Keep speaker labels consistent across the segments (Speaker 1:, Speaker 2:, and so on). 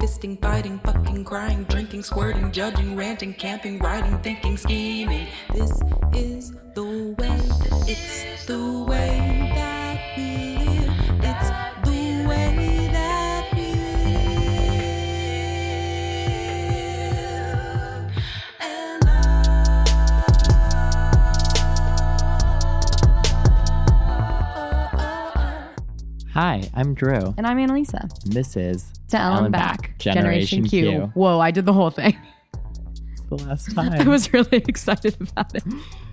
Speaker 1: fisting, biting, fucking, crying, drinking, squirting, judging, ranting, camping, writing, thinking, scheming. This is the way. It's the way that we live. It's the way that we live. And I.
Speaker 2: Hi, I'm Drew.
Speaker 3: And I'm Annalisa.
Speaker 2: And this is
Speaker 3: To Ellen,
Speaker 2: Ellen
Speaker 3: Back,
Speaker 2: Back, Generation Q.
Speaker 3: Whoa, I did the whole thing.
Speaker 2: it's the last
Speaker 3: I
Speaker 2: time.
Speaker 3: was really excited about it.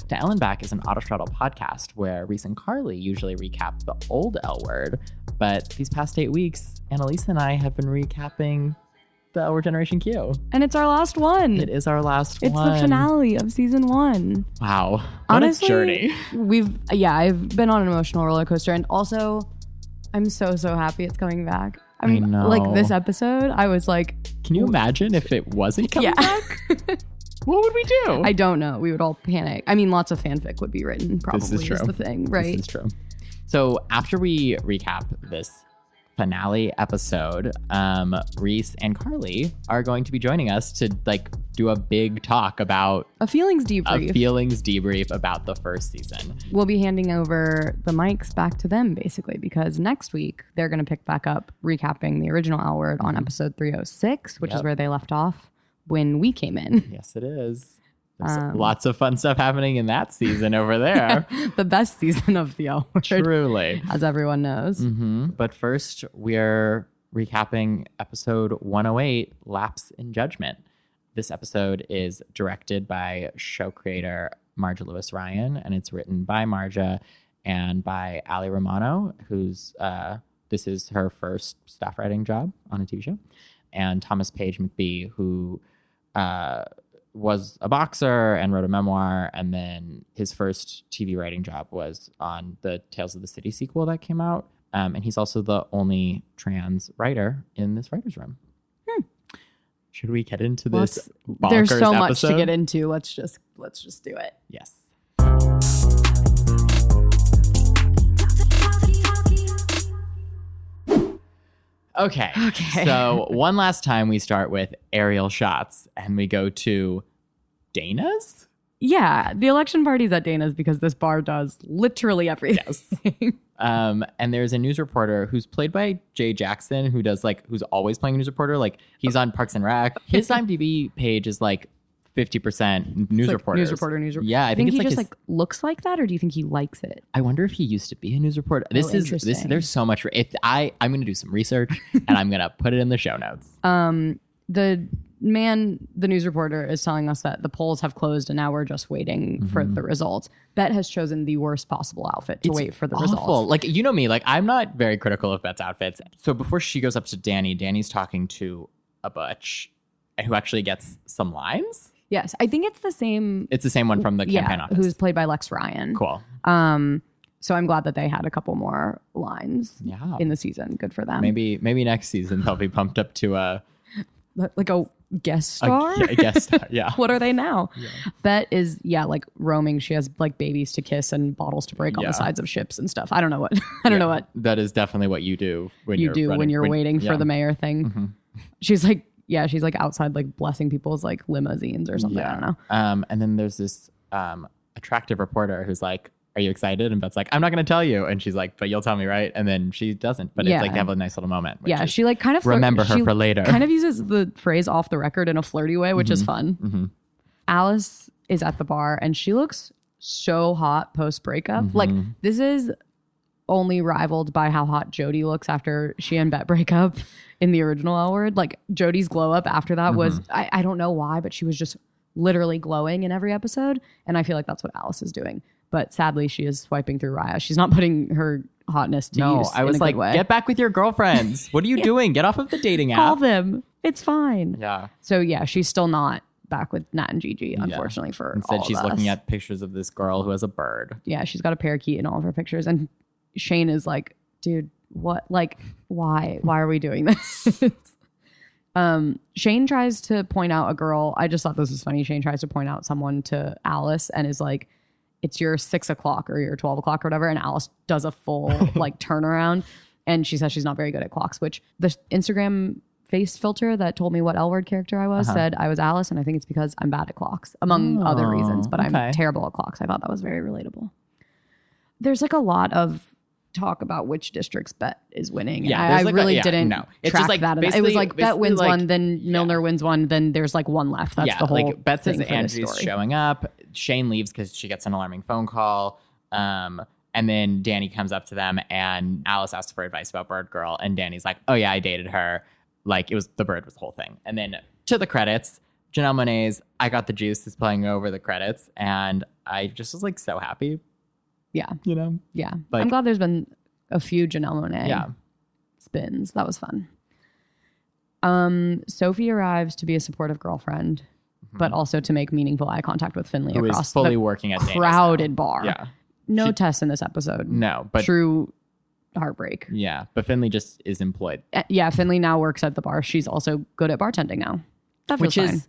Speaker 2: to Ellen Back is an auto straddle podcast where Reese and Carly usually recap the old L word, but these past eight weeks, Annalisa and I have been recapping the L word Generation Q.
Speaker 3: And it's our last one.
Speaker 2: It is our last
Speaker 3: Hmm. It's
Speaker 2: one.
Speaker 3: the finale of season one.
Speaker 2: Wow. What
Speaker 3: Honestly,
Speaker 2: a journey.
Speaker 3: We've yeah, I've been on an emotional roller coaster, and also, I'm so so happy it's coming back. I'm
Speaker 2: I know.
Speaker 3: like this episode. I was like,
Speaker 2: Can you imagine if it wasn't coming
Speaker 3: yeah,
Speaker 2: back? What would we do?
Speaker 3: I don't know. We would all panic. I mean, lots of fanfic would be written. Probably
Speaker 2: This is true.
Speaker 3: the thing, right?
Speaker 2: This is true. So after we recap this finale episode, um, Reese and Carly are going to be joining us to like do a big talk about
Speaker 3: a feelings
Speaker 2: a
Speaker 3: debrief.
Speaker 2: feelings debrief about the first season.
Speaker 3: we'll be handing over the mics back to them basically because next week they're going to pick back up recapping the original L word on
Speaker 2: Mhm.
Speaker 3: episode 306, which
Speaker 2: Yep.
Speaker 3: is where they left off when we came in.
Speaker 2: Yes, it is. There's
Speaker 3: Um,
Speaker 2: lots of fun stuff happening in that season over there.
Speaker 3: the best season of the L word,
Speaker 2: Truly.
Speaker 3: as everyone knows.
Speaker 2: hmm But first, we're recapping episode 108 Lapse in Judgment. This episode is directed by show creator Marja Lewis Ryan, and it's written by Marja and by Ali Romano, who's uh, this is her first staff writing job on a TV show, and Thomas Page McBee, who uh, was a boxer and wrote a memoir, and then his first TV writing job was on the Tales of the City sequel that came out. Um, and he's also the only trans writer in this writer's room. Should we get into this?
Speaker 3: Let's- Hmm. There's
Speaker 2: bonkers
Speaker 3: so much to
Speaker 2: episode?
Speaker 3: get into. Let's just let's just do it.
Speaker 2: Yes. Okay.
Speaker 3: Okay.
Speaker 2: So one last time we start with aerial shots and we go to Dana's?
Speaker 3: Yeah, the election party's at Dana's because this bar does literally everything.
Speaker 2: Um, and there's a news reporter who's played by Jay Jackson, who does like who's always playing a news reporter. Like he's on Parks and Rec. His IMDb page is like 50% news
Speaker 3: It's like
Speaker 2: reporters.
Speaker 3: News reporter, news reporter.
Speaker 2: Yeah, I
Speaker 3: I
Speaker 2: think,
Speaker 3: think,
Speaker 2: it's
Speaker 3: he
Speaker 2: like,
Speaker 3: just
Speaker 2: his-
Speaker 3: like looks like that, or do you think he likes it?
Speaker 2: I wonder if he used to be a news reporter. This is this.
Speaker 3: Oh, interesting.
Speaker 2: There's so much. If I I'm gonna do some research and I'm gonna put it in the show notes.
Speaker 3: um, the man, the news reporter, is telling us that the polls have closed and now we're just waiting for
Speaker 2: Mhm.
Speaker 3: the results. Bet has chosen the worst possible outfit to
Speaker 2: It's
Speaker 3: wait for the
Speaker 2: Awful.
Speaker 3: results.
Speaker 2: Like you know me. Like I'm not very critical of Bet's outfits. So before she goes up to Danny, Danny's talking to a butch who actually gets some lines.
Speaker 3: Yes, I think it's the same.
Speaker 2: It's the same one from the campaign
Speaker 3: yeah,
Speaker 2: office.
Speaker 3: who's played by Lex Ryan.
Speaker 2: cool?
Speaker 3: Um, so I'm glad that they had a couple more lines
Speaker 2: Yeah.
Speaker 3: in um, the season. Good for them.
Speaker 2: maybe maybe next season they'll be pumped up to a,
Speaker 3: Li- like a guest
Speaker 2: a,
Speaker 3: star.
Speaker 2: a guest star. Yeah.
Speaker 3: what are they now?
Speaker 2: Yeah.
Speaker 3: Bet is yeah, like roaming. She has like babies to kiss and bottles to break on
Speaker 2: Yeah.
Speaker 3: the sides of ships and stuff. I don't know what. I don't know
Speaker 2: Yeah.
Speaker 3: what
Speaker 2: That is definitely what you do when
Speaker 3: you
Speaker 2: you're
Speaker 3: do when
Speaker 2: running-
Speaker 3: you're waiting for
Speaker 2: yeah.
Speaker 3: the mayor thing.
Speaker 2: Mhm.
Speaker 3: She's like, yeah, she's like outside, like blessing people's like limousines or something.
Speaker 2: Yeah.
Speaker 3: I don't know.
Speaker 2: Um, and then there's this um, attractive reporter who's like, "Are you excited?" And Bet's like, "I'm not going to tell you." And she's like, "But you'll tell me, right?" And then she doesn't. But
Speaker 3: Yeah.
Speaker 2: it's like they have a nice little moment. Which
Speaker 3: Yeah,
Speaker 2: is,
Speaker 3: she like kind of flir-
Speaker 2: remember her
Speaker 3: she
Speaker 2: for later.
Speaker 3: kind of uses the phrase off the record in a flirty way, which is
Speaker 2: Mhm.
Speaker 3: fun.
Speaker 2: Mhm.
Speaker 3: Alice is at the bar and she looks so hot post breakup. Like
Speaker 2: Mhm.
Speaker 3: this is only rivaled by how hot Jody looks after she and Bet break up in the original L word. Like Jody's glow up after that was
Speaker 2: Mm-hmm.
Speaker 3: I, I don't know why, but she was just literally glowing in every episode. And I feel like that's what Alice is doing. But sadly she is swiping through Raya. She's not putting her hotness to
Speaker 2: No,
Speaker 3: use.
Speaker 2: I
Speaker 3: in
Speaker 2: was
Speaker 3: a good
Speaker 2: like,
Speaker 3: way.
Speaker 2: "Get back with your girlfriends. What are you doing? Get off of the dating
Speaker 3: call
Speaker 2: app."
Speaker 3: them. It's fine.
Speaker 2: Yeah.
Speaker 3: So yeah, she's still not back with Nat and Gigi,
Speaker 2: Yeah.
Speaker 3: unfortunately for all
Speaker 2: Instead,
Speaker 3: of
Speaker 2: she's looking
Speaker 3: us.
Speaker 2: at pictures of this girl who has a bird.
Speaker 3: yeah, she's got a parakeet in all of her pictures. And Shane is like, dude, what? Like, why? Why are we doing this? um, Shane tries to point out a girl. I just thought this was funny. Shane tries to point out someone to Alice and is like, it's your six o'clock or your 12 o'clock or whatever. And Alice does a full like turnaround. And she says she's not very good at clocks, which the Instagram face filter that told me what L word character I was
Speaker 2: Uh-huh.
Speaker 3: said I was Alice, and I think it's because I'm bad at clocks, among other
Speaker 2: Oh,
Speaker 3: reasons, but
Speaker 2: okay.
Speaker 3: I'm terrible at clocks. I thought that was very relatable. There's like a lot of talk about which district's bet is winning.
Speaker 2: Yeah,
Speaker 3: I- I,
Speaker 2: there's like a-
Speaker 3: really
Speaker 2: yeah,
Speaker 3: didn't
Speaker 2: no. It's
Speaker 3: track
Speaker 2: just like
Speaker 3: that. enough. It
Speaker 2: basically-
Speaker 3: was like bet
Speaker 2: basically
Speaker 3: wins
Speaker 2: like-
Speaker 3: one, then Milner wins one, then there's like one left. That's
Speaker 2: yeah,
Speaker 3: the whole
Speaker 2: like Beth says
Speaker 3: thing for this
Speaker 2: Andrew's
Speaker 3: story.
Speaker 2: showing up. Shane leaves because she gets an alarming phone call. Um, and then Danny comes up to them, and Alice asks for advice about Bird Girl, and Danny's like, "Oh yeah, I dated her. Like it was the bird was the whole thing." And then to the credits, Janelle Monae's "I Got the Juice" is playing over the credits, and I just was like so happy.
Speaker 3: Yeah.
Speaker 2: you know,
Speaker 3: Yeah.
Speaker 2: Like-
Speaker 3: I'm glad there's been a few Janelle Monet
Speaker 2: yeah,
Speaker 3: spins. That was fun. Um, Sophie arrives to be a supportive girlfriend, but also to make meaningful eye contact with Finley
Speaker 2: Mm-hmm. who
Speaker 3: across
Speaker 2: is fully
Speaker 3: the
Speaker 2: working at Dana's now.
Speaker 3: crowded bar.
Speaker 2: Yeah,
Speaker 3: No
Speaker 2: She-
Speaker 3: test in this episode.
Speaker 2: no, but
Speaker 3: True heartbreak.
Speaker 2: yeah, but Finley just is employed
Speaker 3: Uh, Yeah, Finley now works at the bar. She's also good at bartending now. That feels
Speaker 2: which
Speaker 3: fine.
Speaker 2: is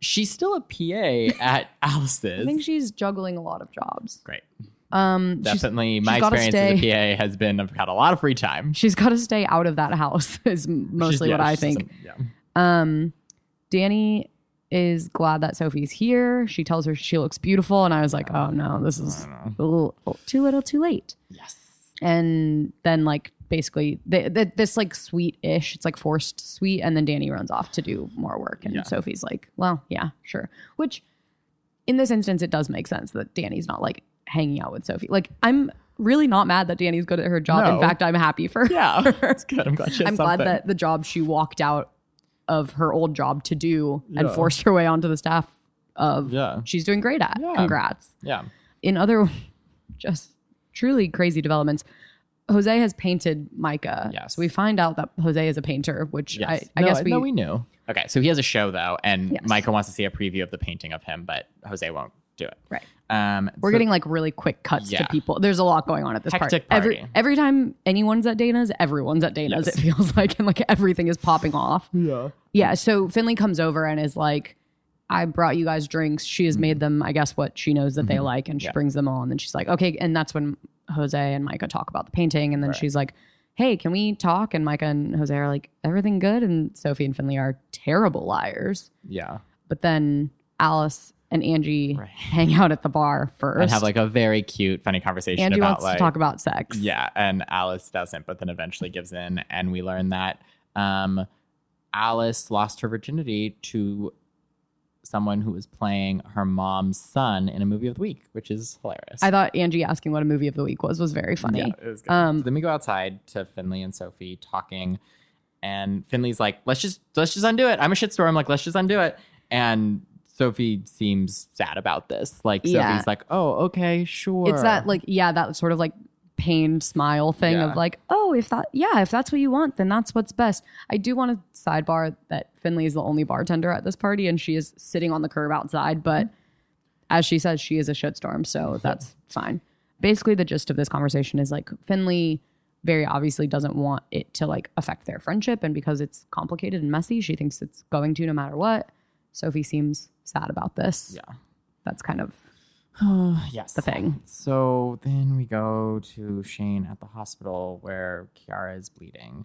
Speaker 2: she's still a PA at Alice's.
Speaker 3: I think she's juggling a lot of jobs.
Speaker 2: Great.
Speaker 3: Um, she's,
Speaker 2: Definitely,
Speaker 3: she's
Speaker 2: my
Speaker 3: gotta
Speaker 2: experience as a PA has been I've got a lot of free time.
Speaker 3: she's got to stay out of that house. Is
Speaker 2: She's-
Speaker 3: mostly
Speaker 2: yeah,
Speaker 3: what I
Speaker 2: she's
Speaker 3: think.
Speaker 2: some- yeah.
Speaker 3: Um, Danny is glad that Sophie's here. She tells her she looks beautiful, and I was like, oh no, this is a little, too little, too late.
Speaker 2: Yes.
Speaker 3: And then like basically th th this like sweet ish, it's like forced sweet, and then Danny runs off to do more work, and
Speaker 2: Yeah.
Speaker 3: Sophie's like, well, yeah, sure. Which in this instance, it does make sense that Danny's not like hanging out with Sophie. Like I'm really not mad that Danny's good at her job. In
Speaker 2: No.
Speaker 3: fact, I'm happy for her.
Speaker 2: Yeah, that's good. I'm glad she has
Speaker 3: I'm glad
Speaker 2: something.
Speaker 3: that the job she walked out of her old job to do and
Speaker 2: Yeah.
Speaker 3: forced her way onto the staff of
Speaker 2: Yeah.
Speaker 3: she's doing great at.
Speaker 2: Yeah.
Speaker 3: Congrats.
Speaker 2: Yeah.
Speaker 3: In other just truly crazy developments, Jose has painted Micah.
Speaker 2: Yes.
Speaker 3: So we find out that Jose is a painter, which
Speaker 2: Yes.
Speaker 3: I, I
Speaker 2: No, uh,
Speaker 3: guess we,
Speaker 2: no, we knew. Okay, so he has a show though, and
Speaker 3: Yes.
Speaker 2: Micah wants to see a preview of the painting of him, but Jose won't do it.
Speaker 3: Right.
Speaker 2: Um,
Speaker 3: we're
Speaker 2: so-
Speaker 3: getting like really quick cuts
Speaker 2: Yeah.
Speaker 3: to people. There's a lot going on at this
Speaker 2: Hectic
Speaker 3: part. Every
Speaker 2: party.
Speaker 3: every time anyone's at Dana's, everyone's at Dana's,
Speaker 2: Yes.
Speaker 3: it feels like, and like everything is popping off.
Speaker 2: Yeah.
Speaker 3: Yeah. So Finley comes over and is like, I brought you guys drinks. She has made them, I guess, what she knows that they like, and she
Speaker 2: Mm-hmm. Yeah.
Speaker 3: brings them all. And then she's like, okay. And that's when Jose and Micah talk about the painting. And then
Speaker 2: Right.
Speaker 3: she's like, hey, can we talk? And Micah and Jose are like, everything good? And Sophie and Finley are terrible liars.
Speaker 2: Yeah.
Speaker 3: But then Alice and Angie
Speaker 2: Right.
Speaker 3: hang out at the bar first.
Speaker 2: And have like a very cute, funny conversation
Speaker 3: Angie
Speaker 2: about
Speaker 3: wants
Speaker 2: like
Speaker 3: to talk about sex.
Speaker 2: Yeah, and Alice doesn't, but then eventually gives in, and we learn that um, Alice lost her virginity to someone who was playing her mom's son in a movie of the week, which is hilarious.
Speaker 3: I thought Angie asking what a movie of the week was was very funny.
Speaker 2: Yeah, it was good.
Speaker 3: Um,
Speaker 2: So then we go outside to Finley and Sophie talking, and Finley's like, "Let's just let's just undo it. I'm a shitstorm. Like, let's just undo it." And Sophie seems sad about this. Like,
Speaker 3: Yeah.
Speaker 2: Sophie's like, "Oh, okay, sure."
Speaker 3: It's that like yeah, that sort of like pained smile thing
Speaker 2: Yeah.
Speaker 3: of like, oh, if that yeah, if that's what you want, then that's what's best. I do want to sidebar that Finley is the only bartender at this party and she is sitting on the curb outside, but as she says, she is a shitstorm, so that's fine. Basically the gist of this conversation is like Finley very obviously doesn't want it to like affect their friendship and because it's complicated and messy, she thinks it's going to no matter what. Sophie seems sad about this.
Speaker 2: Yeah.
Speaker 3: That's kind of
Speaker 2: yes,
Speaker 3: Oh, the thing.
Speaker 2: So then we go to Shane at the hospital where Kiara is bleeding.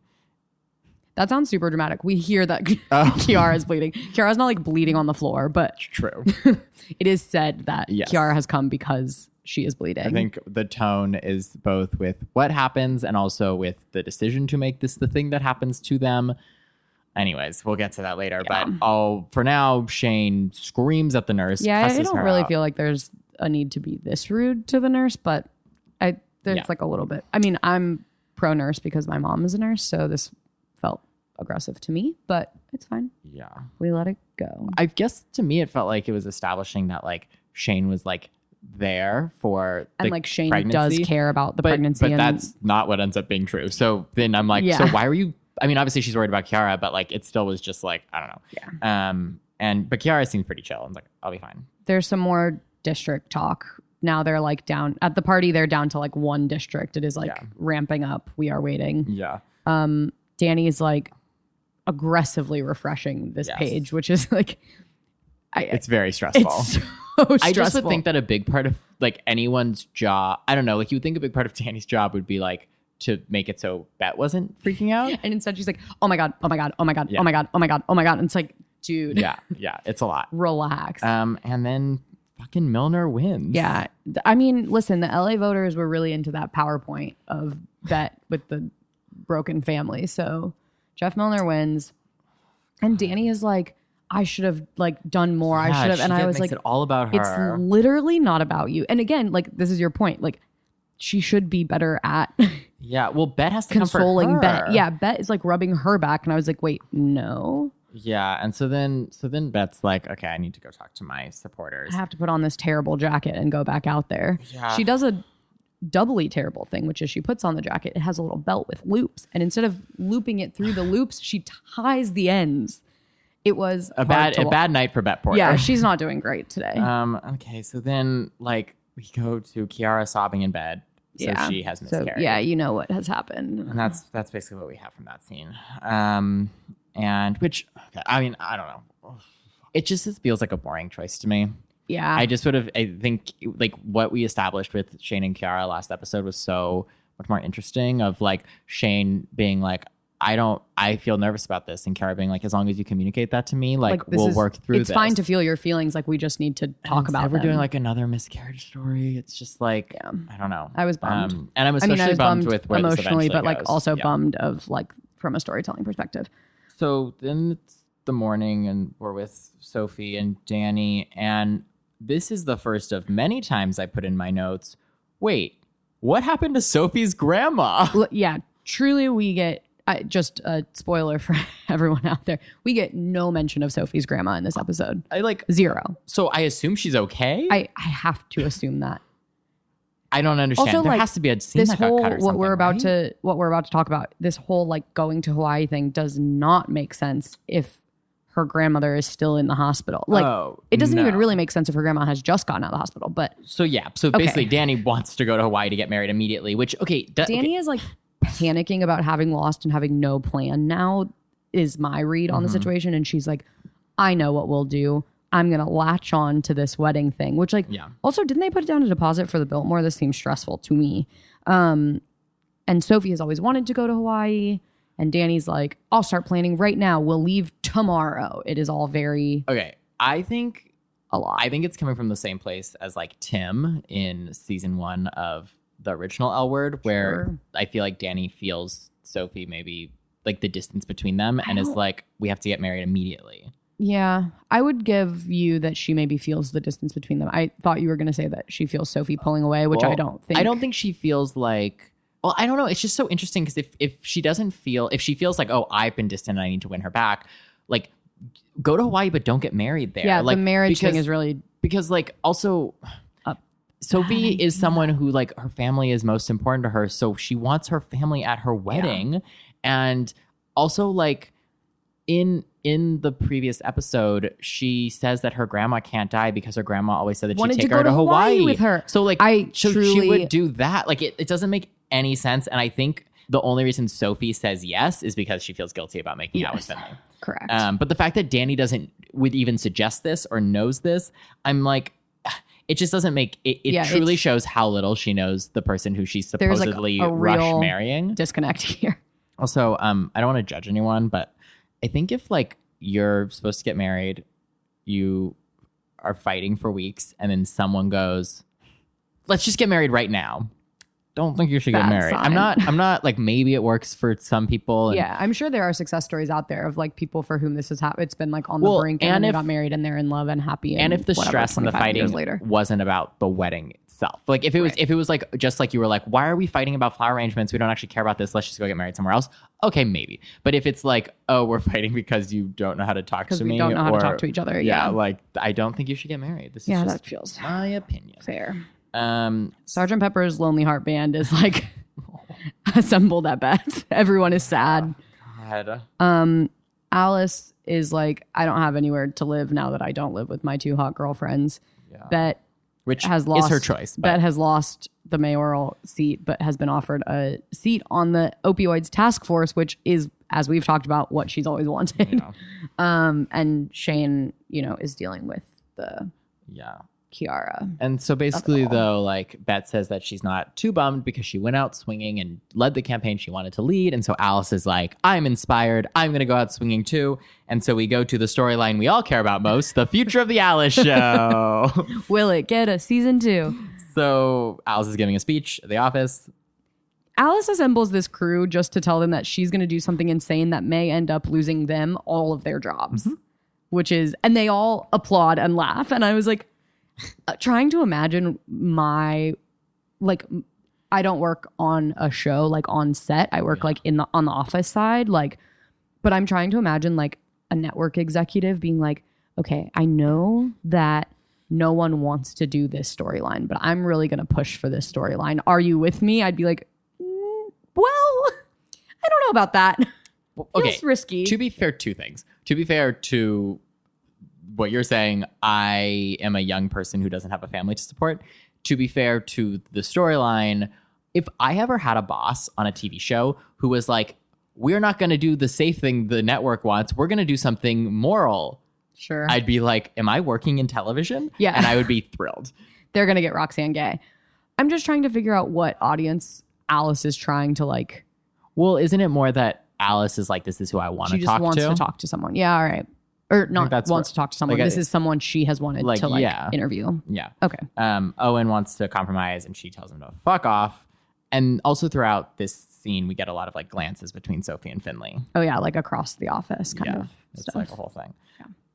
Speaker 3: That sounds super dramatic. We hear that
Speaker 2: Oh.
Speaker 3: Kiara is bleeding. Kiara's not like bleeding on the floor, but
Speaker 2: True.
Speaker 3: it is said that
Speaker 2: Yes.
Speaker 3: Kiara has come because she is bleeding.
Speaker 2: I think the tone is both with what happens and also with the decision to make this the thing that happens to them. Anyways, we'll get to that later.
Speaker 3: Yeah.
Speaker 2: But oh, for now, Shane screams at the nurse.
Speaker 3: yeah, I- I
Speaker 2: cusses
Speaker 3: don't
Speaker 2: her
Speaker 3: really
Speaker 2: out.
Speaker 3: feel like there's a need to be this rude to the nurse, but I there's
Speaker 2: Yeah.
Speaker 3: like a little bit. I mean, I'm pro nurse because my mom is a nurse, so this felt aggressive to me, but it's fine.
Speaker 2: Yeah,
Speaker 3: We let it go.
Speaker 2: I guess to me it felt like it was establishing that like Shane was like there for
Speaker 3: And
Speaker 2: the
Speaker 3: like Shane
Speaker 2: pregnancy.
Speaker 3: does care about the
Speaker 2: but,
Speaker 3: pregnancy
Speaker 2: But
Speaker 3: and
Speaker 2: that's not what ends up being true. So then I'm like,
Speaker 3: Yeah.
Speaker 2: so why were you? I mean, obviously she's worried about Kiara, but like it still was just like I don't know. Yeah. Um. And but Kiara seems pretty chill. I'm like, I'll be fine.
Speaker 3: there's some more district talk. Now they're like down at the party, they're down to like one district. It is like
Speaker 2: Yeah.
Speaker 3: ramping up. We are waiting.
Speaker 2: Yeah.
Speaker 3: Um, Danny is like aggressively refreshing this
Speaker 2: Yes.
Speaker 3: page, which is like, I,
Speaker 2: It's very stressful.
Speaker 3: it's so stressful.
Speaker 2: I just would think that a big part of like anyone's job, I don't know, like you would think a big part of Danny's job would be like to make it so Bet wasn't freaking out.
Speaker 3: And instead she's like, oh my God, oh my God, oh my God,
Speaker 2: Yeah.
Speaker 3: oh my God, oh my God, oh my God. And it's like, dude,
Speaker 2: yeah, yeah, it's a lot.
Speaker 3: relax.
Speaker 2: Um, and then fucking Milner wins.
Speaker 3: yeah. Th- I mean, listen, the LA voters were really into that PowerPoint of bet with the broken family. So Jeff Milner wins. And Danny is like, I should have like done more. I
Speaker 2: Yeah,
Speaker 3: should have.
Speaker 2: she
Speaker 3: And I
Speaker 2: did-
Speaker 3: was
Speaker 2: makes
Speaker 3: like,
Speaker 2: it all about
Speaker 3: it's
Speaker 2: her.
Speaker 3: literally not about you. And again, like this is your point. Like she should be better at
Speaker 2: yeah. Well, Bet has to
Speaker 3: consoling
Speaker 2: comfort her.
Speaker 3: Bet. Yeah, Bet is like rubbing her back, and I was like, wait, no,
Speaker 2: yeah. And so then, so then Bet's like, okay, I need to go talk to my supporters.
Speaker 3: I have to put on this terrible jacket and go back out there.
Speaker 2: Yeah.
Speaker 3: She does a doubly terrible thing, which is she puts on the jacket. It has a little belt with loops, and instead of looping it through the loops, she ties the ends. It was
Speaker 2: a bad, a bad night for Bet Porter.
Speaker 3: Yeah, she's not doing great today.
Speaker 2: Um, okay, so then like we go to Kiara sobbing in bed, so
Speaker 3: Yeah.
Speaker 2: she has
Speaker 3: so
Speaker 2: miscarried.
Speaker 3: yeah, you know what has happened.
Speaker 2: and that's that's basically what we have from that scene. Um, and which okay, I mean I don't know, it just it feels like a boring choice to me.
Speaker 3: yeah,
Speaker 2: I just sort of I think like what we established with Shane and Kiara last episode was so much more interesting. Of like Shane being like. I don't. I feel nervous about this, and Kiara being like, "As long as you communicate that to me, like,
Speaker 3: this
Speaker 2: we'll
Speaker 3: is-
Speaker 2: work through
Speaker 3: It's
Speaker 2: this."
Speaker 3: fine to feel your feelings. Like we just need to talk
Speaker 2: Instead,
Speaker 3: about.
Speaker 2: We're doing
Speaker 3: them.
Speaker 2: like another miscarriage story. It's just like
Speaker 3: Yeah.
Speaker 2: I don't know.
Speaker 3: I was bummed.
Speaker 2: Um, and I'm
Speaker 3: I
Speaker 2: especially
Speaker 3: mean, I was
Speaker 2: bummed,
Speaker 3: bummed,
Speaker 2: with where this
Speaker 3: emotionally,
Speaker 2: eventually
Speaker 3: but like
Speaker 2: goes.
Speaker 3: also
Speaker 2: Yeah.
Speaker 3: bummed of like from a storytelling perspective.
Speaker 2: So then it's the morning, and we're with Sophie and Danny, and this is the first of many times I put in my notes. Wait, what happened to Sophie's grandma?
Speaker 3: L- yeah, truly, we get I, just a spoiler for everyone out there. We get no mention of Sophie's grandma in this episode.
Speaker 2: I like.
Speaker 3: Zero.
Speaker 2: So I assume she's okay.
Speaker 3: I I have to assume that
Speaker 2: I don't understand.
Speaker 3: Also,
Speaker 2: there
Speaker 3: like,
Speaker 2: has to be a scene
Speaker 3: this
Speaker 2: that got
Speaker 3: whole
Speaker 2: cut or
Speaker 3: what we're
Speaker 2: something,
Speaker 3: about
Speaker 2: right?
Speaker 3: to what we're about to talk about this whole like going to Hawaii thing does not make sense if her grandmother is still in the hospital. Like
Speaker 2: Oh,
Speaker 3: it doesn't even
Speaker 2: no.
Speaker 3: really make sense if her grandma has just gotten out of the hospital. But
Speaker 2: So yeah. So basically, Danny wants to go to Hawaii to get married immediately. Which okay, da- okay,
Speaker 3: Danny is like panicking about having lost and having no plan now is my read on the
Speaker 2: Mhm.
Speaker 3: situation and she's like I know what we'll do. I'm going to latch on to this wedding thing, which like
Speaker 2: Yeah.
Speaker 3: also didn't they put down a deposit for the Biltmore? This seems stressful to me. Um and Sophie has always wanted to go to Hawaii and Danny's like I'll start planning right now. We'll leave tomorrow. It is all very
Speaker 2: Okay. I think
Speaker 3: a lot.
Speaker 2: I think it's coming from the same place as like Tim in season one of the original L Word, where
Speaker 3: Sure.
Speaker 2: I feel like Danny feels Sophie maybe like the distance between them,
Speaker 3: I
Speaker 2: and is
Speaker 3: don't-
Speaker 2: like, we have to get married immediately.
Speaker 3: Yeah, I would give you that she maybe feels the distance between them. I thought you were going to say that she feels Sophie pulling away, which I
Speaker 2: Well,
Speaker 3: don't think.
Speaker 2: I don't think she feels like. Well, I don't know. It's just so interesting because if if she doesn't feel, if she feels like, oh, I've been distant, and I need to win her back, like go to Hawaii but don't get married there.
Speaker 3: Yeah,
Speaker 2: like,
Speaker 3: the marriage
Speaker 2: because-
Speaker 3: thing is really
Speaker 2: because like also uh,
Speaker 3: A
Speaker 2: Sophie
Speaker 3: bad
Speaker 2: is someone who like her family is most important to her, so she wants her family at her wedding and also like in in the previous episode she says that her grandma can't die because her grandma always said that
Speaker 3: Wanted
Speaker 2: she'd
Speaker 3: to
Speaker 2: take
Speaker 3: go
Speaker 2: her to
Speaker 3: to
Speaker 2: Hawaii.
Speaker 3: Hawaii with her.
Speaker 2: So like
Speaker 3: I
Speaker 2: so she
Speaker 3: truly-
Speaker 2: would do that. Like it, it doesn't make any sense and I think the only reason Sophie says yes is because she feels guilty about making out with
Speaker 3: Yes.
Speaker 2: Finley.
Speaker 3: correct.
Speaker 2: Um, but the fact that Danny doesn't would even suggest this or knows this, I'm like, it just doesn't make it. It
Speaker 3: Yeah,
Speaker 2: truly
Speaker 3: it's-
Speaker 2: shows how little she knows the person who she's
Speaker 3: There's, like,
Speaker 2: supposedly
Speaker 3: a real-
Speaker 2: rush marrying.
Speaker 3: Disconnect here.
Speaker 2: Also, um, I don't want to judge anyone, but I think if like you're supposed to get married, you are fighting for weeks, and then someone goes, "Let's just get married right now." Don't think you should get
Speaker 3: Bad
Speaker 2: married. I'm
Speaker 3: sign.
Speaker 2: not. I'm not like maybe it works for some people. and
Speaker 3: Yeah, I'm sure there are success stories out there of like people for whom this has happened. It's been like on the
Speaker 2: Well,
Speaker 3: brink,
Speaker 2: and
Speaker 3: and, then
Speaker 2: if-
Speaker 3: they got married, and they're in love and happy.
Speaker 2: and if the
Speaker 3: whatever,
Speaker 2: stress and the
Speaker 3: 25 years
Speaker 2: fighting
Speaker 3: later,
Speaker 2: wasn't about the wedding itself like if it was
Speaker 3: Right.
Speaker 2: if it was like just like you were like why are we fighting about flower arrangements we don't actually care about this let's just go get married somewhere else okay maybe but if it's like oh we're fighting because you don't know how to talk
Speaker 3: because
Speaker 2: to
Speaker 3: we
Speaker 2: me
Speaker 3: don't know how to
Speaker 2: or-
Speaker 3: talk to each other.
Speaker 2: yeah,
Speaker 3: Yeah,
Speaker 2: like i don't think you should get married this is
Speaker 3: yeah,
Speaker 2: just
Speaker 3: that feels
Speaker 2: my opinion
Speaker 3: fair.
Speaker 2: um
Speaker 3: Sergeant Pepper's Lonely Heart Band is like assembled at best. Everyone is sad.
Speaker 2: God.
Speaker 3: Um, Alice is like, I don't have anywhere to live now that I don't live with my two hot girlfriends.
Speaker 2: Yeah.
Speaker 3: Bet
Speaker 2: which
Speaker 3: has
Speaker 2: is her
Speaker 3: lost
Speaker 2: choice but
Speaker 3: Bet has lost the mayoral seat, but has been offered a seat on the opioids task force, which is, as we've talked about, what she's always wanted.
Speaker 2: yeah,
Speaker 3: Um, and Shane, you know, is dealing with the
Speaker 2: yeah.
Speaker 3: Kiara.
Speaker 2: And so basically,
Speaker 3: all.
Speaker 2: though, like Bet says that she's not too bummed because she went out swinging and led the campaign she wanted to lead. And so Alice is like, I'm inspired. I'm going to go out swinging too. And so we go to the storyline we all care about most the future of the Alice show.
Speaker 3: Will it get a season two?
Speaker 2: so Alice is giving a speech at the office.
Speaker 3: Alice assembles this crew just to tell them that she's going to do something insane that may end up losing them all of their jobs, which is, and they all applaud and laugh. And I was like, uh, trying to imagine my, like, m- I don't work on a show, like on set. I work like in the on the office side, like, but I'm trying to imagine like a network executive being like, okay, I know that no one wants to do this storyline, but I'm really going to push for this storyline. Are you with me? I'd be like, "Mm, well, I don't know about that.
Speaker 2: Okay.
Speaker 3: Feels risky.
Speaker 2: To be fair, two things. To be fair to what you're saying, I am a young person who doesn't have a family to support. To be fair to the storyline, if I ever had a boss on a TV show who was like, we're not going to do the safe thing the network wants, we're going to do something moral,
Speaker 3: sure.
Speaker 2: I'd be like, am I working in television?
Speaker 3: Yeah.
Speaker 2: And I would be thrilled.
Speaker 3: They're going to get Roxanne Gay. I'm just trying to figure out what audience Alice is trying to like.
Speaker 2: Well, isn't it more that Alice is like, this is who I want
Speaker 3: She
Speaker 2: to
Speaker 3: just
Speaker 2: talk
Speaker 3: wants to. talk to someone. Yeah, all right. Or not
Speaker 2: that's
Speaker 3: wants
Speaker 2: what-
Speaker 3: to talk to someone.
Speaker 2: like, I-
Speaker 3: this is someone she has wanted
Speaker 2: like,
Speaker 3: to like
Speaker 2: yeah.
Speaker 3: interview.
Speaker 2: Yeah.
Speaker 3: Okay.
Speaker 2: um, Owen wants to compromise and she tells him to fuck off. And also throughout this scene, we get a lot of like glances between Sophie and Finley.
Speaker 3: Oh yeah, like across the office kind
Speaker 2: yeah,
Speaker 3: of
Speaker 2: it's
Speaker 3: stuff.
Speaker 2: like a whole thing.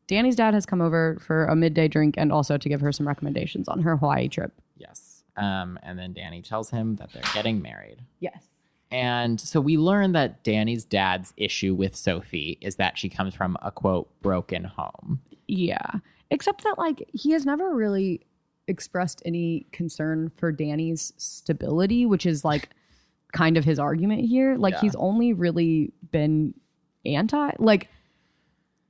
Speaker 3: Danny's dad has come over for a midday drink and also to give her some recommendations on her Hawaii trip.
Speaker 2: Yes. Um, and then Danny tells him that they're getting married.
Speaker 3: Yes.
Speaker 2: And so we learn that Danny's dad's issue with Sophie is that she comes from a quote broken home.
Speaker 3: Yeah. Except that like he has never really expressed any concern for Danny's stability, which is like kind of his argument here. Like
Speaker 2: Yeah.
Speaker 3: he's only really been anti like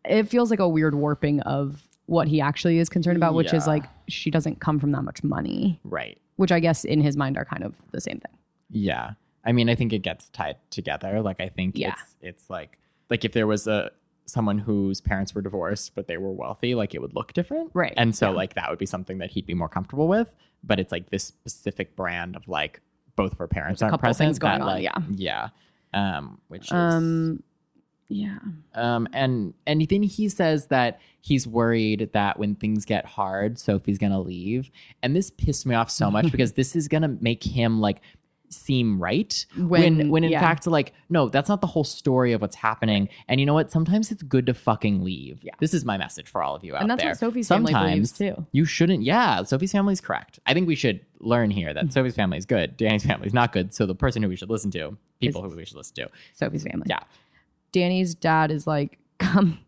Speaker 3: it feels like a weird warping of what he actually is concerned about, which is
Speaker 2: Yeah.
Speaker 3: like she doesn't come from that much money,
Speaker 2: Right.
Speaker 3: which I guess in his mind are kind of the same thing.
Speaker 2: Yeah. I mean, I think it gets tied together. Like I think
Speaker 3: Yeah.
Speaker 2: it's it's like like if there was a someone whose parents were divorced but they were wealthy, like it would look different.
Speaker 3: Right.
Speaker 2: And so like that would be something that he'd be more comfortable with. But it's like this specific brand of like both of her parents aren't
Speaker 3: couple
Speaker 2: present.
Speaker 3: things going
Speaker 2: that,
Speaker 3: on,
Speaker 2: like, Yeah. Um, which is um,
Speaker 3: Um yeah.
Speaker 2: and and then he says that he's worried that when things get hard, Sophie's gonna leave. And this pissed me off so much because this is gonna make him like seem right when when, in
Speaker 3: yeah.
Speaker 2: fact like no that's not the whole story of what's happening and you know what sometimes it's good to fucking leave
Speaker 3: Yeah.
Speaker 2: this is my message for all of you out
Speaker 3: and that's
Speaker 2: there
Speaker 3: what Sophie's
Speaker 2: sometimes
Speaker 3: family believes too.
Speaker 2: you shouldn't yeah sophie's family's correct i think we should learn here
Speaker 3: Mm-hmm.
Speaker 2: that sophie's family is good danny's family is not good so the person who we should listen to people who we should listen to
Speaker 3: Sophie's family.
Speaker 2: Yeah.
Speaker 3: Danny's dad is like, come,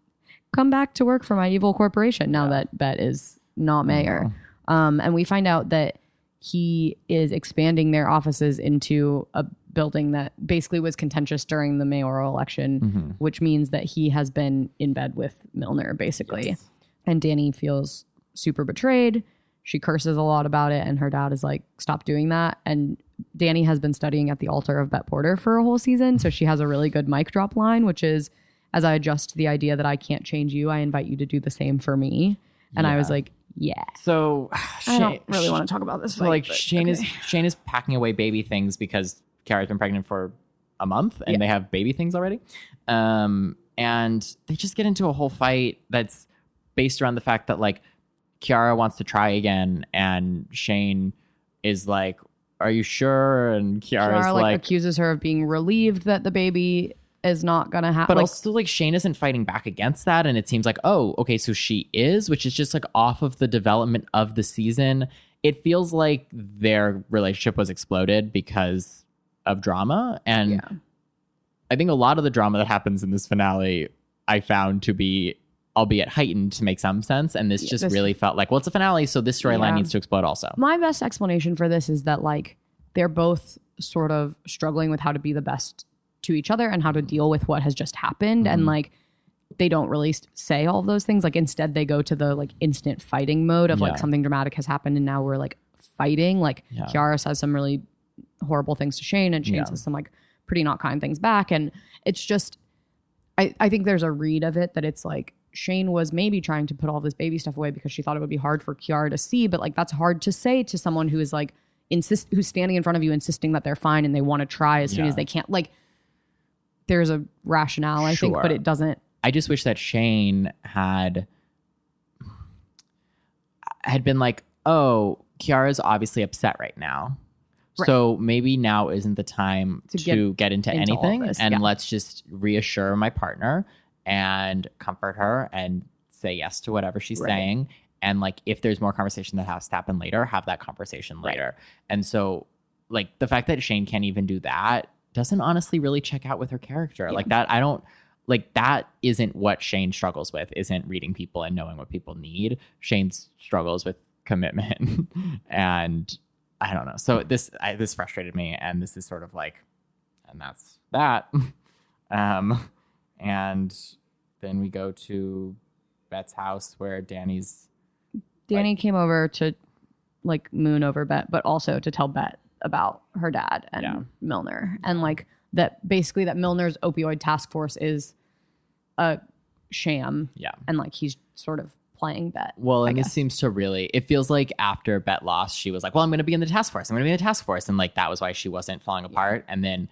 Speaker 3: come back to work for my evil corporation now that Bet is not mayor. Um, and we find out that he is expanding their offices into a building that basically was contentious during the mayoral election,
Speaker 2: Mhm.
Speaker 3: which means that he has been in bed with Milner basically.
Speaker 2: Yes.
Speaker 3: And Danny feels super betrayed. She curses a lot about it, and her dad is like, stop doing that. And Danny has been studying at the altar of Bet Porter for a whole season. So she has a really good mic drop line, which is as I adjust to the idea that I can't change you, I invite you to do the same for me. And I was
Speaker 2: Yeah.
Speaker 3: like, yeah.
Speaker 2: so
Speaker 3: I don't really want to talk about this.
Speaker 2: so like shane is shane is packing away baby things because carrie's been pregnant for a month and
Speaker 3: Yeah.
Speaker 2: they have baby things already um and they just get into a whole fight that's based around the fact that like kiara wants to try again and shane is like are you sure and kiara's
Speaker 3: Kiara, like,
Speaker 2: like
Speaker 3: accuses her of being relieved that the baby is not gonna happen.
Speaker 2: but also like Shane isn't fighting back against that and it seems like oh okay so she is which is just like off of the development of the season it feels like their relationship was exploded because of drama and
Speaker 3: Yeah.
Speaker 2: I think a lot of the drama that happens in this finale I found to be albeit heightened to make some sense and this
Speaker 3: Yeah,
Speaker 2: just
Speaker 3: this-
Speaker 2: really felt like well it's a finale so this storyline
Speaker 3: Yeah.
Speaker 2: needs to explode also
Speaker 3: my best explanation for this is that like they're both sort of struggling with how to be the best to each other and how to deal with what has just happened and
Speaker 2: Mhm.
Speaker 3: like they don't really s- say all of those things like instead they go to the like instant fighting mode of
Speaker 2: Yeah.
Speaker 3: like something dramatic has happened and now we're like fighting like
Speaker 2: Yeah.
Speaker 3: Kiara says some really horrible things to Shane and Shane
Speaker 2: Yeah.
Speaker 3: says some like pretty not kind things back and it's just I I think there's a read of it that it's like Shane was maybe trying to put all this baby stuff away because she thought it would be hard for Kiara to see, but like that's hard to say to someone who is like insist who's standing in front of you insisting that they're fine and they want to try as soon
Speaker 2: Yeah.
Speaker 3: as they can. Like there's a rationale, I think, but
Speaker 2: Sure.
Speaker 3: it doesn't
Speaker 2: I just wish that Shane had had been like, "Oh, Kiara's obviously upset right now."
Speaker 3: Right.
Speaker 2: So maybe now isn't the time
Speaker 3: To
Speaker 2: to,
Speaker 3: get
Speaker 2: get, into,
Speaker 3: into all
Speaker 2: anything
Speaker 3: this,
Speaker 2: and
Speaker 3: yeah.
Speaker 2: let's just reassure my partner and comfort her and say yes to whatever she's
Speaker 3: Right.
Speaker 2: saying and like if there's more conversation that has to happen later, have that conversation
Speaker 3: Right.
Speaker 2: later. And so like the fact that Shane can't even do that doesn't honestly really check out with her character.
Speaker 3: Yeah.
Speaker 2: Like that I don't like that isn't what Shane struggles with, isn't reading people and knowing what people need. Shane struggles with commitment and I don't know. So this I, this frustrated me and this is sort of like and that's that. um and then we go to Bet's house where Danny's
Speaker 3: Danny came over to like moon over Bet, but also to tell Bet about her dad and
Speaker 2: Yeah.
Speaker 3: Milner. And like that basically that Milner's opioid task force is a sham
Speaker 2: yeah.
Speaker 3: and like he's sort of playing Bet.
Speaker 2: Well,
Speaker 3: I
Speaker 2: and
Speaker 3: guess.
Speaker 2: this seems to really, it feels like after Bet lost, she was like, well, I'm going to be in the task force. I'm going to be in the task force. And like, that was why she wasn't falling apart. And then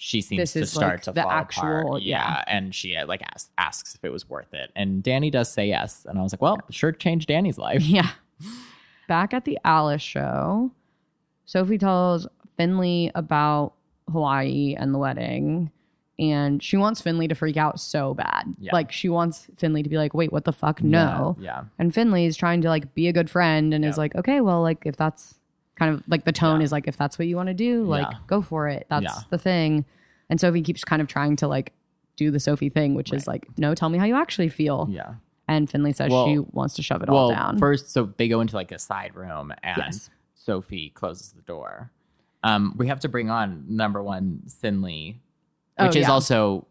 Speaker 2: she seems
Speaker 3: This
Speaker 2: to
Speaker 3: is,
Speaker 2: start
Speaker 3: like,
Speaker 2: to
Speaker 3: the
Speaker 2: fall
Speaker 3: actual-
Speaker 2: apart.
Speaker 3: yeah.
Speaker 2: And she uh, like asks, asks if it was worth it. And Danny does say yes. And I was like, well, sure changed Danny's life.
Speaker 3: Yeah. Back at the Alice show, Sophie tells Finley about Hawaii and the wedding. And she wants Finley to freak out so bad.
Speaker 2: Yeah.
Speaker 3: Like she wants Finley to be like, wait, what the fuck? No.
Speaker 2: Yeah.
Speaker 3: And Finley is trying to like be a good friend and is
Speaker 2: Yeah.
Speaker 3: like, okay, well, like if that's kind of like the tone
Speaker 2: Yeah.
Speaker 3: is like, if that's what you want to do, like
Speaker 2: Yeah.
Speaker 3: go for it. That's
Speaker 2: Yeah.
Speaker 3: the thing. And Sophie keeps kind of trying to like do the Sophie thing, which is like, no, tell me how you actually feel.
Speaker 2: Yeah.
Speaker 3: And Finley says
Speaker 2: Well-
Speaker 3: she wants to shove it all
Speaker 2: Well,
Speaker 3: down.
Speaker 2: first, so they go into like a side room and
Speaker 3: Yes.
Speaker 2: Sophie closes the door. Um, we have to bring on number one, Sinley,
Speaker 3: Oh,
Speaker 2: which is
Speaker 3: yeah.
Speaker 2: also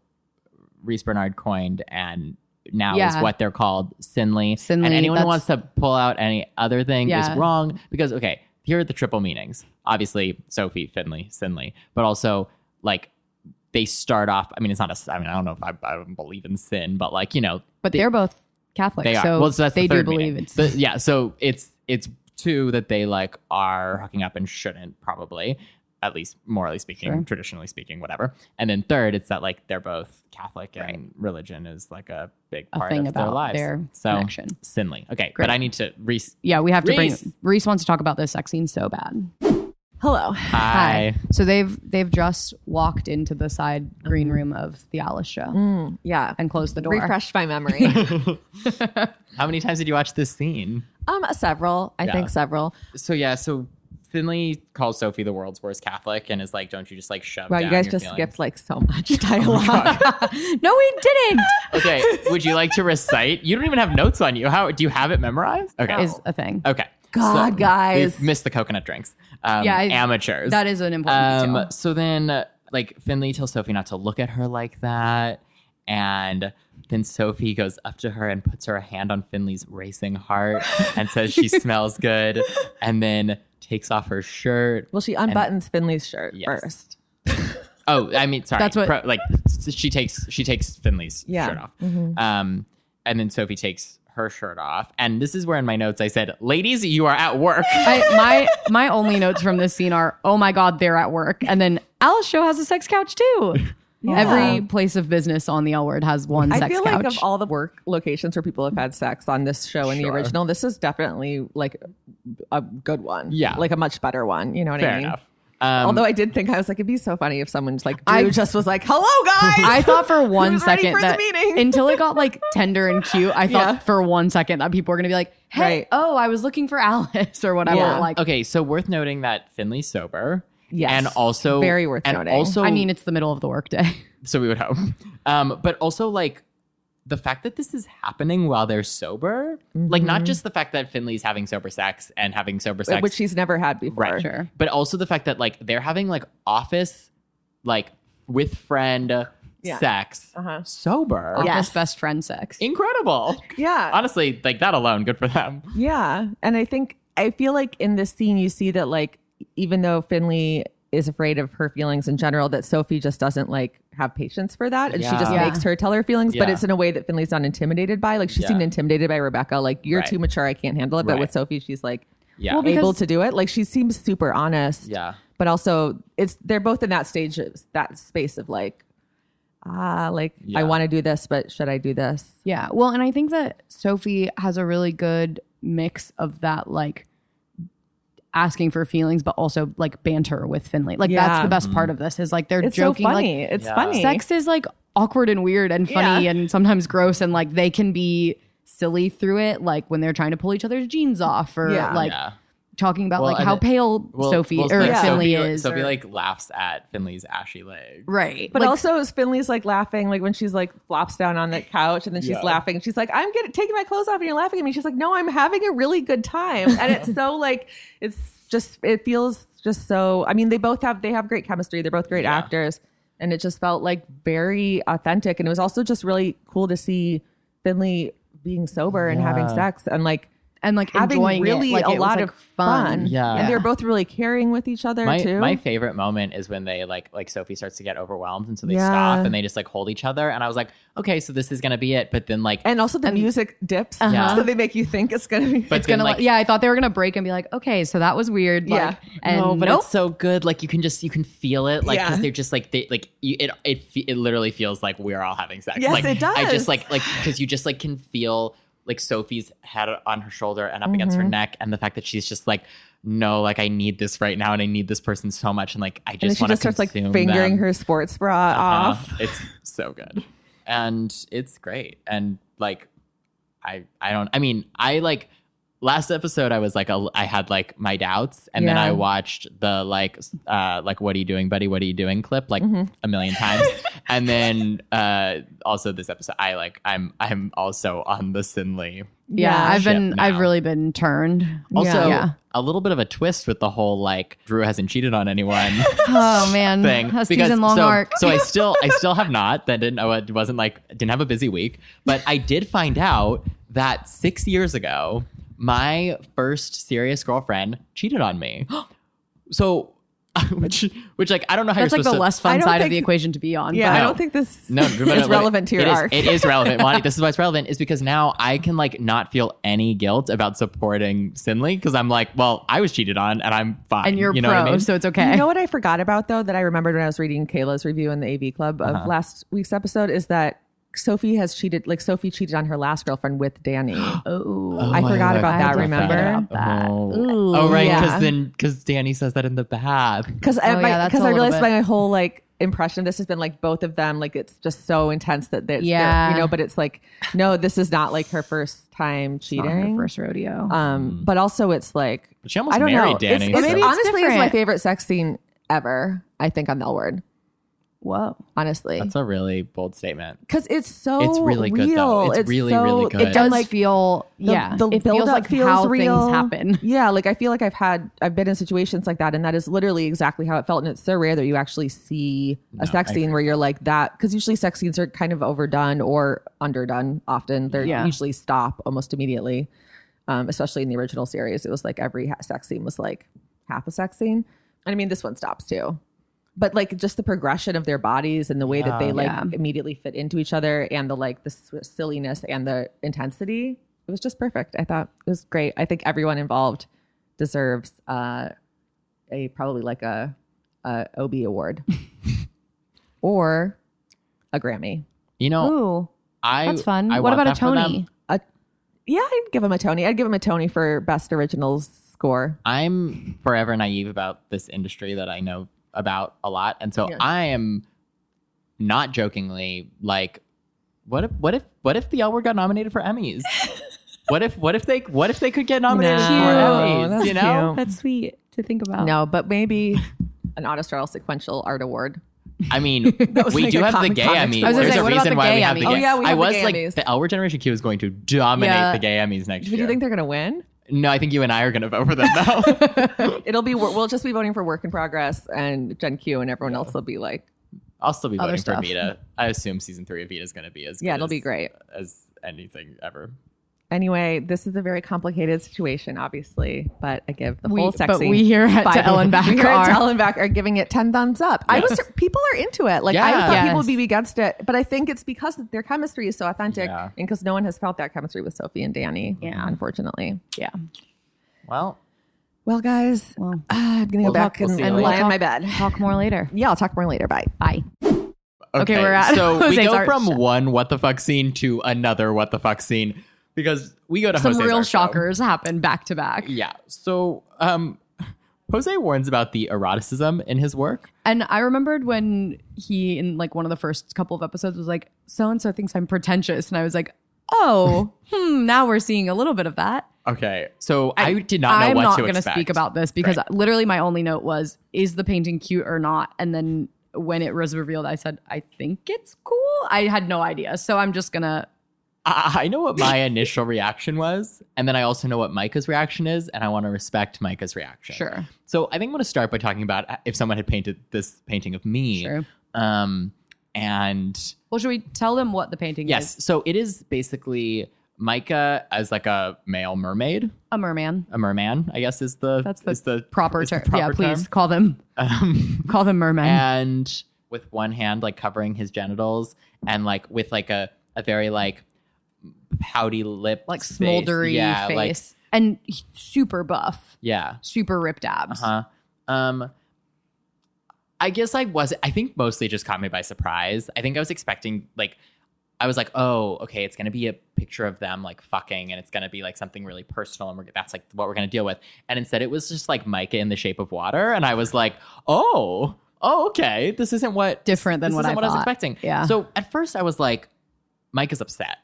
Speaker 2: Reese Bernard coined and now
Speaker 3: Yeah.
Speaker 2: is what they're called, Sinley.
Speaker 3: Sinley,
Speaker 2: and anyone who
Speaker 3: that's-
Speaker 2: wants to pull out any other thing
Speaker 3: Yeah.
Speaker 2: is wrong because, okay, here are the triple meanings. Obviously, Sophie, Finley, Sinley, but also like they start off. I mean, it's not a, s- I mean, I don't know if I, I believe in sin, but like, you know,
Speaker 3: But
Speaker 2: the-
Speaker 3: they, are both Catholic,
Speaker 2: they are.
Speaker 3: so,
Speaker 2: well, so that's
Speaker 3: they
Speaker 2: the
Speaker 3: do
Speaker 2: third
Speaker 3: believe
Speaker 2: meaning.
Speaker 3: it's
Speaker 2: But, yeah. So it's it's two that they like are hooking up and shouldn't probably, at least morally speaking,
Speaker 3: Sure.
Speaker 2: traditionally speaking, whatever. And then third, it's that like they're both Catholic and
Speaker 3: Right.
Speaker 2: religion is like a big
Speaker 3: a
Speaker 2: part
Speaker 3: thing
Speaker 2: of their
Speaker 3: about
Speaker 2: lives.
Speaker 3: their
Speaker 2: so
Speaker 3: connection.
Speaker 2: Sinley. Okay,
Speaker 3: Great.
Speaker 2: but I need to re.
Speaker 3: Yeah, we have to
Speaker 2: Reese!
Speaker 3: bring Reese wants to talk about this sex scene so bad. Hello.
Speaker 2: Hi.
Speaker 3: So they've they've just walked into the side
Speaker 2: Mm-hmm.
Speaker 3: green room of the Alice show
Speaker 4: Mm, yeah.
Speaker 3: and closed the door.
Speaker 4: Refreshed my memory.
Speaker 2: How many times did you watch this scene?
Speaker 4: um, several. I
Speaker 2: Yeah.
Speaker 4: think several.
Speaker 2: So yeah, so. Finley calls Sophie the world's worst Catholic and is like, "Don't you just like shove?"
Speaker 4: Wow, you
Speaker 2: down
Speaker 4: guys
Speaker 2: your
Speaker 4: just
Speaker 2: feelings?"
Speaker 4: skipped like so much dialogue.
Speaker 3: no, we didn't.
Speaker 2: Okay, would you like to recite? You don't even have notes on you. How do you have it memorized? Okay,
Speaker 4: No.
Speaker 3: Is a thing.
Speaker 2: Okay.
Speaker 4: God, guys.
Speaker 2: we've Missed the coconut drinks. Um,
Speaker 3: Yeah, I-
Speaker 2: amateurs.
Speaker 3: That is an important
Speaker 2: Um,
Speaker 3: detail.
Speaker 2: so then, uh, like, Finley tells Sophie not to look at her like that. And then Sophie goes up to her and puts her hand on Finley's racing heart and says she smells good. And then takes off her shirt.
Speaker 4: well, she unbuttons Finley's shirt
Speaker 2: Yes.
Speaker 4: first.
Speaker 2: Oh, I mean, sorry.
Speaker 3: That's what-
Speaker 2: Pro- like s- she takes she takes Finley's
Speaker 4: Yeah. Mm-hmm.
Speaker 2: shirt off. Um, and then Sophie takes her shirt off. And this is where in my notes I said, "Ladies, you are at work."
Speaker 3: I, my my only notes from this scene are, oh my god, they're at work, and then Alice show has a sex couch too. Every place of business on the L word has one
Speaker 4: I
Speaker 3: sex
Speaker 4: feel
Speaker 3: couch.
Speaker 4: like of all the work locations where people have had sex on this show and the
Speaker 2: Sure.
Speaker 4: original, this is definitely like a good one.
Speaker 2: Yeah.
Speaker 4: Like a much better one. You know what I
Speaker 2: Fair
Speaker 4: mean?
Speaker 2: enough. Um,
Speaker 4: Although I did think I was like, it'd be so funny if someone just like
Speaker 3: I-
Speaker 4: dude just was like, "Hello, guys."
Speaker 3: I thought for one
Speaker 4: Who's ready
Speaker 3: second
Speaker 4: for the
Speaker 3: that
Speaker 4: meeting?
Speaker 3: until it got like tender and cute, I thought
Speaker 4: Yeah.
Speaker 3: for one second that people were gonna be like, "Hey,
Speaker 4: Right.
Speaker 3: oh, I was looking for Alice or whatever."
Speaker 4: Yeah.
Speaker 3: Like,
Speaker 2: okay, so worth noting that Finley's sober.
Speaker 4: Yes.
Speaker 2: And also
Speaker 4: Very worth
Speaker 2: and
Speaker 4: noting.
Speaker 2: Also,
Speaker 3: I mean, it's the middle of the workday.
Speaker 2: so we would hope. Um, but also like the fact that this is happening while they're sober, like not just the fact that Finley's having sober sex and having sober sex,
Speaker 4: Mm-hmm. which she's never had before.
Speaker 2: Right.
Speaker 3: Sure.
Speaker 2: but also the fact that like they're having like office, like with friend
Speaker 4: Yeah.
Speaker 2: sex
Speaker 4: Uh-huh.
Speaker 2: sober.
Speaker 4: Yeah.
Speaker 3: Office best friend sex. Oh,
Speaker 2: Incredible.
Speaker 4: Yeah.
Speaker 2: Honestly, like that alone, good for them.
Speaker 4: Yeah. And I think I feel like in this scene you see that like even though Finley is afraid of her feelings in general that Sophie just doesn't like have patience for that and she just
Speaker 2: Yeah.
Speaker 4: makes her tell her feelings but
Speaker 2: Yeah.
Speaker 4: it's in a way that Finley's not intimidated by like she
Speaker 2: Yeah.
Speaker 4: seemed intimidated by Rebecca like you're
Speaker 2: Right.
Speaker 4: too mature I can't handle it but
Speaker 2: Right.
Speaker 4: with Sophie she's like
Speaker 2: Yeah.
Speaker 3: Well,
Speaker 4: able
Speaker 3: because-
Speaker 4: to do it like she seems super honest
Speaker 2: yeah.
Speaker 4: but also it's they're both in that stage that space of like ah like
Speaker 2: Yeah.
Speaker 4: I want to do this but should I do this
Speaker 3: Yeah. Well, and I think that Sophie has a really good mix of that, like asking for feelings, but also like banter with Finley. Like that's
Speaker 4: Yeah.
Speaker 3: the best part of this is like they're
Speaker 4: it's
Speaker 3: joking.
Speaker 4: so
Speaker 3: like,
Speaker 4: funny it's
Speaker 2: Yeah.
Speaker 4: funny
Speaker 3: sex is like awkward and weird and funny
Speaker 4: Yeah.
Speaker 3: and sometimes gross and like they can be silly through it, like when they're trying to pull each other's jeans off or
Speaker 4: Yeah.
Speaker 3: like
Speaker 2: yeah.
Speaker 3: talking about
Speaker 2: Well,
Speaker 3: like
Speaker 2: and
Speaker 3: how
Speaker 2: it-
Speaker 3: pale Sophie or
Speaker 2: like,
Speaker 3: Finley
Speaker 2: Sophie,
Speaker 3: is.
Speaker 2: Sophie
Speaker 3: or-
Speaker 2: like laughs at Finley's ashy leg.
Speaker 3: right.
Speaker 4: But
Speaker 3: Like,
Speaker 4: also, Finley's like laughing, like when she's like flops down on the couch, and then she's
Speaker 2: Yeah.
Speaker 4: laughing. She's like, "I'm getting taking my clothes off, and you're laughing at me." She's like, "No, I'm having a really good time," and it's so like it's just it feels just so. I mean, they both have they have great chemistry. They're both great
Speaker 2: Yeah.
Speaker 4: actors, and it just felt like very authentic. And it was also just really cool to see Finley being sober and having
Speaker 2: Yeah.
Speaker 4: sex and like
Speaker 3: and like
Speaker 4: having
Speaker 3: enjoying it.
Speaker 4: really
Speaker 3: Like,
Speaker 4: a
Speaker 3: it was,
Speaker 4: lot
Speaker 3: like,
Speaker 4: of fun.
Speaker 2: Yeah.
Speaker 4: and they're both really caring with each other
Speaker 2: My,
Speaker 4: too.
Speaker 2: my favorite moment is when they like like Sophie starts to get overwhelmed and so they
Speaker 4: Yeah.
Speaker 2: stop and they just like hold each other and I was like okay so this is gonna be it but then like
Speaker 4: and also the music dips,
Speaker 2: Uh-huh.
Speaker 4: so they make you think it's gonna be.
Speaker 2: but
Speaker 3: It's
Speaker 2: then
Speaker 3: gonna,
Speaker 2: like
Speaker 3: yeah. I thought they were gonna break and be like, okay, so that was weird. Like,
Speaker 4: Yeah.
Speaker 3: and
Speaker 2: no, but
Speaker 3: nope.
Speaker 2: it's so good. Like you can just you can feel it. Like because
Speaker 4: Yeah.
Speaker 2: they're just like they like you, it it fe- it literally feels like we're all having sex.
Speaker 4: Yes,
Speaker 2: like,
Speaker 4: it
Speaker 2: I just
Speaker 4: does.
Speaker 2: like like because you just like can feel like Sophie's head on her shoulder and up against her
Speaker 4: Mm-hmm.
Speaker 2: neck, and the fact that she's just like, no, like I need this right now, and I need this person so much, and like I
Speaker 4: and then
Speaker 2: just
Speaker 4: she
Speaker 2: want to
Speaker 4: just starts like fingering her sports bra
Speaker 2: Uh-huh.
Speaker 4: off.
Speaker 2: It's so good, and it's great, and like I I don't I mean I like last episode I was like a, I had like my doubts and then
Speaker 4: Yeah.
Speaker 2: I watched the like s- uh like what are you doing buddy what are you doing clip like a million times and then uh also this episode I like I'm I'm also on the Sinley
Speaker 3: Yeah, I've
Speaker 2: ship
Speaker 3: been, I've
Speaker 2: now.
Speaker 3: really been turned.
Speaker 2: also
Speaker 3: Yeah.
Speaker 2: a little bit of a twist with the whole like Drew hasn't cheated on anyone
Speaker 3: oh man,
Speaker 2: thing
Speaker 3: a
Speaker 2: because-
Speaker 3: season long
Speaker 2: so,
Speaker 3: arc.
Speaker 2: so I still I still have not that didn't oh, it wasn't like didn't have a busy week, but I did find out that six years ago my first serious girlfriend cheated on me. So which which like I don't know how
Speaker 3: That's
Speaker 2: you're
Speaker 3: like the
Speaker 2: supposed to
Speaker 3: less
Speaker 4: I
Speaker 3: fun
Speaker 4: don't
Speaker 3: side of
Speaker 4: think-
Speaker 3: the equation to be on.
Speaker 4: Yeah, I
Speaker 2: No.
Speaker 4: don't think this
Speaker 2: no, but
Speaker 4: is
Speaker 2: it-
Speaker 4: relevant to your
Speaker 2: it is-
Speaker 4: arc.
Speaker 2: it is relevant, Monty. This is why it's relevant is because now I can like not feel any guilt about supporting Sinley because I'm like, well, I was cheated on and I'm fine.
Speaker 3: and you're
Speaker 2: you know
Speaker 3: pro,
Speaker 2: what I mean?
Speaker 3: so it's okay.
Speaker 4: You know what I forgot about though that I remembered when I was reading Kayla's review in the AV Club
Speaker 2: Uh-huh.
Speaker 4: of last week's episode is that Sophie has cheated. Like Sophie cheated on her last girlfriend with Danny.
Speaker 3: oh,
Speaker 2: Oh,
Speaker 4: I forgot about
Speaker 3: I
Speaker 4: that,
Speaker 3: forgot
Speaker 4: remember?
Speaker 3: about that.
Speaker 2: Oh, oh right, because
Speaker 4: Yeah.
Speaker 2: then because Danny says that in the bath.
Speaker 4: Because
Speaker 3: Oh, yeah, that's a
Speaker 4: I
Speaker 3: little
Speaker 4: realized
Speaker 3: bit-
Speaker 4: my whole like impression of this has been like both of them like it's just so intense that there's
Speaker 3: Yeah.
Speaker 4: you know but it's like no this is not like her first time
Speaker 3: It's not her
Speaker 4: cheating
Speaker 3: first rodeo.
Speaker 4: um but also it's like
Speaker 2: But she Mm-hmm. almost
Speaker 4: I don't
Speaker 2: married
Speaker 4: know.
Speaker 2: Danny.
Speaker 4: It's, it's,
Speaker 2: so-
Speaker 3: maybe it's
Speaker 4: honestly it's my
Speaker 3: different.
Speaker 4: favorite sex scene ever. I think on the L word,
Speaker 3: Whoa,
Speaker 4: honestly,
Speaker 2: that's a really bold statement.
Speaker 4: because it's so
Speaker 2: It's really good, though.
Speaker 4: real.
Speaker 2: It's really,
Speaker 4: so-
Speaker 2: really good.
Speaker 3: it does
Speaker 4: and, like,
Speaker 3: feel
Speaker 4: the-
Speaker 3: yeah.
Speaker 4: the
Speaker 3: it feels
Speaker 4: buildup
Speaker 3: like
Speaker 4: feels
Speaker 3: how
Speaker 4: real.
Speaker 3: things happen.
Speaker 4: Yeah, like I feel like I've had I've been in situations like that, and that is literally exactly how it felt. And it's so rare that you actually see a
Speaker 2: No,
Speaker 4: sex
Speaker 2: I
Speaker 4: scene
Speaker 2: agree.
Speaker 4: where you're like that, because usually sex scenes are kind of overdone or underdone. Often they're
Speaker 3: Yeah.
Speaker 4: usually stop almost immediately. Um, especially in the original series, it was like every ha- sex scene was like half a sex scene, and I mean this one stops too. But like just the progression of their bodies and the way that
Speaker 2: Yeah.
Speaker 4: they like
Speaker 3: Yeah.
Speaker 4: immediately fit into each other, and the like the s- silliness and the intensity, it was just perfect. I thought it was great. I think everyone involved deserves uh, a probably like a, a OB award or a Grammy.
Speaker 2: You know,
Speaker 3: Ooh,
Speaker 2: I
Speaker 3: that's fun.
Speaker 2: I
Speaker 3: what
Speaker 2: want
Speaker 3: about a
Speaker 2: that for them.
Speaker 3: Tony?
Speaker 4: Yeah, I'd give him a Tony. I'd give him a Tony for best original score.
Speaker 2: I'm forever naive about this industry that I know about a lot, and so
Speaker 4: Yeah.
Speaker 2: I am not jokingly like, what if what if what if the L word got nominated for Emmys? what if what if they what if they could get nominated for
Speaker 4: No, Oh,
Speaker 2: Emmys?
Speaker 4: that's
Speaker 2: Oh, You know,
Speaker 4: cute.
Speaker 3: That's sweet to think about.
Speaker 4: No, but maybe an Autostyle sequential art award.
Speaker 2: I mean,
Speaker 4: was
Speaker 2: we
Speaker 4: like
Speaker 2: do
Speaker 4: a
Speaker 2: have the
Speaker 4: common
Speaker 2: gay
Speaker 4: comic
Speaker 2: Emmys.
Speaker 4: I was gonna
Speaker 2: There's
Speaker 4: say,
Speaker 2: a
Speaker 3: what about
Speaker 2: reason
Speaker 3: the
Speaker 2: why we
Speaker 3: gay
Speaker 2: have the gay.
Speaker 3: Emmys? Oh,
Speaker 4: yeah, we
Speaker 2: I
Speaker 4: have the
Speaker 2: was
Speaker 4: gay
Speaker 2: like,
Speaker 4: Emmys.
Speaker 2: the L word generation Q is going to dominate
Speaker 3: Yeah.
Speaker 2: the gay Emmys next
Speaker 4: Do
Speaker 2: year.
Speaker 4: you think they're gonna win?
Speaker 2: no, I think you and I are going to vote for them though.
Speaker 4: It'll be wor- we'll just be voting for work in progress and Gen Q, and everyone else will be like,
Speaker 2: I'll still be
Speaker 3: Other
Speaker 2: voting for
Speaker 3: stuff.
Speaker 2: Vita. I assume season three of Vita is going to be as
Speaker 4: yeah,
Speaker 2: good
Speaker 4: it'll
Speaker 2: as,
Speaker 4: be great.
Speaker 2: as anything ever.
Speaker 4: Anyway, this is a very complicated situation, obviously, but I give the
Speaker 3: We-
Speaker 4: whole sexy.
Speaker 3: but we here at
Speaker 4: five-
Speaker 3: To Ellen Back
Speaker 4: we here at
Speaker 3: are-
Speaker 4: To Ellen Back are giving it ten thumbs up. I was people are into it. Like I
Speaker 2: Yeah.
Speaker 4: thought people
Speaker 3: Yes.
Speaker 4: would be against it, but I think it's because their chemistry is so authentic,
Speaker 2: Yeah.
Speaker 4: and because no one has felt that chemistry with Sophie and Danny.
Speaker 3: Yeah.
Speaker 4: unfortunately.
Speaker 3: Yeah.
Speaker 2: Well,
Speaker 4: Well, guys,
Speaker 3: Well,
Speaker 4: uh, I'm gonna
Speaker 2: We'll
Speaker 4: go back
Speaker 2: talk- we'll
Speaker 4: and,
Speaker 2: see you
Speaker 4: and
Speaker 2: later.
Speaker 4: lie in my bed.
Speaker 3: Talk more later.
Speaker 4: Yeah, I'll talk more later. Bye.
Speaker 3: Bye. Okay, we're at
Speaker 2: so we
Speaker 3: Jose's
Speaker 2: go
Speaker 3: art
Speaker 2: from
Speaker 3: show.
Speaker 2: one what the fuck scene to another what the fuck scene because we go to
Speaker 3: Some
Speaker 2: Jose's
Speaker 3: real
Speaker 2: art show.
Speaker 3: shockers happen back to back.
Speaker 2: Yeah. So, um, Jose warns about the eroticism in his work.
Speaker 3: And I remembered when he, in like one of the first couple of episodes, was like, so and so thinks I'm pretentious. And I was like, oh, hmm, now we're seeing a little bit of that.
Speaker 2: Okay. So I, did not know
Speaker 3: I'm
Speaker 2: what
Speaker 3: not
Speaker 2: to
Speaker 3: gonna
Speaker 2: expect.
Speaker 3: speak about this because literally my only note was, is the painting cute or not? And then when it was revealed, I said, I think it's cool. I had no idea. So I'm just going to.
Speaker 2: I, I know what my initial reaction was, and then I also know what Micah's reaction is, and I want to respect Micah's reaction.
Speaker 3: Sure.
Speaker 2: So I think I'm going to start by talking about uh, if someone had painted this painting of me.
Speaker 3: Sure.
Speaker 2: Um, and
Speaker 3: Well, should we tell them what the painting is?
Speaker 2: yes, so it is basically Micah as like a male mermaid,
Speaker 3: A merman.
Speaker 2: a merman, I guess is the
Speaker 3: That's the
Speaker 2: is the
Speaker 3: Proper
Speaker 2: is the
Speaker 3: term. Yeah,
Speaker 2: proper
Speaker 3: please
Speaker 2: term.
Speaker 3: call them
Speaker 2: Um,
Speaker 3: call them mermen.
Speaker 2: and with one hand like covering his genitals and like with like a a very like pouty lip
Speaker 3: like
Speaker 2: space.
Speaker 3: smoldery
Speaker 2: yeah,
Speaker 3: face.
Speaker 2: like
Speaker 3: and he- super buff,
Speaker 2: yeah
Speaker 3: super ripped abs.
Speaker 2: uh-huh um i guess i was i think mostly it just caught me by surprise i think i was expecting like i was like oh okay it's gonna be a picture of them like fucking and it's gonna be like something really personal and we're, that's like what we're gonna deal with and instead it was just like micah in the shape of water and i was like oh oh okay this isn't what
Speaker 3: Different than
Speaker 2: this
Speaker 3: what
Speaker 2: isn't
Speaker 3: I
Speaker 2: what I was
Speaker 3: thought.
Speaker 2: expecting.
Speaker 3: Yeah.
Speaker 2: So at first I was like, Mike is upset,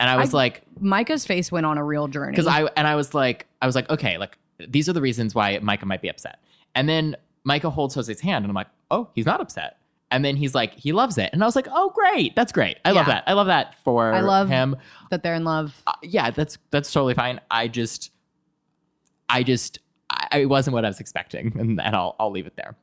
Speaker 2: and I was
Speaker 3: I-
Speaker 2: like,
Speaker 3: Micah's face went on a real journey.
Speaker 2: because I and I was like, I was like, okay, like these are the reasons why Micah might be upset. And then Micah holds Jose's hand, and I'm like, oh, he's not upset. And then he's like, he loves it, and I was like, oh, great, that's great. I love
Speaker 3: Yeah.
Speaker 2: that. I love that for
Speaker 3: I love-
Speaker 2: him.
Speaker 3: that they're in love.
Speaker 2: Uh, yeah, that's that's totally fine. I just, I just, I, it wasn't what I was expecting, and, and I'll I'll leave it there.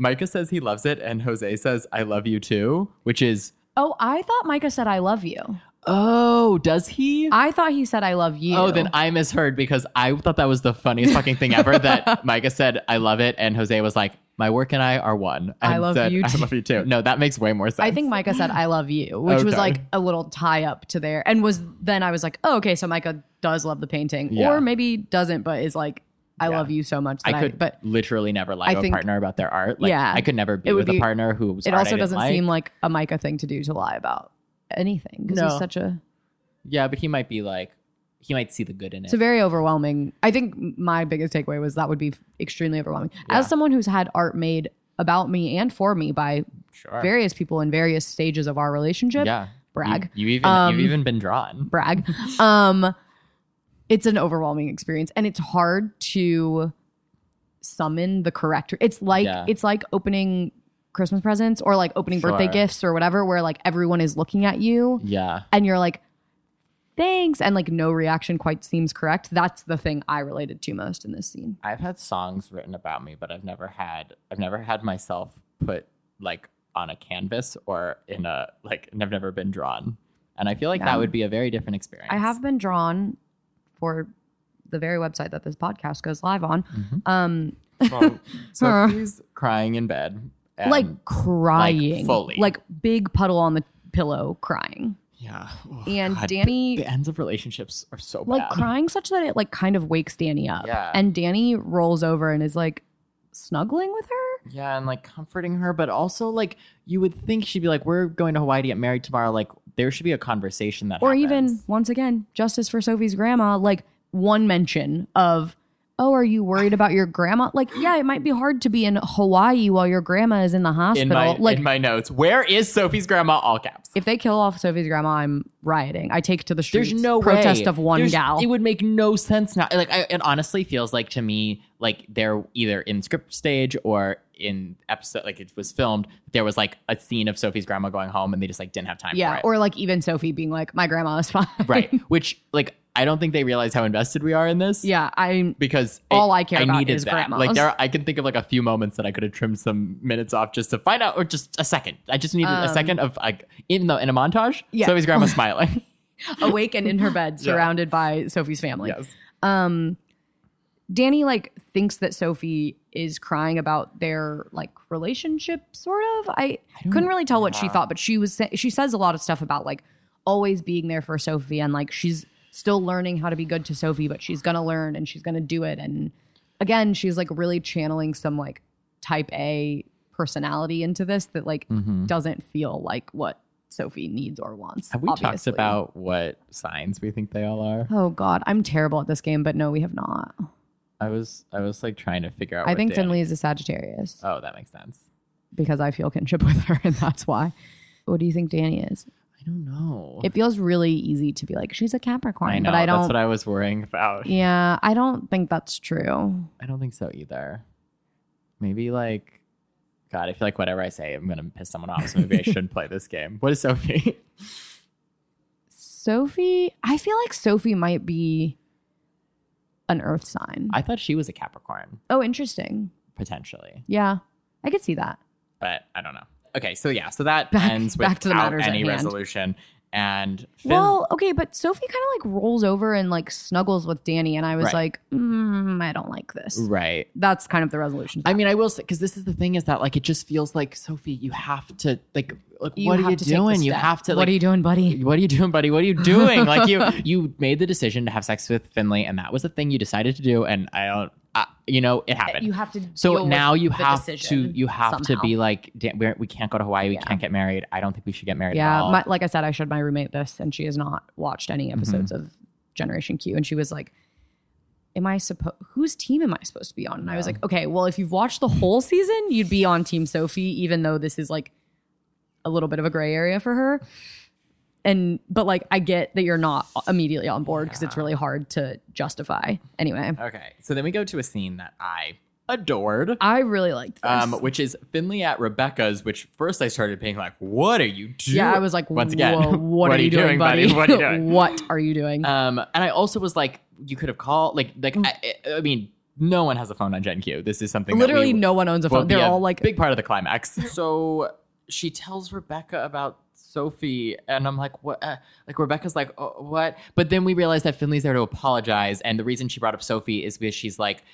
Speaker 2: Micah says he loves it, and Jose says, "I love you too," which is
Speaker 3: Oh, I thought Micah said I love you.
Speaker 2: Oh, does he?
Speaker 3: I thought he said I love you.
Speaker 2: Oh, then I misheard because I thought that was the funniest fucking thing ever that Micah said, I love it. And Jose was like, my work and I are one.
Speaker 3: I
Speaker 2: and
Speaker 3: love
Speaker 2: said,
Speaker 3: you
Speaker 2: I
Speaker 3: too.
Speaker 2: love you too. No, that makes way more sense.
Speaker 3: I think Micah said I love you, which was
Speaker 2: Okay.
Speaker 3: like a little tie up to there. And was then I was like, oh, okay, so Micah does love the painting.
Speaker 2: Yeah.
Speaker 3: Or maybe doesn't, but is like, I
Speaker 2: Yeah.
Speaker 3: love you so much that
Speaker 2: I could
Speaker 3: but
Speaker 2: literally never lie
Speaker 3: I
Speaker 2: to a
Speaker 3: think-
Speaker 2: partner about their art. Like,
Speaker 3: Yeah.
Speaker 2: I could never be
Speaker 3: It would
Speaker 2: with a
Speaker 3: be-
Speaker 2: partner who.
Speaker 3: it also doesn't seem like a Micah thing to do to lie about anything. Because
Speaker 2: No.
Speaker 3: he's such a
Speaker 2: Yeah, but he might be like, he might see the good in it.
Speaker 3: It's very overwhelming. I think my biggest takeaway was that would be extremely overwhelming.
Speaker 2: Yeah.
Speaker 3: As someone who's had art made about me and for me by
Speaker 2: sure.
Speaker 3: various people in various stages of our relationship,
Speaker 2: yeah.
Speaker 3: brag,
Speaker 2: You, you even,
Speaker 3: Um,
Speaker 2: you've even been drawn.
Speaker 3: brag. Um, it's an overwhelming experience, and it's hard to summon the correct. It's like
Speaker 2: Yeah.
Speaker 3: it's like opening Christmas presents or like opening birthday
Speaker 2: Sure.
Speaker 3: gifts or whatever, where like everyone is looking at you
Speaker 2: Yeah.
Speaker 3: and you're like thanks and like no reaction quite seems correct that's the thing i related to most in this scene
Speaker 2: I've had songs written about me, but I've never had I've never had myself put like on a canvas or in a like and I've never been drawn. And I feel like
Speaker 3: Yeah.
Speaker 2: that would be a very different experience.
Speaker 3: i have been drawn for the very website that this podcast goes live on
Speaker 2: Mhm.
Speaker 3: um
Speaker 2: So,
Speaker 3: Huh.
Speaker 2: Sophie's crying in bed. and-
Speaker 3: like crying
Speaker 2: fully.
Speaker 3: like big puddle on the pillow crying
Speaker 2: yeah. Oh,
Speaker 3: and
Speaker 2: God,
Speaker 3: Danny-
Speaker 2: The, the ends of relationships are so
Speaker 3: like
Speaker 2: bad.
Speaker 3: crying such that it like kind of wakes danny up
Speaker 2: Yeah.
Speaker 3: and danny rolls over and is like snuggling with her
Speaker 2: Yeah, and like comforting her, but also like you would think she'd be like, "We're going to Hawaii to get married tomorrow." Like there should be a conversation that,
Speaker 3: or even
Speaker 2: happens.
Speaker 3: once again justice for sophie's grandma like one mention of oh are you worried about your grandma like yeah it might be hard to be in hawaii while your grandma is in the hospital
Speaker 2: in my
Speaker 3: like
Speaker 2: in my notes, where is Sophie's grandma? All caps.
Speaker 3: if they kill off sophie's grandma i'm rioting i take to the streets
Speaker 2: There's no
Speaker 3: protest
Speaker 2: way.
Speaker 3: of one
Speaker 2: There's-
Speaker 3: gal
Speaker 2: It would make no sense now. Like I, it honestly feels like to me, like they're either in script stage or in episode, like it was filmed. There was like a scene of Sophie's grandma going home, and they just like didn't have time. for
Speaker 3: yeah
Speaker 2: it.
Speaker 3: or like even sophie being like my grandma is fine
Speaker 2: right. Which like I don't think they realize how invested we are in this.
Speaker 3: yeah i'm
Speaker 2: Because
Speaker 3: All I care about
Speaker 2: needed
Speaker 3: is
Speaker 2: that.
Speaker 3: grandmas.
Speaker 2: Like there, I can think of like a few moments that I could have trimmed some minutes off just to find out, or just a second. I just needed a
Speaker 3: Um,
Speaker 2: second of like, even though in a montage,
Speaker 3: Yeah.
Speaker 2: Sophie's grandma smiling.
Speaker 3: awake and in her bed,
Speaker 2: Yeah.
Speaker 3: surrounded by Sophie's family.
Speaker 2: yes.
Speaker 3: Um, Danny like thinks that Sophie is crying about their like relationship, sort of. I,
Speaker 2: don't-
Speaker 3: couldn't really tell what she
Speaker 2: yeah.
Speaker 3: thought, but she was sa- she says a lot of stuff about like always being there for Sophie and like she's still learning how to be good to Sophie, but she's gonna learn and she's gonna do it. And again, she's like really channeling some like type A personality into this that like
Speaker 2: Mhm.
Speaker 3: doesn't feel like what Sophie needs or wants.
Speaker 2: Have we talked
Speaker 3: obviously.
Speaker 2: about what signs we think they all are?
Speaker 3: Oh God, I'm terrible at this game, but no, we have not.
Speaker 2: I was I was like trying to figure out.
Speaker 3: I
Speaker 2: what
Speaker 3: think
Speaker 2: Danny-
Speaker 3: Finley is a Sagittarius
Speaker 2: Oh, that makes sense.
Speaker 3: because I feel kinship with her, and that's why. What do you think Danny is?
Speaker 2: I don't know.
Speaker 3: It feels really easy to be like she's a Capricorn,
Speaker 2: I know
Speaker 3: but I
Speaker 2: that's
Speaker 3: don't.
Speaker 2: what I was worrying about.
Speaker 3: yeah, I don't think that's true.
Speaker 2: I don't think so either. Maybe like, God, I feel like whatever I say, I'm gonna piss someone off. So maybe I should play this game. What is Sophie?
Speaker 3: Sophie, I feel like Sophie might be an Earth sign.
Speaker 2: I thought she was a Capricorn
Speaker 3: oh, interesting.
Speaker 2: potentially,
Speaker 3: Yeah, I could see that.
Speaker 2: but I don't know. Okay, so yeah, so that
Speaker 3: Back-
Speaker 2: ends without
Speaker 3: back to the matters at
Speaker 2: any
Speaker 3: hand.
Speaker 2: resolution. And Fin-
Speaker 3: Well, okay, but Sophie kind of like rolls over and like snuggles with Danny, and I was
Speaker 2: Right.
Speaker 3: like, mm, I don't like this.
Speaker 2: right.
Speaker 3: That's kind of the resolution.
Speaker 2: I mean, I will say because this is the thing is that like it just feels like Sophie, you have to like, like what are
Speaker 3: have
Speaker 2: you
Speaker 3: to take the
Speaker 2: doing? You
Speaker 3: step.
Speaker 2: have to. Like,
Speaker 3: what are you doing, buddy?
Speaker 2: what are you doing, buddy? What are you doing? like you, you made the decision to have sex with Finley, and that was the thing you decided to do. And I don't, I, you know, it happened.
Speaker 3: You have to. deal
Speaker 2: so
Speaker 3: with
Speaker 2: now you
Speaker 3: the
Speaker 2: have
Speaker 3: decision
Speaker 2: to, you have to
Speaker 3: somehow.
Speaker 2: be like, "Da- we're, we can't go to Hawaii. We
Speaker 3: Yeah.
Speaker 2: can't get married. I don't think we should get married. at
Speaker 3: Yeah,
Speaker 2: all.
Speaker 3: my, like I said, I showed my roommate this, and she has not watched any
Speaker 2: Mm-hmm.
Speaker 3: episodes of Generation Q, and she was like, "Am I supposed? Whose team am I supposed to be on?" And I was
Speaker 2: Yeah.
Speaker 3: like, "Okay, well, if you've watched the whole season, you'd be on Team Sophie, even though this is like a little bit of a gray area for her." And but like I get that you're not immediately on board because it's
Speaker 2: Yeah.
Speaker 3: really hard to justify. Anyway,
Speaker 2: okay. So then we go to a scene that I adored.
Speaker 3: I really liked this.
Speaker 2: um, which is Finley at Rebecca's, which first I started being like, what are you doing?
Speaker 3: yeah, I was like,
Speaker 2: once again,
Speaker 3: "Whoa, what, are, you doing, buddy?
Speaker 2: What are you doing?
Speaker 3: what are you doing?
Speaker 2: Um, and I also was like, you could have called, like, like
Speaker 3: Mm.
Speaker 2: I, I- I mean, no one has a phone on Gen Q. This is something
Speaker 3: Literally,
Speaker 2: that we,
Speaker 3: no one owns a
Speaker 2: will
Speaker 3: phone.
Speaker 2: be
Speaker 3: They're
Speaker 2: a
Speaker 3: all like
Speaker 2: big part of the climax. so she tells Rebecca about Sophie, and I'm like, what? Uh, like Rebecca's like, oh, what? But then we realize that Finley's there to apologize, and the reason she brought up Sophie is because she's like,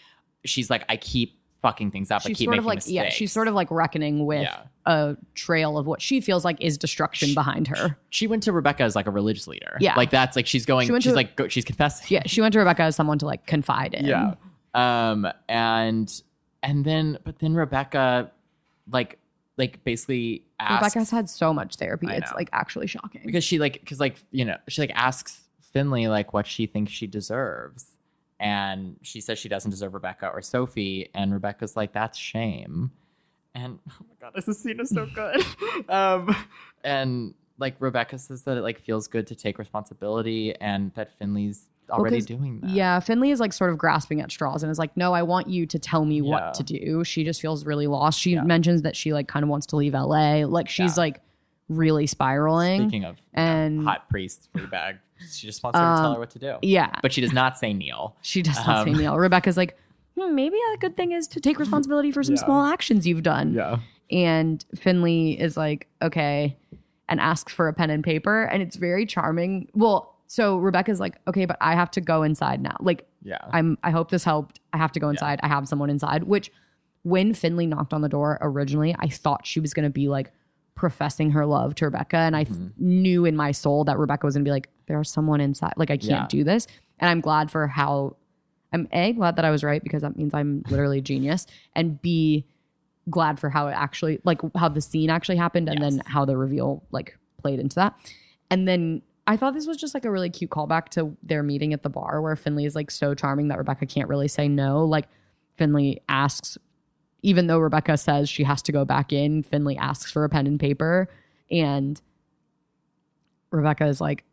Speaker 2: she's like, I keep fucking things up. I
Speaker 3: she's
Speaker 2: keep
Speaker 3: sort
Speaker 2: making
Speaker 3: of like
Speaker 2: mistakes.
Speaker 3: yeah she's sort of like reckoning with
Speaker 2: Yeah.
Speaker 3: a trail of what she feels like is destruction behind her
Speaker 2: She went to Rebecca as like a religious leader.
Speaker 3: Yeah.
Speaker 2: like that's like she's going.
Speaker 3: She went
Speaker 2: she's
Speaker 3: to-
Speaker 2: like go, she's confessing.
Speaker 3: yeah she went to rebecca as someone to like confide in
Speaker 2: Yeah. Um and and then but then Rebecca like like basically asks
Speaker 3: rebecca's had so much therapy
Speaker 2: I
Speaker 3: it's
Speaker 2: know.
Speaker 3: like actually shocking
Speaker 2: because she like cuz like you know she like asks Finley like what she thinks she deserves and she says she doesn't deserve Rebecca or Sophie and Rebecca's like that's shame. And oh my god, this scene is so good. um and like Rebecca says that it like feels good to take responsibility and that Finley's already
Speaker 3: 'cause-
Speaker 2: doing that.
Speaker 3: yeah finley is like sort of grasping at straws and is like no i want you to tell me
Speaker 2: Yeah.
Speaker 3: what to do she just feels really lost she
Speaker 2: Yeah.
Speaker 3: mentions that she like kind of wants to leave la like she's
Speaker 2: Yeah.
Speaker 3: like really spiraling
Speaker 2: Speaking of you know,
Speaker 3: and-
Speaker 2: hot priests for the bag, she just wants her to tell
Speaker 3: Um,
Speaker 2: her what to do.
Speaker 3: yeah
Speaker 2: But she does not say Neil.
Speaker 3: She does not say
Speaker 2: Um,
Speaker 3: Neil. Rebecca's like, hmm, maybe a good thing is to take responsibility for some
Speaker 2: Yeah.
Speaker 3: small actions you've done.
Speaker 2: Yeah.
Speaker 3: And Finley is like, okay, and asks for a pen and paper. And it's very charming. Well, so Rebecca's like, okay, but I have to go inside now. Like,
Speaker 2: Yeah.
Speaker 3: I'm I hope this helped. I have to go inside. I have someone inside, which when Finley knocked on the door originally, I thought she was going to be like professing her love to Rebecca and I th-
Speaker 2: Mm-hmm.
Speaker 3: knew in my soul that Rebecca was going to be like there's someone inside. Like I can't
Speaker 2: Yeah.
Speaker 3: do this. And I'm glad for how I'm A glad that I was right because that means I'm literally a genius and B glad for how it actually like how the scene actually happened and then
Speaker 2: Yes.
Speaker 3: how the reveal like played into that. And then I thought this was just like a really cute callback to their meeting at the bar where Finley is like so charming that Rebecca can't really say no. Like Finley asks, even though Rebecca says she has to go back in, Finley asks for a pen and paper. And Rebecca is like,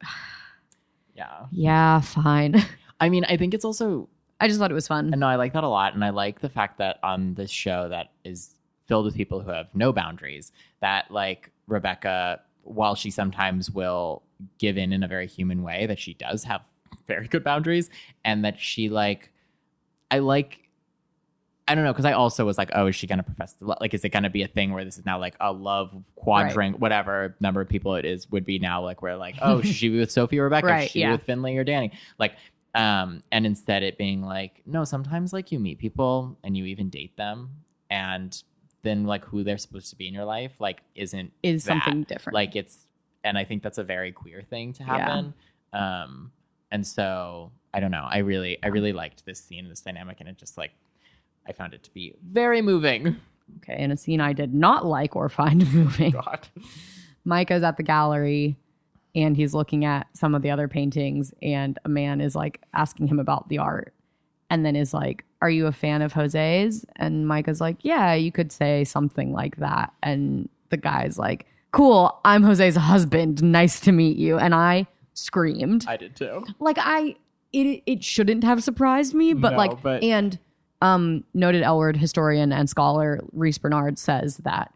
Speaker 2: yeah.
Speaker 3: yeah, fine.
Speaker 2: I mean, I think it's also
Speaker 3: I just thought it was fun.
Speaker 2: no, I like that a lot. And I like the fact that on this show that is filled with people who have no boundaries, that like Rebecca, while she sometimes will give in in a very human way, that she does have very good boundaries and that she like, I like, I- I don't know because I also was like, oh, is she going to profess the love? Like, is it going to be a thing where this is now like a love quadrant, whatever number of people it is would be now? Like, we're like, oh, should she be with Sophie or Rebecca?
Speaker 3: Right,
Speaker 2: should she
Speaker 3: yeah.
Speaker 2: be with Finley or Danny? Like, um, and instead it being like, no, sometimes like you meet people and you even date them, and then like who they're supposed to be in your life like isn't
Speaker 3: Is
Speaker 2: that.
Speaker 3: something different.
Speaker 2: Like it's, and I think that's a very queer thing to
Speaker 3: Yeah.
Speaker 2: happen. Um, and so I don't know. I really, I really liked this scene, this dynamic, and it just like, I found it to be very moving.
Speaker 3: okay, in a scene I did not like or find moving.
Speaker 2: God.
Speaker 3: Micah's at the gallery and he's looking at some of the other paintings and a man is like asking him about the art and then is like are you a fan of Jose's and Micah's like yeah you could say something like that and the guy's like cool I'm Jose's husband nice to meet you and I screamed
Speaker 2: I did too.
Speaker 3: like I it it shouldn't have surprised me, but
Speaker 2: No,
Speaker 3: like
Speaker 2: but-
Speaker 3: and um noted Elward historian and scholar Reese Bernard says that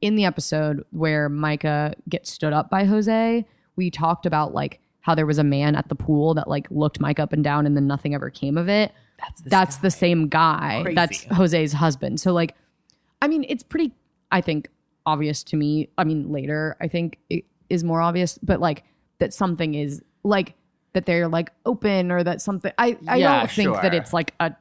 Speaker 3: in the episode where Micah gets stood up by Jose, we talked about like how there was a man at the pool that like looked Mike up and down and then nothing ever came of it.
Speaker 2: That's the
Speaker 3: That's the same guy.
Speaker 2: Crazy.
Speaker 3: That's Jose's husband. So like I mean, it's pretty I think obvious to me. I mean, later I think it is more obvious, but like that something is like that they're like open or that something I I
Speaker 2: Yeah,
Speaker 3: don't think that
Speaker 2: sure.
Speaker 3: it's like a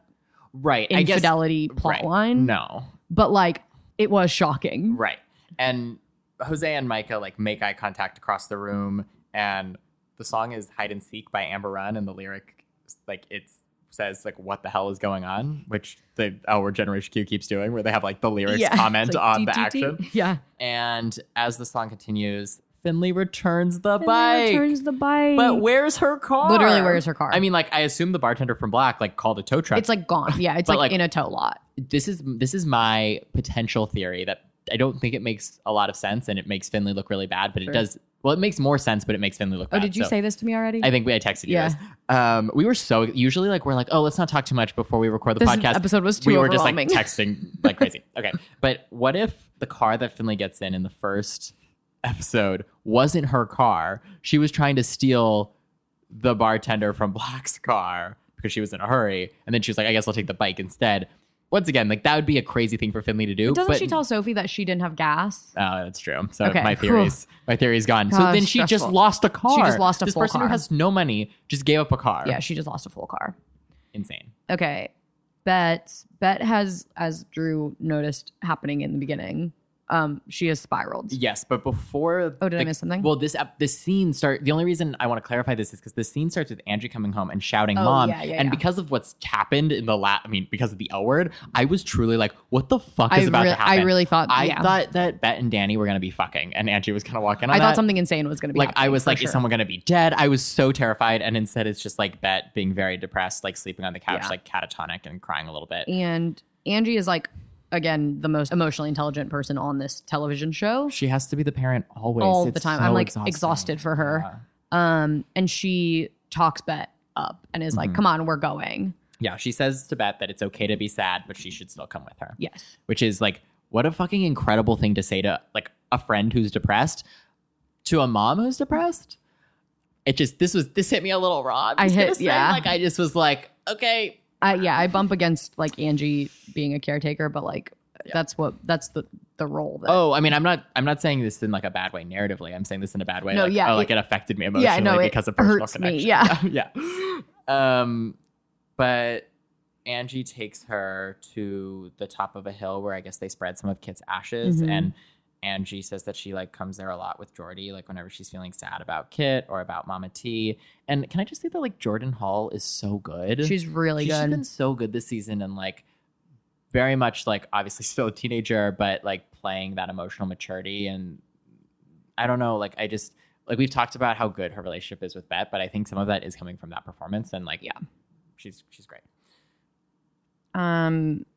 Speaker 2: right. I guess
Speaker 3: infidelity plotline.
Speaker 2: right. No,
Speaker 3: But like it was shocking.
Speaker 2: right. And Jose and Micah like make eye contact across the room, and the song is "Hide and Seek" by Amber Run, and the lyric like it's says like what the hell is going on which the our generation q keeps doing where they have like the lyrics
Speaker 3: Yeah.
Speaker 2: comment
Speaker 3: It's like,
Speaker 2: on
Speaker 3: "Dee,
Speaker 2: the
Speaker 3: dee, dee."
Speaker 2: action
Speaker 3: Yeah.
Speaker 2: And as the song continues, Finley returns the
Speaker 3: And
Speaker 2: bike.
Speaker 3: then returns the bike.
Speaker 2: but where's her car?
Speaker 3: Literally, where's her car?
Speaker 2: I mean, like I assume the bartender from Black like called a tow truck.
Speaker 3: it's like gone. Yeah, it's
Speaker 2: But, like-
Speaker 3: like, in a tow lot.
Speaker 2: this is this is my potential theory that I don't think it makes a lot of sense and it makes Finley look really bad, but
Speaker 3: Sure.
Speaker 2: it does. Well, it makes more sense, but it makes Finley look.
Speaker 3: Oh,
Speaker 2: bad,
Speaker 3: did you
Speaker 2: so-
Speaker 3: say this to me already?
Speaker 2: I think we I texted you
Speaker 3: Yeah.
Speaker 2: this. Um, we were so usually like we're like, oh, let's not talk too much before we record the
Speaker 3: this
Speaker 2: podcast.
Speaker 3: episode was too
Speaker 2: we were just like
Speaker 3: overwhelming.
Speaker 2: texting like crazy. Okay. But what if the car that Finley gets in in the first episode wasn't her car? She was trying to steal the bartender from Black's car because she was in a hurry. And then she was like, I guess I'll take the bike instead. Once again, like that would be a crazy thing for Finley to do.
Speaker 3: Doesn't
Speaker 2: but,
Speaker 3: she tell Sophie that she didn't have gas?
Speaker 2: Oh, that's true. So
Speaker 3: Okay,
Speaker 2: my
Speaker 3: cool.
Speaker 2: theory's my theory's gone. so
Speaker 3: Gosh,
Speaker 2: then she just
Speaker 3: stressful.
Speaker 2: lost a car.
Speaker 3: just lost a
Speaker 2: This
Speaker 3: full
Speaker 2: person
Speaker 3: car.
Speaker 2: who has no money just gave up a car.
Speaker 3: Yeah, she just lost a full car.
Speaker 2: insane.
Speaker 3: Okay. Bet Bet has, as Drew noticed happening in the beginning, um, she has spiraled.
Speaker 2: Yes, but before
Speaker 3: Oh, did I
Speaker 2: the-
Speaker 3: miss something?
Speaker 2: Well, this ep- this scene start. The only reason I want to clarify this is because the scene starts with Angie coming home and shouting
Speaker 3: Oh,
Speaker 2: "mom,"
Speaker 3: yeah, yeah,
Speaker 2: and
Speaker 3: yeah.
Speaker 2: because of what's happened in the la I mean, because of the L word, I was truly like, "What the fuck
Speaker 3: I,
Speaker 2: is about
Speaker 3: re-
Speaker 2: to happen?"
Speaker 3: I really thought.
Speaker 2: I
Speaker 3: yeah.
Speaker 2: thought that Bet and Danny were gonna be fucking, and Angie was gonna walk in on
Speaker 3: I
Speaker 2: that.
Speaker 3: thought something insane was going to be
Speaker 2: like
Speaker 3: happening,
Speaker 2: I was
Speaker 3: for
Speaker 2: like,
Speaker 3: sure.
Speaker 2: "Is someone gonna be dead?" I was so terrified, and instead, it's just like Bet being very depressed, like sleeping on the couch,
Speaker 3: Yeah.
Speaker 2: like catatonic and crying a little bit.
Speaker 3: And Angie is like, again, the most emotionally intelligent person on this television show.
Speaker 2: She has to be the parent always,
Speaker 3: All
Speaker 2: It's
Speaker 3: the time.
Speaker 2: so
Speaker 3: I'm, like,
Speaker 2: exhausting.
Speaker 3: exhausted for her.
Speaker 2: Yeah.
Speaker 3: Um, and she talks Bet up and is like,
Speaker 2: Mhm.
Speaker 3: "Come on, we're going."
Speaker 2: Yeah, she says to Bet that it's okay to be sad, but she should still come with her.
Speaker 3: Yes.
Speaker 2: Which is like, what a fucking incredible thing to say to like a friend who's depressed, to a mom who's depressed. It just this was this hit me a little raw. I'm
Speaker 3: I
Speaker 2: just gonna
Speaker 3: hit-
Speaker 2: say,
Speaker 3: yeah.
Speaker 2: Like I just was like, okay,
Speaker 3: Uh, yeah, I bump against like Angie being a caretaker, but like that's what that's the the role that
Speaker 2: oh, I mean, I'm not I'm not saying this in like a bad way narratively. I'm saying this in a bad way.
Speaker 3: No,
Speaker 2: like,
Speaker 3: yeah,
Speaker 2: oh, like
Speaker 3: it-
Speaker 2: it, affected me emotionally
Speaker 3: no, it
Speaker 2: because of personal
Speaker 3: hurts me,
Speaker 2: connection. yeah. yeah. Um, but Angie takes her to the top of a hill where I guess they spread some of Kit's ashes
Speaker 3: Mhm.
Speaker 2: and Angie says that she like comes there a lot with Jordy, like whenever she's feeling sad about Kit or about Mama T. And can I just say that like Jordan Hall is so good?
Speaker 3: she's really
Speaker 2: She's
Speaker 3: good.
Speaker 2: been so good this season and like very much like obviously still a teenager, but like playing that emotional maturity and I don't know, like I just like we've talked about how good her relationship is with Bet, but I think some of that is coming from that performance and like yeah, she's she's great.
Speaker 3: um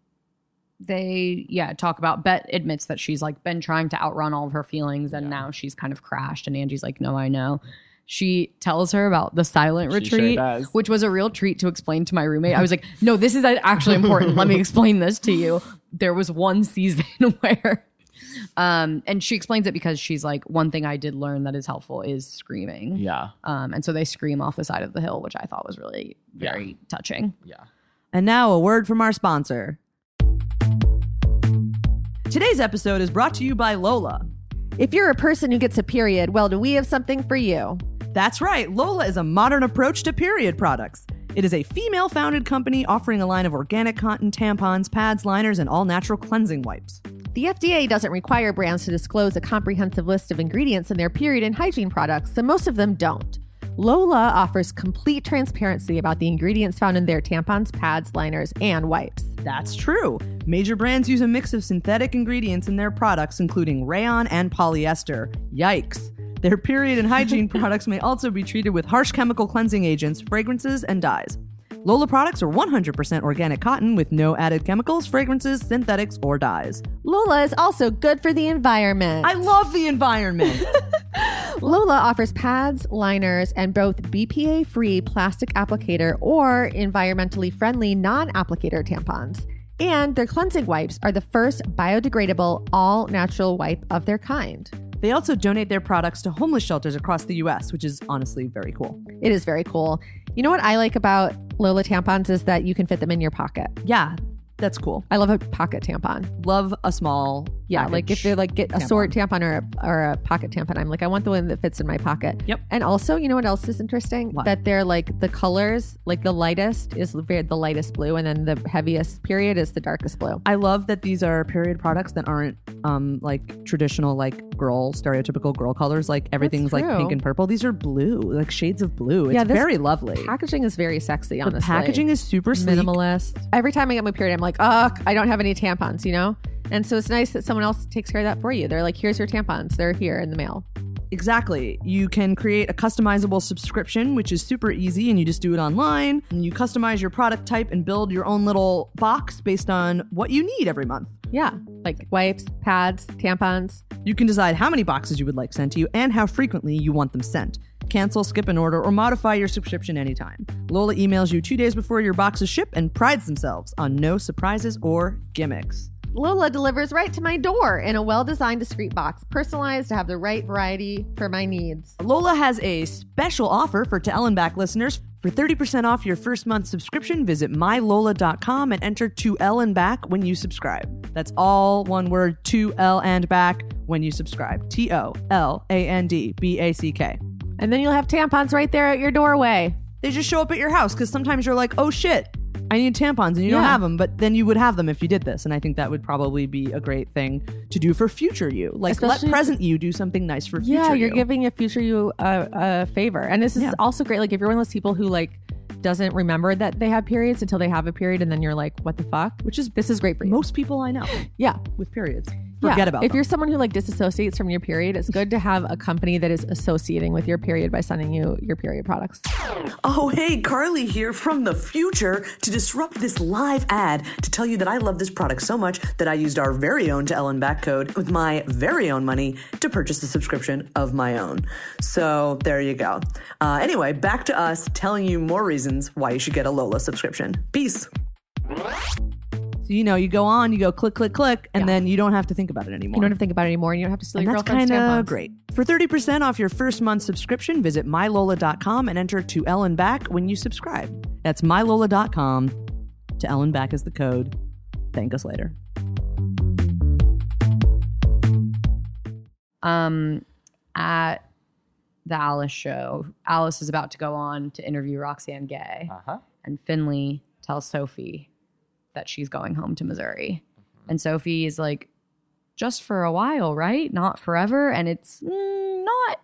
Speaker 3: they yeah talk about bet admits that she's like been trying to outrun all of her feelings and
Speaker 2: Yeah.
Speaker 3: now she's kind of crashed and angie's like no i know she tells her about the silent
Speaker 2: She sure
Speaker 3: retreat
Speaker 2: does.
Speaker 3: which was a real treat to explain to my roommate i was like no this is actually important let me explain this to you there was one season where um and she explains it because she's like one thing i did learn that is helpful is screaming
Speaker 2: Yeah.
Speaker 3: um and so they scream off the side of the hill which i thought was really
Speaker 2: Yeah.
Speaker 3: very touching
Speaker 2: Yeah.
Speaker 5: And now a word from our sponsor. Today's episode is brought to you by Lola.
Speaker 4: If you're a person who gets a period, well, do we have something for you?
Speaker 5: That's right, Lola is a modern approach to period products. It is a female founded company offering a line of organic cotton tampons, pads, liners, and all natural cleansing wipes.
Speaker 4: The FDA doesn't require brands to disclose a comprehensive list of ingredients in their period and hygiene products, so most of them don't. Lola offers complete transparency about the ingredients found in their tampons, pads, liners, and wipes.
Speaker 5: That's true. Major brands use a mix of synthetic ingredients in their products, including rayon and polyester. Yikes. Their period and hygiene products may also be treated with harsh chemical cleansing agents, fragrances, and dyes. Lola products are 100% organic cotton with no added chemicals, fragrances, synthetics, or dyes.
Speaker 4: Lola is also good for the environment.
Speaker 5: I love the environment.
Speaker 4: Lola offers pads, liners, and both BPA free plastic applicator or environmentally friendly non applicator tampons. And their cleansing wipes are the first biodegradable, all natural wipe of their kind.
Speaker 5: they also donate their products to homeless shelters across the US, which is honestly very cool.
Speaker 4: It is very cool. You know what I like about Lola tampons is that you can fit them in your pocket.
Speaker 5: Yeah, that's cool.
Speaker 4: I love a pocket tampon.
Speaker 5: Love a small.
Speaker 4: Yeah, like if
Speaker 5: package.
Speaker 4: they're like get a
Speaker 5: Tampon.
Speaker 4: sort tampon or a, or a pocket tampon, I'm like I want the one that fits in my pocket.
Speaker 5: Yep.
Speaker 4: And also, you know what else is interesting?
Speaker 5: What?
Speaker 4: That they're like the colors, like the lightest is the very- the lightest blue, and then the heaviest period is the darkest blue.
Speaker 5: I love that these are period products that aren't um like traditional like girl stereotypical girl colors like everything's like
Speaker 4: true.
Speaker 5: pink and purple. These are blue, like shades of blue. It's
Speaker 4: Yeah, this
Speaker 5: very lovely.
Speaker 4: Packaging is very sexy, honestly.
Speaker 5: the packaging is super sleek.
Speaker 4: minimalist. Every time I get my period, I'm like, ugh, I don't have any tampons, you know. And so it's nice that someone else takes care of that for you. They're like, here's your tampons. They're here in the mail.
Speaker 5: Exactly. You can create a customizable subscription, which is super easy, and you just do it online. And you customize your product type and build your own little box based on what you need every month.
Speaker 4: Yeah, like wipes, pads, tampons.
Speaker 5: You can decide how many boxes you would like sent to you and how frequently you want them sent. Cancel, skip an order, or modify your subscription anytime. Lola emails you two days before your boxes ship and prides themselves on no surprises or gimmicks.
Speaker 4: Lola delivers right to my door in a well designed, discreet box, personalized to have the right variety for my needs.
Speaker 5: Lola has a special offer for To Ellen Back listeners. For 30% off your first month subscription, visit mylola.com and enter To Ellen Back when you subscribe. That's all one word, To L and Back when you subscribe. T O L A N D B A C K.
Speaker 4: And then you'll have tampons right there at your doorway.
Speaker 5: they just show up at your house because sometimes you're like, oh shit, I need tampons and you don't
Speaker 4: Yeah.
Speaker 5: have them, but then you would have them if you did this. And I think that would probably be a great thing to do for future you. Like
Speaker 4: Especially
Speaker 5: let
Speaker 4: if-
Speaker 5: present you do something nice for future
Speaker 4: yeah, you're
Speaker 5: you.
Speaker 4: giving your future you a, a favor. And this is
Speaker 5: Yeah.
Speaker 4: also great. Like, if you're one of those people who, like, doesn't remember that they have periods until they have a period, and then you're like, what the fuck? Which is, this is great for you.
Speaker 5: Most people I know
Speaker 4: yeah.
Speaker 5: with periods
Speaker 4: Yeah.
Speaker 5: forget about
Speaker 4: If
Speaker 5: them.
Speaker 4: you're someone who, like, disassociates from your period, it's good to have a company that is associating with your period by sending you your period products.
Speaker 6: Oh, hey, Carly here from the future to disrupt this live ad to tell you that I love this product so much that I used our very own to Ellen back code with my very own money to purchase a subscription of my own. So there you go. Uh, anyway, back to us telling you more reasons why you should get a Lola subscription. Peace.
Speaker 5: so you know, you go on, you go click, click, click, and
Speaker 4: Yeah.
Speaker 5: then you don't have to think about it
Speaker 4: You
Speaker 5: anymore.
Speaker 4: don't have to think about it anymore, and you don't have to steal
Speaker 5: and
Speaker 4: your
Speaker 5: that's
Speaker 4: girlfriend's
Speaker 5: kind
Speaker 4: tampons.
Speaker 5: of great. For 30% off your first month subscription, visit mylola.com and enter to Ellen back when you subscribe. That's mylola.com. To Ellen back is the code. Thank us later.
Speaker 3: um, at the Alice show, Alice is about to go on to interview Roxanne Gay,
Speaker 2: Uh-huh.
Speaker 3: and Finley tells Sophie that she's going home to Missouri. And Sophie is like, just for a while, right? Not forever. And it's mm, not
Speaker 2: Yeah,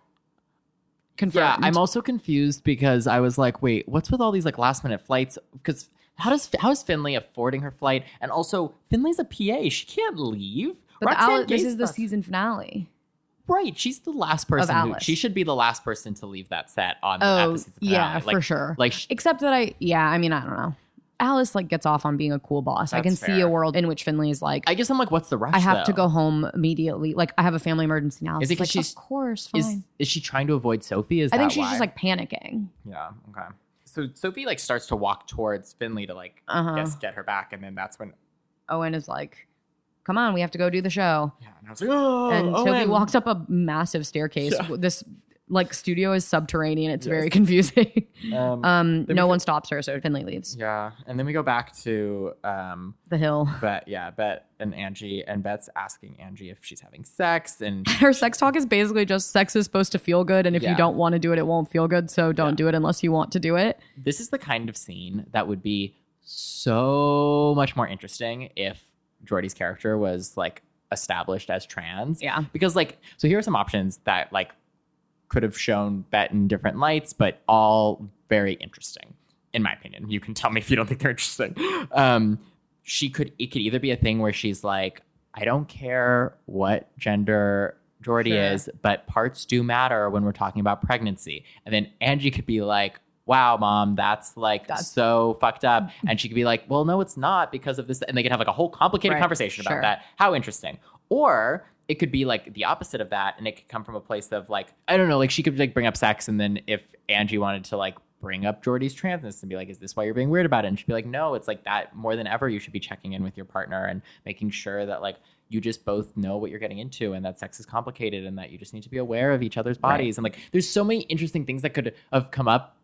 Speaker 3: confirmed.
Speaker 2: I'm also confused because I was like, wait, what's with all these like last minute flights? Because how does how is Finley affording her flight? And also, Finley's a PA; she can't leave.
Speaker 3: but the
Speaker 2: Roxanne
Speaker 3: Alice, this
Speaker 2: Gay's
Speaker 3: is the
Speaker 2: not-
Speaker 3: season finale.
Speaker 2: right? She's the last person. Who,
Speaker 3: Alice.
Speaker 2: she should be the last person to leave that set on. at
Speaker 3: Oh,
Speaker 2: the season
Speaker 3: yeah,
Speaker 2: finale. like,
Speaker 3: for sure.
Speaker 2: Like sh-
Speaker 3: Except that I, yeah, I mean, I don't know. Alice like gets off on being a cool boss. I
Speaker 2: That's
Speaker 3: can see a
Speaker 2: fair.
Speaker 3: world in which Finley is like,
Speaker 2: I guess I'm like, what's the rush?
Speaker 3: I have to
Speaker 2: though?
Speaker 3: go home immediately. Like I have a family emergency now.
Speaker 2: Is it
Speaker 3: It's like,
Speaker 2: 'cause she's-
Speaker 3: of course, fine.
Speaker 2: Is is she trying to avoid Sophie? Is
Speaker 3: I think
Speaker 2: that
Speaker 3: she's
Speaker 2: why?
Speaker 3: just like panicking.
Speaker 2: yeah okay. So Sophie like starts to walk towards Finley to like
Speaker 3: Uh-huh.
Speaker 2: guess get her back, and then that's when
Speaker 3: Owen is like, "Come on, we have to go do the show."
Speaker 2: yeah, and I was like, oh,
Speaker 3: and Sophie
Speaker 2: Owen.
Speaker 3: walks up a massive staircase.
Speaker 2: Yeah.
Speaker 3: This like studio is subterranean. It's very confusing.
Speaker 2: Um,
Speaker 3: um,
Speaker 2: Then we
Speaker 3: no
Speaker 2: could-
Speaker 3: one stops her, so Finley leaves
Speaker 2: yeah, and then we go back to um,
Speaker 3: the hill.
Speaker 2: Bet. Yeah, Bet and Angie, and Bet's asking Angie if she's having sex, and
Speaker 3: Her sex talk is basically just sex is supposed to feel good, and if
Speaker 2: Yeah.
Speaker 3: you don't want to do it, it won't feel good. So don't do it unless you want to do it.
Speaker 2: this is the kind of scene that would be so much more interesting if Jordy's character was like established as trans.
Speaker 3: Yeah.
Speaker 2: Because like so here are some options that like could have shown Bet in different lights, but all very interesting, in my opinion. You can tell me if you don't think they're interesting. Um she could it could either be a thing where she's like, I don't care what gender Jordy
Speaker 4: Sure.
Speaker 2: is, but parts do matter when we're talking about pregnancy. And then Angie could be like, Wow, mom, that's like
Speaker 3: That's-
Speaker 2: so fucked up. And she could be like, Well, no, it's not because of this. And they could have like a whole complicated
Speaker 3: Right.
Speaker 2: conversation about
Speaker 3: Sure.
Speaker 2: that. How interesting. Or it could be like the opposite of that, and it could come from a place of like, I don't know, like she could like bring up sex, and then if Angie wanted to like bring up Jordy's transness and be like, is this why you're being weird about it? And she'd be like, no, it's like that more than ever, you should be checking in with your partner and making sure that like you just both know what you're getting into and that sex is complicated and that you just need to be aware of each other's bodies. And like there's so many interesting things that could have come up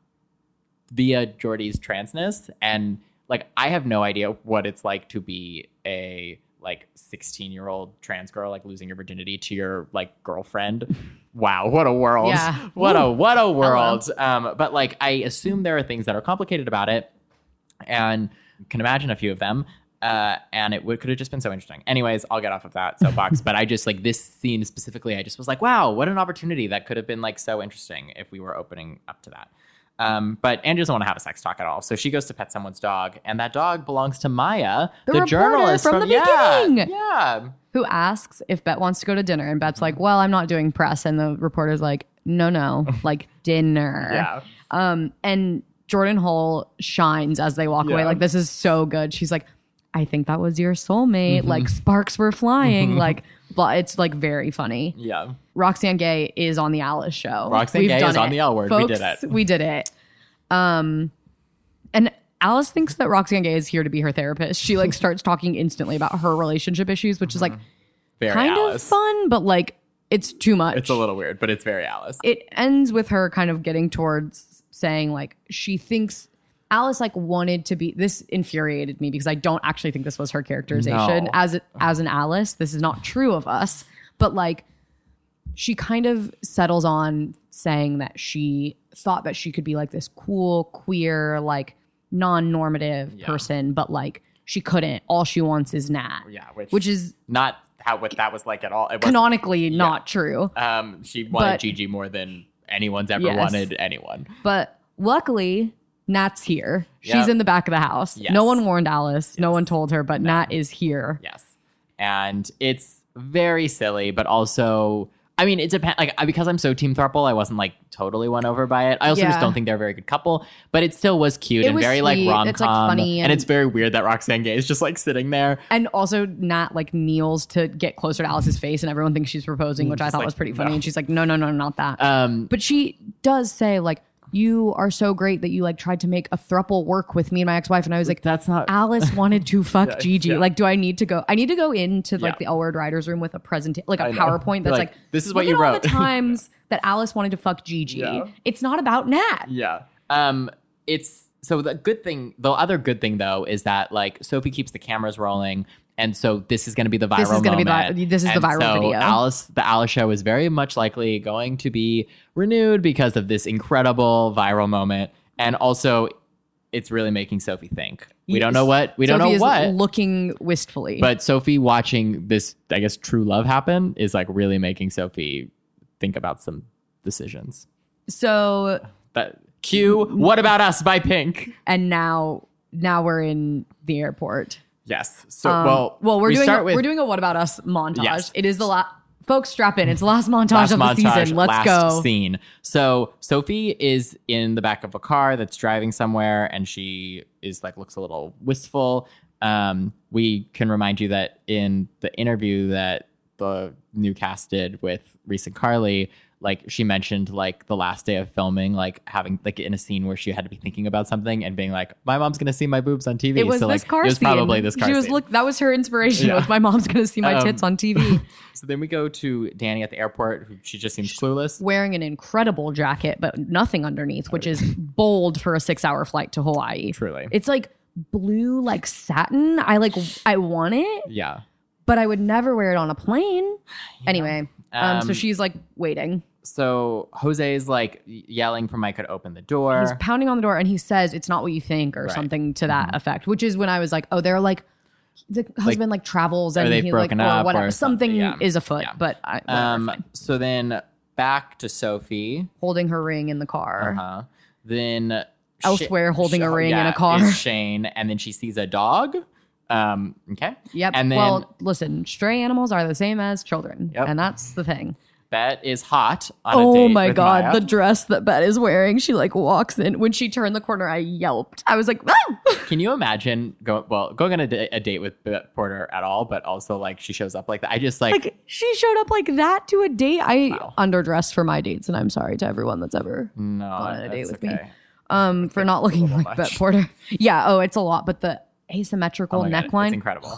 Speaker 2: via Jordy's transness and like I have no idea what it's like to be a like 16 year old trans girl like losing your virginity to your like girlfriend. Wow, what a world.
Speaker 3: Yeah.
Speaker 2: What a what a world. Um but like I assume there are things that are complicated about it and can imagine a few of them. Uh, and it would, could have just been so interesting. Anyways, I'll get off of that soapbox. but I just like this scene specifically. I just was like, wow, what an opportunity that could have been like so interesting if we were opening up to that. Um, but Angie doesn't want to have a sex talk at all, so she goes to pet someone's dog, and that dog belongs to Maya, the,
Speaker 3: The reporter
Speaker 2: journalist
Speaker 3: from the
Speaker 2: yeah,
Speaker 3: beginning.
Speaker 2: yeah.
Speaker 3: Who asks if Bet wants to go to dinner, and
Speaker 2: Mm-hmm.
Speaker 3: Bet's like, "Well, I'm not doing press," and the reporter's like, "No, no, like dinner."
Speaker 2: Yeah.
Speaker 3: Um, and Jordan Hall shines as they walk away.
Speaker 2: Yeah.
Speaker 3: Like, this is so good. She's like, I think that was your soulmate. Like,
Speaker 2: Mm-hmm.
Speaker 3: sparks were flying. Like, blah. It's like very funny.
Speaker 2: Yeah.
Speaker 3: Roxanne Gay is on the Alice show.
Speaker 2: Roxanne Gay is on the L Word. We
Speaker 3: Folks,
Speaker 2: did it.
Speaker 3: We did it. Um, and Alice thinks that Roxanne Gay is here to be her therapist. She like starts talking instantly about her relationship issues, which is like
Speaker 2: Mm-hmm. Very
Speaker 3: kind
Speaker 2: Alice.
Speaker 3: of fun, but like it's too much
Speaker 2: It's a little weird, but it's very Alice.
Speaker 3: it ends with her kind of getting towards saying like she thinks Alice like wanted to be this infuriated me because I don't actually think this was her characterization
Speaker 2: No.
Speaker 3: as as an Alice. This is not true of us, but like she kind of settles on saying that she thought that she could be like this cool queer like non-normative
Speaker 2: Yeah.
Speaker 3: person, but like she couldn't. All she wants is Nat,
Speaker 2: yeah, which,
Speaker 3: which is
Speaker 2: not how what that was like at all. It was
Speaker 3: canonically not true.
Speaker 2: um, she wanted
Speaker 3: But-
Speaker 2: Gigi more than anyone's ever
Speaker 3: Yes.
Speaker 2: wanted anyone.
Speaker 3: But luckily, Nat's here. She's
Speaker 2: Yep.
Speaker 3: in the back of the house.
Speaker 2: Yes.
Speaker 3: No one warned Alice. No one told her, but Nat is here.
Speaker 2: Yes. And it's very silly, but also, I mean, it depends. Like, I- because I'm so team throuple, I wasn't like totally won over by it. I also
Speaker 3: Yeah.
Speaker 2: just don't think they're a very good couple, but it still was cute
Speaker 3: It
Speaker 2: and
Speaker 3: was
Speaker 2: very
Speaker 3: sweet.
Speaker 2: like
Speaker 3: It's,
Speaker 2: rom
Speaker 3: like,
Speaker 2: com.
Speaker 3: funny
Speaker 2: and,
Speaker 3: and-
Speaker 2: it's very weird that Roxanne Gay is just like sitting there.
Speaker 3: And also, Nat like kneels to get closer to Alice's face, and everyone thinks she's proposing, which
Speaker 2: Mm,
Speaker 3: I
Speaker 2: Just
Speaker 3: thought
Speaker 2: like,
Speaker 3: was pretty funny.
Speaker 2: no.
Speaker 3: And she's like, "No, no, no, not that."
Speaker 2: Um,
Speaker 3: but she does say like, "You are so great that you like tried to make a thruple work with me and my ex-wife," and I was like,
Speaker 2: that's not.
Speaker 3: Alice wanted to fuck
Speaker 2: Yeah,
Speaker 3: Gigi.
Speaker 2: yeah.
Speaker 3: Like, do I need to go? I need to go into like
Speaker 2: Yeah.
Speaker 3: the L Word writers room with a presentation, like a
Speaker 2: I know.
Speaker 3: PowerPoint that's
Speaker 2: Like,
Speaker 3: like,
Speaker 2: this is what
Speaker 3: look
Speaker 2: you
Speaker 3: at All
Speaker 2: wrote.
Speaker 3: the times that Alice wanted to fuck Gigi.
Speaker 2: Yeah.
Speaker 3: It's not about Nat.
Speaker 2: Yeah. Um, it's so the good thing, the other good thing though, is that like Sophie keeps the cameras rolling. And so this is going to be the viral.
Speaker 3: This is
Speaker 2: going
Speaker 3: gonna
Speaker 2: to
Speaker 3: be the vi- this is the viral
Speaker 2: so
Speaker 3: video.
Speaker 2: Alice, the Alice show is very much likely going to be renewed because of this incredible viral moment, and also it's really making Sophie think. We don't know what we don't
Speaker 3: Sophie
Speaker 2: know
Speaker 3: is
Speaker 2: what,
Speaker 3: looking wistfully.
Speaker 2: but Sophie watching this, I guess, true love happen is like really making Sophie think about some decisions.
Speaker 3: so
Speaker 2: That cue. What about us by Pink?
Speaker 3: and now now we're in the airport.
Speaker 2: Yes. So
Speaker 3: Um,
Speaker 2: well,
Speaker 3: well, we're
Speaker 2: we
Speaker 3: doing
Speaker 2: start
Speaker 3: a,
Speaker 2: with
Speaker 3: we're doing a what about us montage.
Speaker 2: Yes.
Speaker 3: It is the last. Folks, strap in. It's the last montage
Speaker 2: last
Speaker 3: of the
Speaker 2: montage,
Speaker 3: season. Let's
Speaker 2: last
Speaker 3: go.
Speaker 2: Scene. So Sophie is in the back of a car that's driving somewhere, and she is like looks a little wistful. Um, we can remind you that in the interview that the new cast did with Reese and Carly, like she mentioned like the last day of filming, like having like in a scene where she had to be thinking about something and being like, My mom's gonna see my boobs on TV.
Speaker 3: It was
Speaker 2: so
Speaker 3: this
Speaker 2: like
Speaker 3: car
Speaker 2: it was
Speaker 3: scene.
Speaker 2: probably this car
Speaker 3: She was
Speaker 2: scene.
Speaker 3: look. That was her inspiration.
Speaker 2: Yeah.
Speaker 3: With my mom's gonna see my
Speaker 2: Um,
Speaker 3: tits on TV,
Speaker 2: so then we go to Danny at the airport, who she just seems clueless.
Speaker 3: wearing an incredible jacket but nothing underneath, which is bold for a six-hour flight to Hawaii.
Speaker 2: Truly.
Speaker 3: it's like blue, like satin. I like. I want it,
Speaker 2: yeah.
Speaker 3: but I would never wear it on a plane. Anyway, um, so
Speaker 2: Um,
Speaker 3: she's like waiting.
Speaker 2: So Jose is like yelling for Mike to open the door.
Speaker 3: He's pounding on the door and he says it's not what you think or
Speaker 2: Right. Mm-hmm.
Speaker 3: something to that effect, which is when I was like, oh, they're like the husband like, travels and
Speaker 2: they've
Speaker 3: he like
Speaker 2: broken
Speaker 3: or
Speaker 2: up or
Speaker 3: whatever something
Speaker 2: something, yeah.
Speaker 3: is afoot,
Speaker 2: Yeah.
Speaker 3: but I, whatever, fine.
Speaker 2: um, so then back to Sophie.
Speaker 3: holding her ring in the car.
Speaker 2: Uh-huh. Then Sh-
Speaker 3: Elsewhere, holding a ring in a
Speaker 2: yeah,
Speaker 3: car.
Speaker 2: is Shane, and then she sees a dog. Um, okay.
Speaker 3: Yep.
Speaker 2: And then
Speaker 3: well, listen, stray animals are the same as children,
Speaker 2: Yep.
Speaker 3: and that's the thing.
Speaker 2: Bet is hot on a
Speaker 3: Oh
Speaker 2: date
Speaker 3: my
Speaker 2: with
Speaker 3: god,
Speaker 2: Maya.
Speaker 3: the dress that Bet is wearing. She like walks in. When she turned the corner, I yelped. I was like, ah!
Speaker 2: Can you imagine go well going on a, da- a date with B- Porter at all? But also like she shows up like that. I just like,
Speaker 3: like she showed up like that to a date. I
Speaker 2: Wow.
Speaker 3: underdressed for my dates, and I'm sorry to everyone that's ever
Speaker 2: no,
Speaker 3: on a date
Speaker 2: that's
Speaker 3: with me.
Speaker 2: okay.
Speaker 3: um for not looking
Speaker 2: little
Speaker 3: like
Speaker 2: much.
Speaker 3: Bet Porter. Yeah. Oh, it's a lot, but the asymmetrical
Speaker 2: Oh my God,
Speaker 3: neckline.
Speaker 2: it's incredible.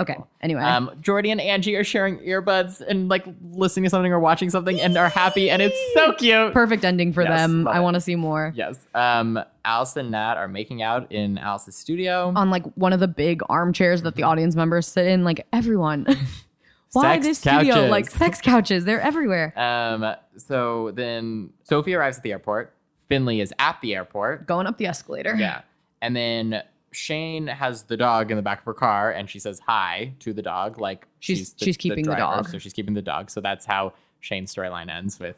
Speaker 3: okay.
Speaker 2: Incredible.
Speaker 3: Anyway,
Speaker 2: Um, Jordy and Angie are sharing earbuds and like listening to something or watching something and are happy, and it's so cute.
Speaker 3: perfect ending for
Speaker 2: yes,
Speaker 3: them.
Speaker 2: love
Speaker 3: I
Speaker 2: it.
Speaker 3: want to see more
Speaker 2: Yes. Um, Alice and Nat are making out in Alice's studio.
Speaker 3: on like one of the big armchairs that the audience members sit in. Like everyone. Why
Speaker 2: Mm-hmm. Sex
Speaker 3: this studio?
Speaker 2: couches.
Speaker 3: Like sex couches. They're everywhere.
Speaker 2: Um, so then Sophie arrives at the airport. Finley is at the airport.
Speaker 3: Going up the escalator.
Speaker 2: Yeah. And then Shane has the dog in the back of her car and she says hi to the dog. Like
Speaker 3: She's- she's keeping the
Speaker 2: driver,
Speaker 3: dog.
Speaker 2: So she's keeping the dog. So that's how Shane's storyline ends with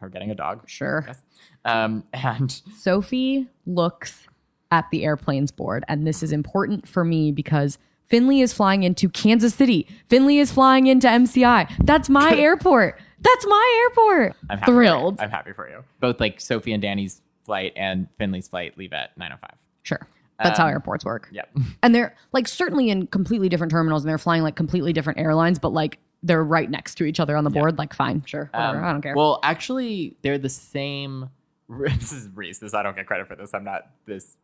Speaker 2: her getting a dog.
Speaker 3: Sure.
Speaker 2: Yes. Um, and
Speaker 3: Sophie looks at the airplanes board, and this is important for me because Finley is flying into Kansas City. Finley is flying into MCI. That's my airport. That's my airport.
Speaker 2: I'm happy for you.
Speaker 3: thrilled.
Speaker 2: I'm happy for you. Both like Sophie and Danny's flight and Finley's flight leave at 9.05.
Speaker 3: Sure. That's how
Speaker 2: Um,
Speaker 3: airports work.
Speaker 2: Yep.
Speaker 3: And they're like certainly in completely different terminals and they're flying like completely different airlines, but like they're right next to each other on the board. Like, fine, sure. Whatever.
Speaker 2: Um,
Speaker 3: I don't care.
Speaker 2: Well, actually, they're the same. This is Reese. This I don't get credit for this. I'm not this.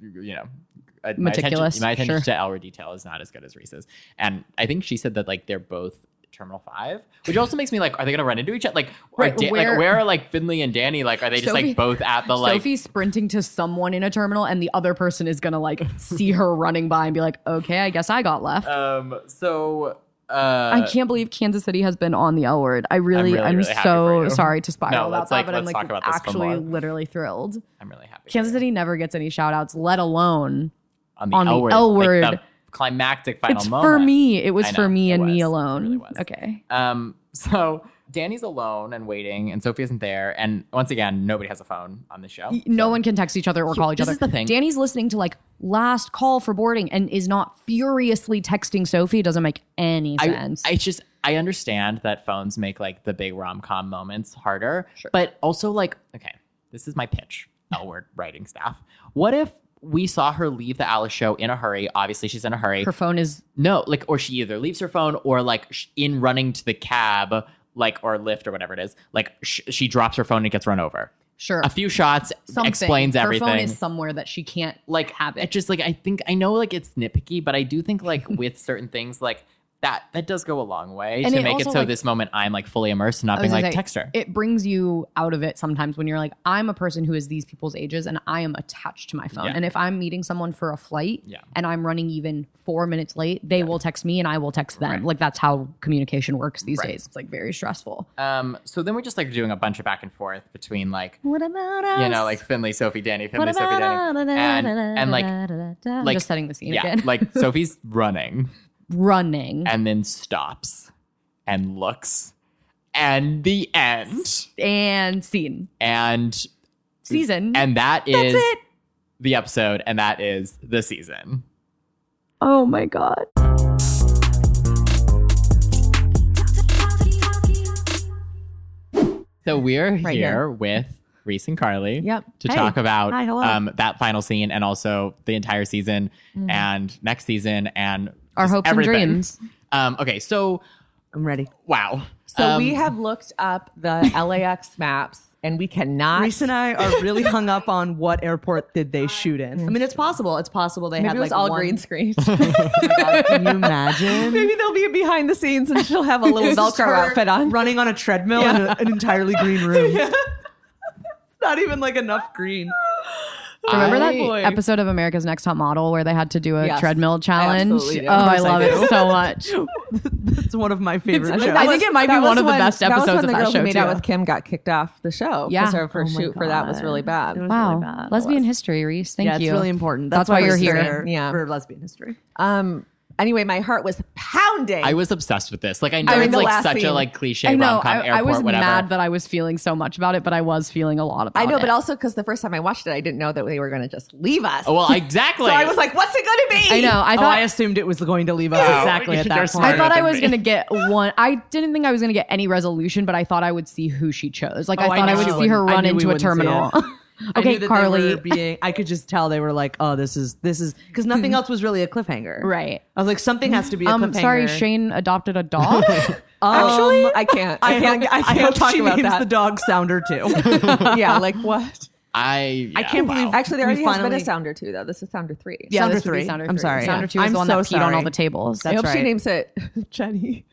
Speaker 2: You know, uh, my attention-
Speaker 3: Meticulous,
Speaker 2: My attention,
Speaker 3: sure.
Speaker 2: to L detail is not as good as Reese's, and I think she said that like they're both Terminal Five, which also makes me like, are they gonna run into each other? Like, are
Speaker 3: Right,
Speaker 2: Da-
Speaker 3: where-
Speaker 2: like where are like Finley and Danny? Like, are they just
Speaker 3: Sophie-
Speaker 2: like both at the like?
Speaker 3: Sophie's sprinting to someone in a terminal and the other person is gonna like see her running by and be like, okay, I guess I got left.
Speaker 2: Um. So. Uh,
Speaker 3: I can't believe Kansas City has been on the L word. I really, I'm,
Speaker 2: really, really happy
Speaker 3: so
Speaker 2: for you.
Speaker 3: sorry to spiral
Speaker 2: No,
Speaker 3: about
Speaker 2: let's,
Speaker 3: that,
Speaker 2: like,
Speaker 3: but I'm
Speaker 2: let's
Speaker 3: like
Speaker 2: talk about this for
Speaker 3: actually
Speaker 2: more.
Speaker 3: literally thrilled.
Speaker 2: I'm really happy. for
Speaker 3: Kansas
Speaker 2: you.
Speaker 3: City never gets any shout outs, let alone
Speaker 2: on the
Speaker 3: on the
Speaker 2: L word.
Speaker 3: L
Speaker 2: like,
Speaker 3: word.
Speaker 2: the climactic final
Speaker 3: it's
Speaker 2: moment.
Speaker 3: for me. It was
Speaker 2: I know,
Speaker 3: for me
Speaker 2: it
Speaker 3: and me
Speaker 2: was. It
Speaker 3: alone.
Speaker 2: really was.
Speaker 3: Okay.
Speaker 2: Um, so Danny's alone and waiting, and Sophie isn't there. And once again, nobody has a phone on the show.
Speaker 3: No
Speaker 2: So-
Speaker 3: one can text each other or call each
Speaker 2: this
Speaker 3: other.
Speaker 2: is the thing.
Speaker 3: Danny's listening to like last call for boarding and is not furiously texting Sophie. It doesn't make any
Speaker 2: I,
Speaker 3: sense.
Speaker 2: I just I understand that phones make like the big rom com moments harder, but also like okay, this is my pitch. L word writing staff. What if we saw her leave the Alice show in a hurry? Obviously, she's in a hurry.
Speaker 3: her phone is
Speaker 2: No, like, or she either leaves her phone or like sh- in running to the cab, like, or Lyft or whatever it is, like sh- she drops her phone and gets run over.
Speaker 3: sure.
Speaker 2: A few shots
Speaker 3: Something.
Speaker 2: explains
Speaker 3: her
Speaker 2: everything.
Speaker 3: phone is somewhere that she can't
Speaker 2: like
Speaker 3: have it.
Speaker 2: I just like I think I know like it's nitpicky, but I do think like with certain things like that that does go a long way
Speaker 3: And
Speaker 2: to
Speaker 3: it
Speaker 2: make it
Speaker 3: also,
Speaker 2: so
Speaker 3: like-
Speaker 2: this moment I'm like fully immersed and not
Speaker 3: I was
Speaker 2: being like
Speaker 3: gonna say,
Speaker 2: text her.
Speaker 3: It brings you out of it sometimes when you're like, I'm a person who is these people's ages and I am attached to my phone.
Speaker 2: Yeah.
Speaker 3: And if I'm meeting someone for a flight
Speaker 2: Yeah.
Speaker 3: and I'm running even four minutes late, they will text me and I will text them. Like that's how communication works these days. It's like very stressful.
Speaker 2: Um, so then we're just like doing a bunch of back and forth between like
Speaker 3: What about us?
Speaker 2: you know like Finley, Sophie, Danny, Finley, Sophie, Danny, and and like
Speaker 3: I'm
Speaker 2: like-
Speaker 3: just setting the scene
Speaker 2: yeah,
Speaker 3: again.
Speaker 2: like Sophie's running
Speaker 3: running
Speaker 2: and then stops and looks and the end
Speaker 3: and scene
Speaker 2: and
Speaker 3: season.
Speaker 2: and that is
Speaker 3: that's it.
Speaker 2: the episode and that is the season.
Speaker 3: Oh my god.
Speaker 2: So we're here,
Speaker 4: here.
Speaker 2: with Reese and Carly.
Speaker 4: Yep.
Speaker 2: To
Speaker 4: Hey.
Speaker 2: talk about
Speaker 4: Hi, hello.
Speaker 2: um, that final scene and also the entire season and next season and
Speaker 3: Our
Speaker 2: just
Speaker 3: hopes
Speaker 2: everything.
Speaker 3: and dreams.
Speaker 2: Um, okay, so
Speaker 5: I'm ready.
Speaker 2: Wow.
Speaker 4: So
Speaker 2: Um,
Speaker 4: we have looked up the LAX maps and we cannot.
Speaker 5: Reese and I are really hung up on what airport did they shoot in. I mean, it's possible. It's possible they
Speaker 4: Maybe
Speaker 5: had
Speaker 4: it was
Speaker 5: like
Speaker 4: all
Speaker 5: one-
Speaker 4: green screen.
Speaker 5: Can you imagine?
Speaker 4: Maybe there'll be a behind the scenes and she'll have a little Velcro outfit on.
Speaker 5: running on a treadmill in a, an entirely green room. Not even like enough green.
Speaker 3: Remember that
Speaker 2: I-
Speaker 3: episode of America's Next Top Model where they had to do a
Speaker 4: Yes,
Speaker 3: treadmill challenge?
Speaker 4: absolutely do.
Speaker 3: oh, I
Speaker 4: Yes, I
Speaker 3: love
Speaker 4: do.
Speaker 3: it so much.
Speaker 5: It's one of my favorite shows.
Speaker 3: I think it might be
Speaker 4: that
Speaker 3: one
Speaker 4: was
Speaker 3: of the
Speaker 4: when-
Speaker 3: best
Speaker 4: that was
Speaker 3: episodes
Speaker 4: when
Speaker 3: of
Speaker 4: the
Speaker 3: that
Speaker 4: girl who
Speaker 3: show,
Speaker 4: Made out
Speaker 3: too.
Speaker 4: with Kim got kicked off the show. 'cause
Speaker 3: Yeah.
Speaker 4: her, her shoot for that was really bad.
Speaker 3: Wow. Lesbian history, Reese. Thank
Speaker 5: yeah,
Speaker 3: you.
Speaker 5: it's really important.
Speaker 3: That's
Speaker 5: That's,
Speaker 3: why you're
Speaker 5: we're
Speaker 3: here.
Speaker 4: Yeah.
Speaker 5: for lesbian history.
Speaker 4: Um. Anyway, my heart was pounding.
Speaker 2: I was obsessed with this. Like I know
Speaker 4: mean,
Speaker 2: it's
Speaker 4: the
Speaker 2: like
Speaker 4: last
Speaker 2: such a
Speaker 4: scene.
Speaker 2: like cliche
Speaker 3: I know.
Speaker 2: rom com
Speaker 3: I,
Speaker 2: airport
Speaker 3: I was
Speaker 2: whatever.
Speaker 3: mad that I was feeling so much about it, but I was feeling a lot about
Speaker 4: I
Speaker 3: it.
Speaker 4: know, but also because the first time I watched it, I didn't know that they were going to just leave us.
Speaker 2: Oh, well, exactly.
Speaker 4: so I was like, "What's it going to be?"
Speaker 3: I know. I
Speaker 5: Oh,
Speaker 3: thought
Speaker 5: I assumed it was going to leave us exactly at
Speaker 2: You're
Speaker 5: that
Speaker 2: smart.
Speaker 5: point.
Speaker 3: I thought I
Speaker 2: than
Speaker 3: was
Speaker 2: me.
Speaker 3: going to get one. I didn't think I was going to get any resolution, but I thought I would see who she chose. Like, I
Speaker 5: Oh, I
Speaker 3: thought I,
Speaker 5: knew
Speaker 3: would
Speaker 5: you
Speaker 3: see her
Speaker 5: wouldn't. I
Speaker 3: run
Speaker 5: knew we
Speaker 3: into a
Speaker 5: wouldn't see
Speaker 3: terminal.
Speaker 5: it. I knew
Speaker 3: okay,
Speaker 5: that they
Speaker 3: Carly.
Speaker 5: were being, I could just tell they were like, "Oh, this is this is," because nothing else was really a cliffhanger,
Speaker 3: Right.
Speaker 5: I was like, something has to be. A
Speaker 3: Um,
Speaker 5: cliffhanger.
Speaker 3: sorry, Shane adopted a dog.
Speaker 5: Um,
Speaker 4: Actually, I can't. I,
Speaker 5: I
Speaker 4: can't.
Speaker 5: hope,
Speaker 4: I can't
Speaker 5: hope
Speaker 4: talk
Speaker 5: she
Speaker 4: about
Speaker 5: names
Speaker 4: that.
Speaker 5: the dog Sounder too.
Speaker 4: yeah, like what?
Speaker 2: I
Speaker 5: I can't believe-
Speaker 4: Actually, there
Speaker 5: We
Speaker 4: already has been
Speaker 5: finally-
Speaker 4: a sounder two though. This is sounder three.
Speaker 5: Yeah,
Speaker 3: Sounder
Speaker 5: this would be
Speaker 3: three.
Speaker 5: Sounder
Speaker 3: I'm
Speaker 5: three.
Speaker 3: sorry.
Speaker 5: Yeah.
Speaker 3: Sounder two is
Speaker 5: I'm
Speaker 3: the one
Speaker 5: so
Speaker 3: that peed on all
Speaker 5: sorry.
Speaker 3: the tables.
Speaker 4: I
Speaker 5: That's
Speaker 4: hope she
Speaker 5: right.
Speaker 4: names it Jenny.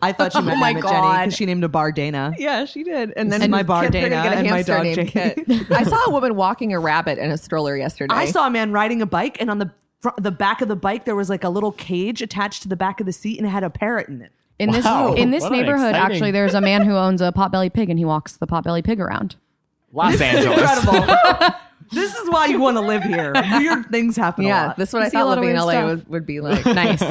Speaker 5: I thought she meant
Speaker 3: Oh my
Speaker 5: name it Jenny 'cause
Speaker 3: God.
Speaker 5: she named a bar Dana.
Speaker 4: Yeah, she did. And
Speaker 5: This
Speaker 4: then
Speaker 5: is my bar
Speaker 4: Kit- they're
Speaker 5: Dana
Speaker 4: gonna get
Speaker 5: and
Speaker 4: a
Speaker 5: my
Speaker 4: hamster
Speaker 5: dog
Speaker 4: named
Speaker 5: Jane.
Speaker 4: Kit. I saw a woman walking a rabbit in a stroller yesterday.
Speaker 5: I saw a man riding a bike, and on the fr- the back of the bike there was like a little cage attached to the back of the seat, and it had a parrot in it.
Speaker 3: In this
Speaker 2: Wow.
Speaker 3: in this
Speaker 2: What an
Speaker 3: neighborhood,
Speaker 2: exciting-
Speaker 3: actually, there's a man who owns a potbelly pig, and he walks the potbelly pig around.
Speaker 2: Los Angeles.
Speaker 5: Incredible. this is why you want to live here. Weird things happen. a
Speaker 4: Yeah,
Speaker 5: lot.
Speaker 4: this is what I
Speaker 3: see a
Speaker 4: thought
Speaker 3: lot of
Speaker 4: living in
Speaker 3: weird
Speaker 4: LA
Speaker 3: stuff.
Speaker 4: would, would be like.
Speaker 3: Nice.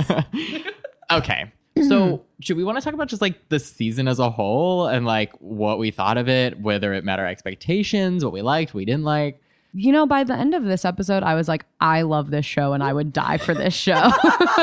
Speaker 2: okay. So
Speaker 5: Mm-hmm.
Speaker 2: should we want to talk about just like the season as a whole and like what we thought of it, whether it met our expectations, what we liked, we didn't like.
Speaker 3: you know, by the end of this episode, I was like, I love this show, and I would die for this show.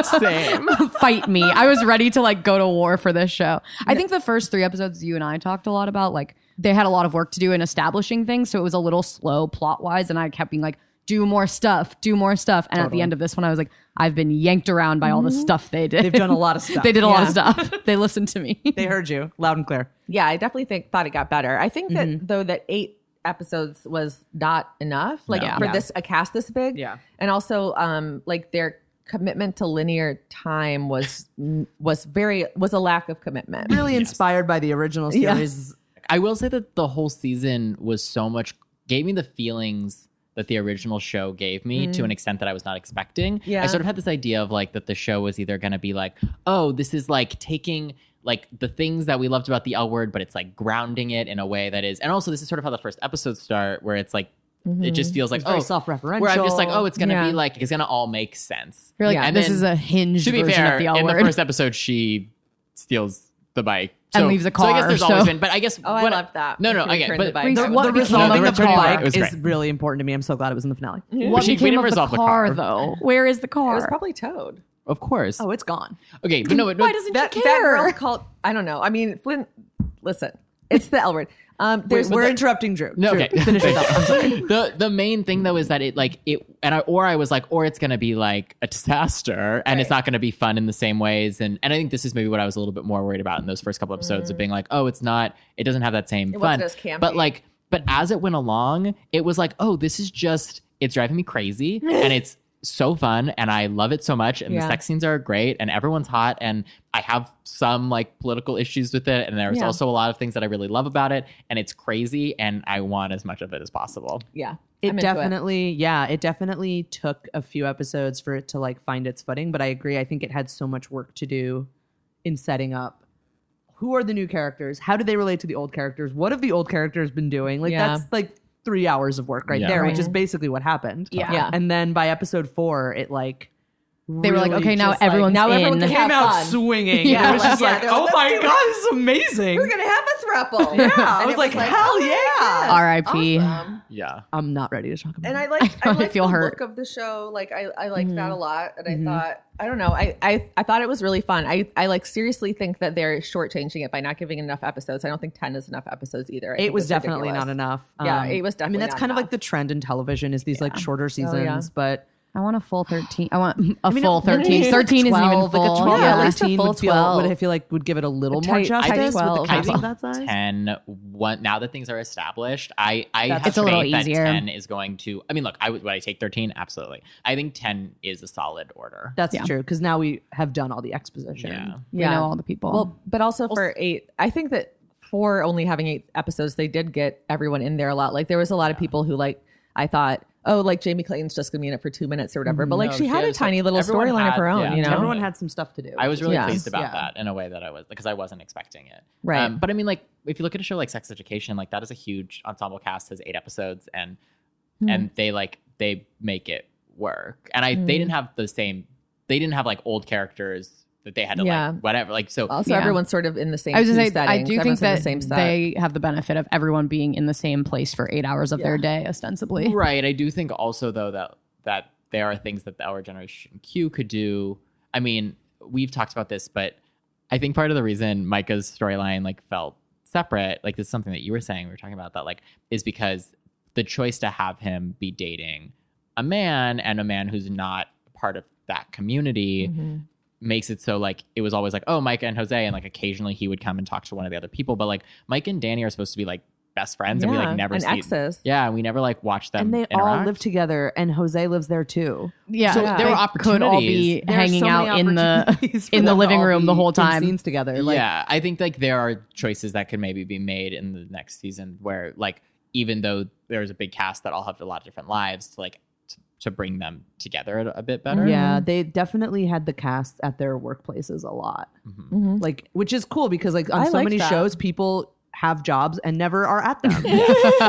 Speaker 2: Same.
Speaker 3: Fight me. I was ready to like go to war for this show. I think the first three episodes you and I talked a lot about, like they had a lot of work to do in establishing things, so it was a little slow plot wise, and I kept being like. Do more stuff, do more stuff. And at the end of this one, I was like, I've been yanked around by all the stuff they did.
Speaker 5: Mm-hmm. They've done a lot of stuff.
Speaker 3: they did a lot of stuff. They listened to me.
Speaker 5: They heard you loud and clear.
Speaker 4: yeah, I definitely think thought it got better. I think that though that eight episodes was not enough, like
Speaker 2: No.
Speaker 4: for
Speaker 2: Yeah.
Speaker 4: this a cast this big.
Speaker 5: Yeah.
Speaker 4: and also um like their commitment to linear time was was very was a lack of commitment.
Speaker 5: Really inspired by the original
Speaker 4: Yeah.
Speaker 5: series.
Speaker 2: I will say that the whole season was so much gave me the feelings that the original show gave me
Speaker 3: Mm.
Speaker 2: to an extent that I was not expecting.
Speaker 4: Yeah.
Speaker 2: I sort of had this idea of like that the show was either going to be like, oh, this is like taking like the things that we loved about the L word, but it's like grounding it in a way that is, and also this is sort of how the first episodes start, where it's like
Speaker 4: Mm-hmm.
Speaker 2: it
Speaker 3: Mm.
Speaker 2: just feels like
Speaker 5: It's
Speaker 2: oh,
Speaker 5: very self-referential.
Speaker 2: where I'm just like, oh, it's going to
Speaker 4: Yeah.
Speaker 2: be like it's going to all make sense.
Speaker 3: You're like,
Speaker 4: Yeah.
Speaker 2: And
Speaker 3: this
Speaker 2: then-
Speaker 3: is a hinged
Speaker 2: to be
Speaker 3: version
Speaker 2: fair,
Speaker 3: of the L
Speaker 2: in
Speaker 3: word.
Speaker 2: the first episode, she steals the bike
Speaker 3: And leaves a
Speaker 2: So I
Speaker 3: car,
Speaker 2: guess there's
Speaker 3: so-
Speaker 2: always been, but I guess
Speaker 4: Oh, I
Speaker 2: what-
Speaker 4: loved that.
Speaker 2: No, no,
Speaker 4: She
Speaker 2: I get,
Speaker 4: returned the
Speaker 2: but
Speaker 4: bike.
Speaker 3: Reese,
Speaker 4: That was
Speaker 3: what
Speaker 2: the
Speaker 3: became
Speaker 2: resolve
Speaker 5: resolving
Speaker 2: of
Speaker 5: of the
Speaker 2: the car
Speaker 5: bike
Speaker 2: was
Speaker 5: is
Speaker 2: great.
Speaker 5: really important to me. I'm so glad it was in the finale.
Speaker 3: What
Speaker 2: She- we
Speaker 3: became
Speaker 2: didn't
Speaker 3: of the
Speaker 2: resolve the
Speaker 3: car,
Speaker 2: car.
Speaker 3: though? Where is the car?
Speaker 4: It was probably Toad.
Speaker 2: of course.
Speaker 5: Oh, it's gone.
Speaker 2: Okay, but no, no
Speaker 3: Why doesn't
Speaker 4: That
Speaker 3: she
Speaker 4: that
Speaker 3: care?
Speaker 4: girl called. I don't know. I mean, Flynn. Listen, it's the L word. Um, there's
Speaker 5: Wait, we're
Speaker 4: the-
Speaker 5: interrupting Drew.
Speaker 2: no,
Speaker 5: Drew,
Speaker 2: okay.
Speaker 5: Finish it up. I'm sorry.
Speaker 2: the the main thing though is that it like it and I, or I was like or it's gonna be like a disaster and it's not gonna be fun in the same ways and and I think this is maybe what I was a little bit more worried about in those first couple
Speaker 5: Mm.
Speaker 2: episodes of being like oh it's not it doesn't have that same
Speaker 4: It
Speaker 2: fun
Speaker 4: wasn't as campy.
Speaker 2: but like but as it went along it was like oh this is just it's driving me crazy and it's so fun and I love it so much and the
Speaker 4: Yeah.
Speaker 2: sex scenes are great and everyone's hot and I have some like political issues with it and there's
Speaker 4: Yeah.
Speaker 2: also a lot of things that I really love about it and it's crazy and I want as much of it as possible.
Speaker 4: yeah.
Speaker 5: it
Speaker 4: I'm into
Speaker 5: definitely yeah it definitely took a few episodes for it to like find its footing but i agree i think it had so much work to do in setting up who are the new characters how do they relate to the old characters what have the old characters been doing like
Speaker 4: Yeah.
Speaker 5: that's like three hours of work right
Speaker 2: Yeah.
Speaker 5: there which is basically what happened
Speaker 3: Yeah.
Speaker 4: Yeah.
Speaker 5: and then by episode four it like
Speaker 3: They were like,
Speaker 5: really
Speaker 3: okay, now
Speaker 5: just, like,
Speaker 3: everyone's
Speaker 4: now
Speaker 3: in.
Speaker 4: everyone can
Speaker 5: came
Speaker 4: have
Speaker 5: out
Speaker 4: fun.
Speaker 5: swinging
Speaker 3: Yeah.
Speaker 5: it was just
Speaker 4: Yeah,
Speaker 5: like
Speaker 4: they're like,
Speaker 5: oh
Speaker 4: "Let's
Speaker 5: my
Speaker 4: do it."
Speaker 5: god this is amazing
Speaker 4: We're gonna have a throuple. Yeah, Oh
Speaker 5: I was like, hell yeah.
Speaker 3: R.I.P..
Speaker 2: Yeah.
Speaker 5: i'm not ready to talk about
Speaker 4: And
Speaker 5: it
Speaker 4: I liked, I,
Speaker 3: I
Speaker 4: liked
Speaker 3: feel
Speaker 4: the
Speaker 3: hurt.
Speaker 4: look of the show. Like, I, I liked
Speaker 5: Mm-hmm.
Speaker 4: that a lot. And I thought, I don't know, I, I, I thought it was really fun. I, I like seriously think that they're shortchanging it by not giving enough episodes. I don't think ten is enough episodes either. I think
Speaker 5: It was
Speaker 4: it's
Speaker 5: definitely
Speaker 4: ridiculous.
Speaker 5: not enough. Um,
Speaker 4: Yeah, it was
Speaker 5: I mean,
Speaker 4: definitely
Speaker 5: that's
Speaker 4: not
Speaker 5: kind of like
Speaker 4: enough.
Speaker 5: the trend in television is these like shorter seasons, but
Speaker 3: I want a full 13. I want a
Speaker 5: mean,
Speaker 3: full
Speaker 5: it really
Speaker 3: 13.
Speaker 5: is
Speaker 3: 13 isn't
Speaker 5: like
Speaker 3: even
Speaker 5: a 12,
Speaker 3: full.
Speaker 5: like a 12
Speaker 4: Yeah,
Speaker 5: or
Speaker 4: at least a
Speaker 5: 13
Speaker 4: full
Speaker 5: would feel,
Speaker 4: 12.
Speaker 5: would I feel like would give it a little
Speaker 4: A
Speaker 5: more
Speaker 4: tight-
Speaker 5: justice
Speaker 4: tight
Speaker 5: with the
Speaker 4: 12.
Speaker 5: casing
Speaker 2: Tight
Speaker 5: that size.
Speaker 2: 10 one now that things are established i i
Speaker 4: That's-
Speaker 2: have
Speaker 3: It's a little
Speaker 2: faith that
Speaker 3: easier.
Speaker 2: 10 is going to i mean look i would would i take 13 absolutely i think 10 is a solid order
Speaker 5: That's
Speaker 3: Yeah.
Speaker 5: true because now we have done all the exposition.
Speaker 2: yeah
Speaker 3: We
Speaker 4: Yeah.
Speaker 3: know all the people.
Speaker 4: Well, but also for eight, I think that for only having eight episodes, they did get everyone in there a lot. Like there was a lot of people who like I thought, oh, like Jamie Clayton's just gonna be in it for two minutes or whatever. But like
Speaker 2: No,
Speaker 4: she
Speaker 2: she
Speaker 4: had
Speaker 2: had
Speaker 4: a
Speaker 2: a-
Speaker 4: tiny little
Speaker 2: everyone
Speaker 4: storyline of
Speaker 2: had-
Speaker 4: her own,
Speaker 2: yeah.
Speaker 4: you know.
Speaker 2: Everyone
Speaker 5: Everyone had some stuff to do.
Speaker 2: I was really
Speaker 4: Yeah.
Speaker 2: pleased about
Speaker 5: Yeah.
Speaker 2: that in a way that I was because I wasn't expecting it. Um,
Speaker 4: Right.
Speaker 3: um,
Speaker 2: but I mean, like, if you look at a show like Sex Education, like that is a huge ensemble cast, has eight episodes, and
Speaker 4: Hmm.
Speaker 2: and they like they make it work. And I they didn't have the same. They didn't have like old characters that they had to
Speaker 4: Yeah.
Speaker 2: like whatever. Like so,
Speaker 4: also,
Speaker 3: Yeah.
Speaker 4: everyone's sort of in the same.
Speaker 3: I was gonna
Speaker 4: two
Speaker 3: say, I
Speaker 4: settings.
Speaker 3: do think
Speaker 4: Everyone's in
Speaker 3: that
Speaker 4: the same set.
Speaker 3: they have the benefit of everyone being in the same place for eight hours of their day, ostensibly.
Speaker 2: Right. I do think also though that that there are things that our generation Q could do. I mean, we've talked about this, but I think part of the reason Micah's storyline like felt separate, like this is something that you were saying, we were talking about that, like, is because the choice to have him be dating a man and a man who's not part of that community makes it so like it was always like, oh, Micah and Jose, and like occasionally he would come and talk to one of the other people. But like Mike and Danny are supposed to be like best friends and we
Speaker 4: Mm-hmm. Yeah,
Speaker 2: like never
Speaker 4: and
Speaker 2: see
Speaker 4: exes.
Speaker 2: yeah, and we never like watched them.
Speaker 5: and they all
Speaker 2: um, interact.
Speaker 5: live together, and Jose lives there too.
Speaker 3: Yeah,
Speaker 2: So there
Speaker 3: they
Speaker 2: were
Speaker 3: Could all be
Speaker 2: opportunities.
Speaker 5: There are
Speaker 3: hanging
Speaker 5: so many
Speaker 3: out in the
Speaker 5: opportunities for
Speaker 3: in the
Speaker 5: them to
Speaker 3: living
Speaker 5: all
Speaker 3: room the
Speaker 5: be
Speaker 3: whole
Speaker 5: in
Speaker 3: time.
Speaker 5: scenes together. Like,
Speaker 2: yeah, I think like there are choices that could maybe be made in the next season where like even though there's a big cast that all have a lot of different lives to like t- to bring them together a, a bit better.
Speaker 5: Yeah, they definitely had the casts at their workplaces a lot.
Speaker 2: Mhm.
Speaker 4: Mhm.
Speaker 5: Like, which is cool because like on
Speaker 4: I
Speaker 5: so
Speaker 4: like
Speaker 5: many
Speaker 4: that.
Speaker 5: shows, people have jobs and never are at them.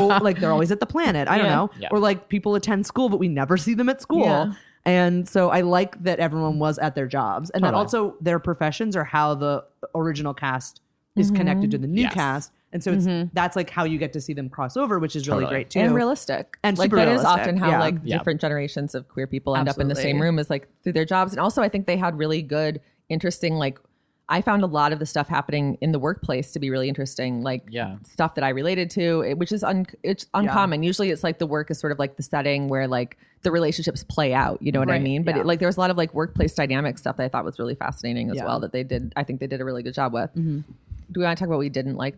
Speaker 5: Or, like they're always at the planet. I don't know.
Speaker 2: Yeah.
Speaker 5: Or like people attend school, but we never see them at school.
Speaker 4: Yeah.
Speaker 5: And so I like that everyone was at their jobs and that
Speaker 2: Totally.
Speaker 5: also their professions are how the original cast is
Speaker 4: Mm-hmm.
Speaker 5: connected to the new
Speaker 2: Yes.
Speaker 5: cast. And so it's that's like how you get to see them cross over, which is really
Speaker 2: Totally.
Speaker 5: great too.
Speaker 4: and realistic
Speaker 5: And
Speaker 4: like
Speaker 5: super
Speaker 4: that is
Speaker 5: realistic,
Speaker 4: often how
Speaker 5: yeah.
Speaker 4: like
Speaker 2: Yeah.
Speaker 4: different generations of queer people end up in the same
Speaker 3: Absolutely.
Speaker 4: room is like through their jobs and also i think they had really good interesting like i found a lot of the stuff happening in the workplace to be really interesting like
Speaker 2: Yeah.
Speaker 4: stuff that i related to it- which is un- it's uncommon usually it's like the work is sort of like the setting where like the relationships play out you know what i
Speaker 3: Right,
Speaker 4: mean but
Speaker 5: yeah.
Speaker 4: it, like there was a lot of like workplace dynamic stuff that i thought was really fascinating as
Speaker 5: Yeah. Mm-hmm.
Speaker 4: well that they did i think they did a really good job with do we want to talk about what we didn't like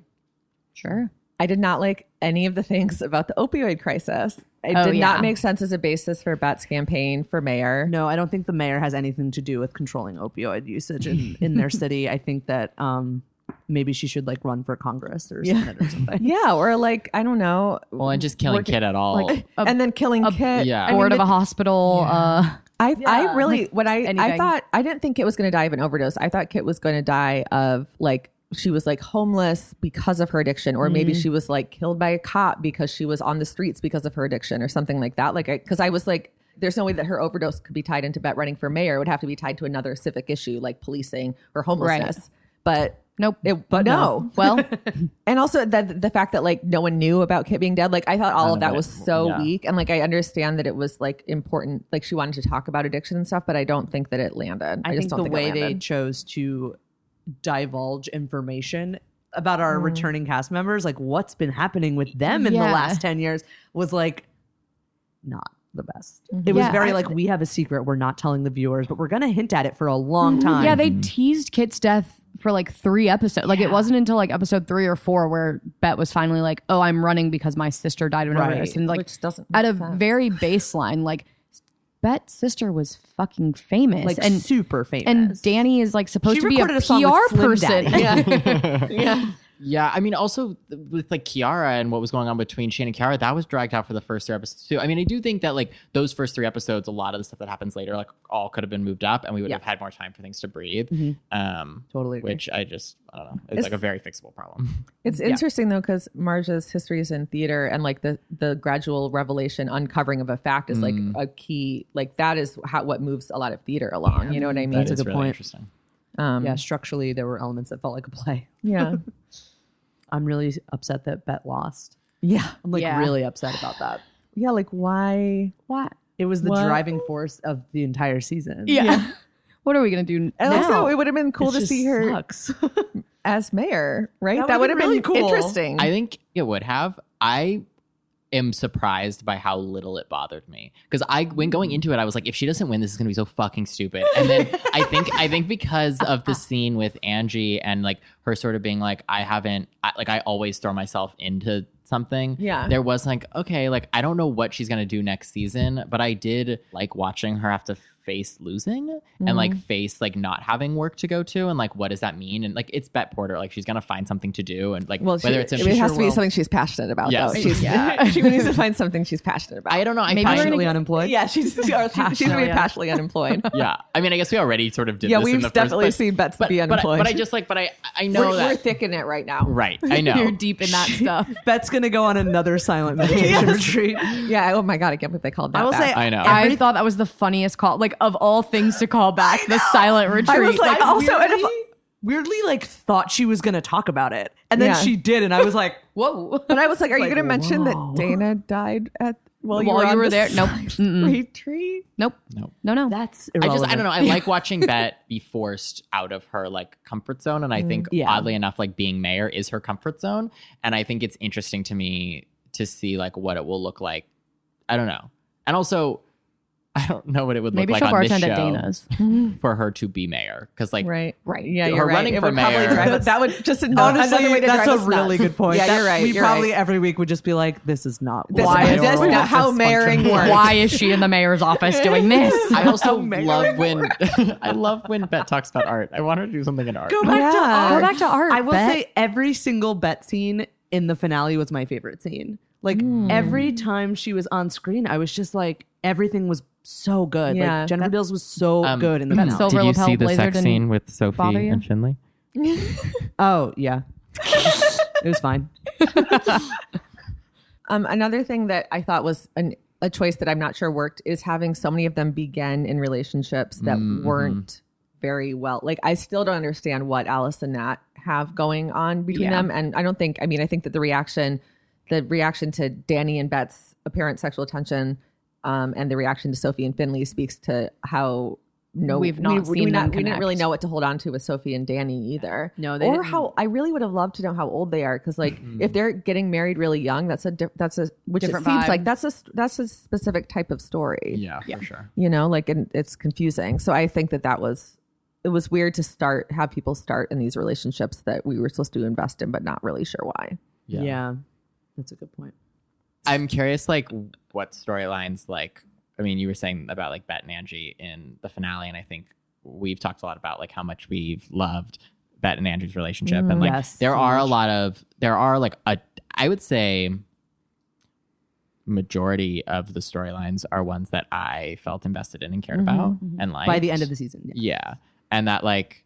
Speaker 3: Sure.
Speaker 4: I did not like any of the things about the opioid crisis. It
Speaker 3: Oh,
Speaker 4: did
Speaker 3: yeah.
Speaker 4: not make sense as a basis for Bet's campaign for mayor.
Speaker 5: No, I don't think the mayor has anything to do with controlling opioid usage in, in their city. I think that um, maybe she should like run for Congress or, Senate or something.
Speaker 4: Yeah, or like I don't know,
Speaker 2: Well, and just killing Kid at all.
Speaker 4: and then killing Kit.
Speaker 2: yeah.
Speaker 4: I, mean,
Speaker 3: Board
Speaker 4: the-
Speaker 3: of a hospital. Uh,
Speaker 4: I, I really when I I
Speaker 3: anything.
Speaker 4: thought I didn't think Kit was going to die of an overdose. I thought Kit was going to die of like she was like homeless because of her addiction, or maybe she was like killed by a cop because she was on the streets because of her addiction, or something like that. Like because I was like. There's no way that her overdose could be tied into Bet running for mayor. It would have to be tied to another civic issue like policing or homelessness. But
Speaker 3: nope.
Speaker 4: It, but no.
Speaker 3: Well,
Speaker 4: And also the the fact that like no one knew about Kit being dead, like I thought all
Speaker 2: None
Speaker 4: of
Speaker 2: of
Speaker 4: that
Speaker 2: it.
Speaker 4: was so
Speaker 2: Yeah.
Speaker 4: weak. And like I understand that it was like important, like she wanted to talk about addiction and stuff, but I don't think that it landed. I,
Speaker 5: I
Speaker 4: just
Speaker 5: think
Speaker 4: don't
Speaker 5: the
Speaker 4: think
Speaker 5: way
Speaker 4: it
Speaker 5: they
Speaker 4: landed.
Speaker 5: chose to divulge information about our returning cast members, like what's been happening with them in the
Speaker 3: Yeah.
Speaker 5: last 10 years, was like not the best. It was
Speaker 3: Yeah,
Speaker 5: very
Speaker 3: I-
Speaker 5: like, we have a secret we're not telling the viewers, but we're going to hint at it for a long time.
Speaker 3: yeah, they teased Kit's death for like three episodes. Like it wasn't until like episode three or four where Bet was finally like, "Oh, I'm running because my sister died of an
Speaker 5: Right.
Speaker 3: overdose," and like
Speaker 4: Which doesn't
Speaker 3: at a
Speaker 4: make sense.
Speaker 3: very baseline, like Bet's sister was fucking famous,
Speaker 5: like
Speaker 3: and
Speaker 5: super famous.
Speaker 3: and Danny is like supposed
Speaker 5: she
Speaker 3: to be a
Speaker 5: recorded
Speaker 3: PR
Speaker 5: a, song with Slim
Speaker 3: person.
Speaker 5: Daddy.
Speaker 2: Yeah, I mean, also th- with like Kiara and what was going on between Shane and Kiara, that was dragged out for the first three episodes too. I mean, I do think that like those first three episodes, a lot of the stuff that happens later, like all could have been moved up, and we would have had more time for things to breathe. Um,
Speaker 5: Mm-hmm. Totally agree.
Speaker 2: Which I just, I don't know, it's like a very fixable problem.
Speaker 4: It's interesting though, because Marja's history is in theater, and like the the gradual revelation, uncovering of a fact is like a key. Like that is how what moves a lot of theater along. You know what I mean?
Speaker 2: That's
Speaker 5: a good
Speaker 2: really
Speaker 5: point.
Speaker 2: Interesting.
Speaker 4: Um,
Speaker 5: yeah, structurally there were elements that felt like a play.
Speaker 4: yeah,
Speaker 5: I'm really upset that Bet lost.
Speaker 4: yeah,
Speaker 5: I'm like
Speaker 3: Yeah.
Speaker 5: really upset about that.
Speaker 4: yeah. Like why?
Speaker 3: What?
Speaker 5: It was the
Speaker 4: What?
Speaker 5: driving force of the entire season.
Speaker 3: Yeah. What are we gonna do?
Speaker 4: And
Speaker 5: Now,
Speaker 4: also, it would have been cool
Speaker 5: It
Speaker 4: to
Speaker 5: just
Speaker 4: see her
Speaker 5: sucks.
Speaker 4: as mayor, right?
Speaker 5: That
Speaker 4: That would
Speaker 5: would've
Speaker 4: have
Speaker 5: been really
Speaker 4: been
Speaker 5: cool.
Speaker 4: interesting.
Speaker 2: I think it would have. I am surprised by how little it bothered me because I when going into it I was like if she doesn't win this is gonna be so fucking stupid and then I think I think because of the scene with Angie and like her sort of being like I haven't I, like I always throw myself into something
Speaker 4: Yeah.
Speaker 2: there was like okay like I don't know what she's gonna do next season but I did like watching her have to face losing and like face like not having work to go to and like what does that mean and like it's Bet Porter like she's gonna find something to do and like
Speaker 4: Well, she,
Speaker 2: whether it's in
Speaker 4: it has
Speaker 2: Future
Speaker 4: to be
Speaker 2: World-
Speaker 4: something she's passionate about.
Speaker 2: Yes.
Speaker 4: Though. She's,
Speaker 2: Yeah.
Speaker 4: she needs to find something she's passionate about.
Speaker 2: I don't know I
Speaker 3: Maybe we're
Speaker 2: find-
Speaker 3: gonna
Speaker 5: Passionately unemployed.
Speaker 4: yeah, she's she's going to be passionately unemployed.
Speaker 2: yeah. I mean, I guess we already sort of did.
Speaker 4: Yeah,
Speaker 2: this in
Speaker 4: we've
Speaker 2: the first-
Speaker 4: definitely
Speaker 2: but-
Speaker 4: seen Bets
Speaker 2: but,
Speaker 4: be
Speaker 2: but I-
Speaker 4: unemployed.
Speaker 2: But, I just like, but I I know
Speaker 4: we're,
Speaker 2: that
Speaker 4: we're thick in it right now.
Speaker 2: right. I know.
Speaker 3: You're deep in that stuff.
Speaker 5: Bet's gonna go on another silent meditation retreat.
Speaker 4: Yeah. Oh my god, I can't believe they called that.
Speaker 5: I will
Speaker 4: back.
Speaker 5: say,
Speaker 2: I know.
Speaker 3: I thought that was the funniest call. Like of all things to call back, the silent retreat.
Speaker 5: I was like,
Speaker 3: Like,
Speaker 5: also and if-
Speaker 3: weirdly-
Speaker 5: weirdly like thought she was gonna talk about it, and then
Speaker 4: Yeah.
Speaker 5: she did, and I was like,
Speaker 3: whoa.
Speaker 4: But I was like, are you
Speaker 5: like,
Speaker 4: going to mention
Speaker 5: whoa.
Speaker 4: that Dana died at while you
Speaker 3: While
Speaker 4: were,
Speaker 3: you
Speaker 4: on
Speaker 3: were
Speaker 4: the
Speaker 3: there? Nope. Mm-mm.
Speaker 4: Retreat.
Speaker 3: Nope.
Speaker 2: Nope.
Speaker 3: No, no. That's
Speaker 2: I just I don't know. I like watching Bet be forced out of her like comfort zone, and I think
Speaker 4: Mm, yeah.
Speaker 2: oddly enough, like being mayor is her comfort zone, and I think it's interesting to me to see like what it will look like. I don't know, and also I don't know what it would
Speaker 3: Maybe
Speaker 2: look
Speaker 3: she'll
Speaker 2: like on this
Speaker 3: bartend
Speaker 2: show
Speaker 3: at Dana's.
Speaker 2: for her to be mayor because like
Speaker 4: Right.
Speaker 3: Right.
Speaker 4: Yeah.
Speaker 2: Her
Speaker 4: You're right.
Speaker 2: running
Speaker 4: It
Speaker 2: for
Speaker 4: would probably
Speaker 2: mayor.
Speaker 4: drive us- That would just another,
Speaker 5: honestly,
Speaker 4: another way to
Speaker 5: that's
Speaker 4: drive
Speaker 5: a
Speaker 4: us
Speaker 5: really
Speaker 4: nuts.
Speaker 5: good point.
Speaker 4: Yeah,
Speaker 5: That-
Speaker 4: you're right.
Speaker 5: We
Speaker 4: you're
Speaker 5: probably
Speaker 4: right.
Speaker 5: every week would just be like, this is not
Speaker 4: This-
Speaker 5: why
Speaker 4: this
Speaker 5: our
Speaker 4: is
Speaker 5: office
Speaker 4: not how
Speaker 5: functions.
Speaker 4: mayoring works.
Speaker 3: Why is she in the mayor's office doing this?
Speaker 2: I also
Speaker 5: mayor.
Speaker 2: love when I love when Bet talks about art. I want her to do something in art.
Speaker 5: Go back to
Speaker 4: Yeah.
Speaker 5: art.
Speaker 3: Go back to art,
Speaker 5: I will
Speaker 3: Bet.
Speaker 5: say every single bet scene in the finale was my favorite scene. Like every time she was on screen, I was just like everything was so good.
Speaker 4: Yeah.
Speaker 5: like Jennifer Beals was so
Speaker 2: Um,
Speaker 5: good in the finale.
Speaker 3: Silver
Speaker 2: Did you
Speaker 3: lapel
Speaker 2: see the
Speaker 3: blazer
Speaker 2: sex
Speaker 3: didn't
Speaker 2: scene with Sophie
Speaker 3: bother you?
Speaker 2: and Finley?
Speaker 5: oh yeah, it was fine.
Speaker 4: Um, another thing that I thought was an, a choice that I'm not sure worked is having so many of them begin in relationships that weren't very well. Like, I still don't understand what Alice and Nat have going on between
Speaker 3: Yeah.
Speaker 4: them. And I don't think, I mean, I think that the reaction, the reaction to Danny and Bet's apparent sexual tension um, and the reaction to Sophie and Finley speaks to how. No,
Speaker 3: We've not
Speaker 4: we,
Speaker 3: seen
Speaker 4: we,
Speaker 3: them
Speaker 4: we didn't really
Speaker 3: connect.
Speaker 4: know what to hold on to with Sophie and Danny either.
Speaker 5: No, they
Speaker 4: or
Speaker 5: didn't.
Speaker 4: how I really would have loved to know how old they are because like if they're getting married really young, that's a diff- that's a which
Speaker 3: Different
Speaker 4: it seems
Speaker 3: vibe.
Speaker 4: like that's a that's a specific type of story.
Speaker 2: for sure.
Speaker 4: you know, like and it's confusing. So I think that that was it was weird to start have people start in these relationships that we were supposed to invest in, but not really sure why.
Speaker 5: Yeah. that's a good point.
Speaker 2: I'm curious, like, what storylines, like, I mean, you were saying about, like, Bet and Angie in the finale, and I think we've talked a lot about, like, how much we've loved Bet and Angie's relationship. and, like,
Speaker 5: Yes,
Speaker 2: there
Speaker 5: so
Speaker 2: are a lot of, there are, like, a, I would say, majority of the storylines are ones that I felt invested in and cared about and like
Speaker 5: Mm-hmm. By the end of the season, yeah.
Speaker 2: Yeah. And that like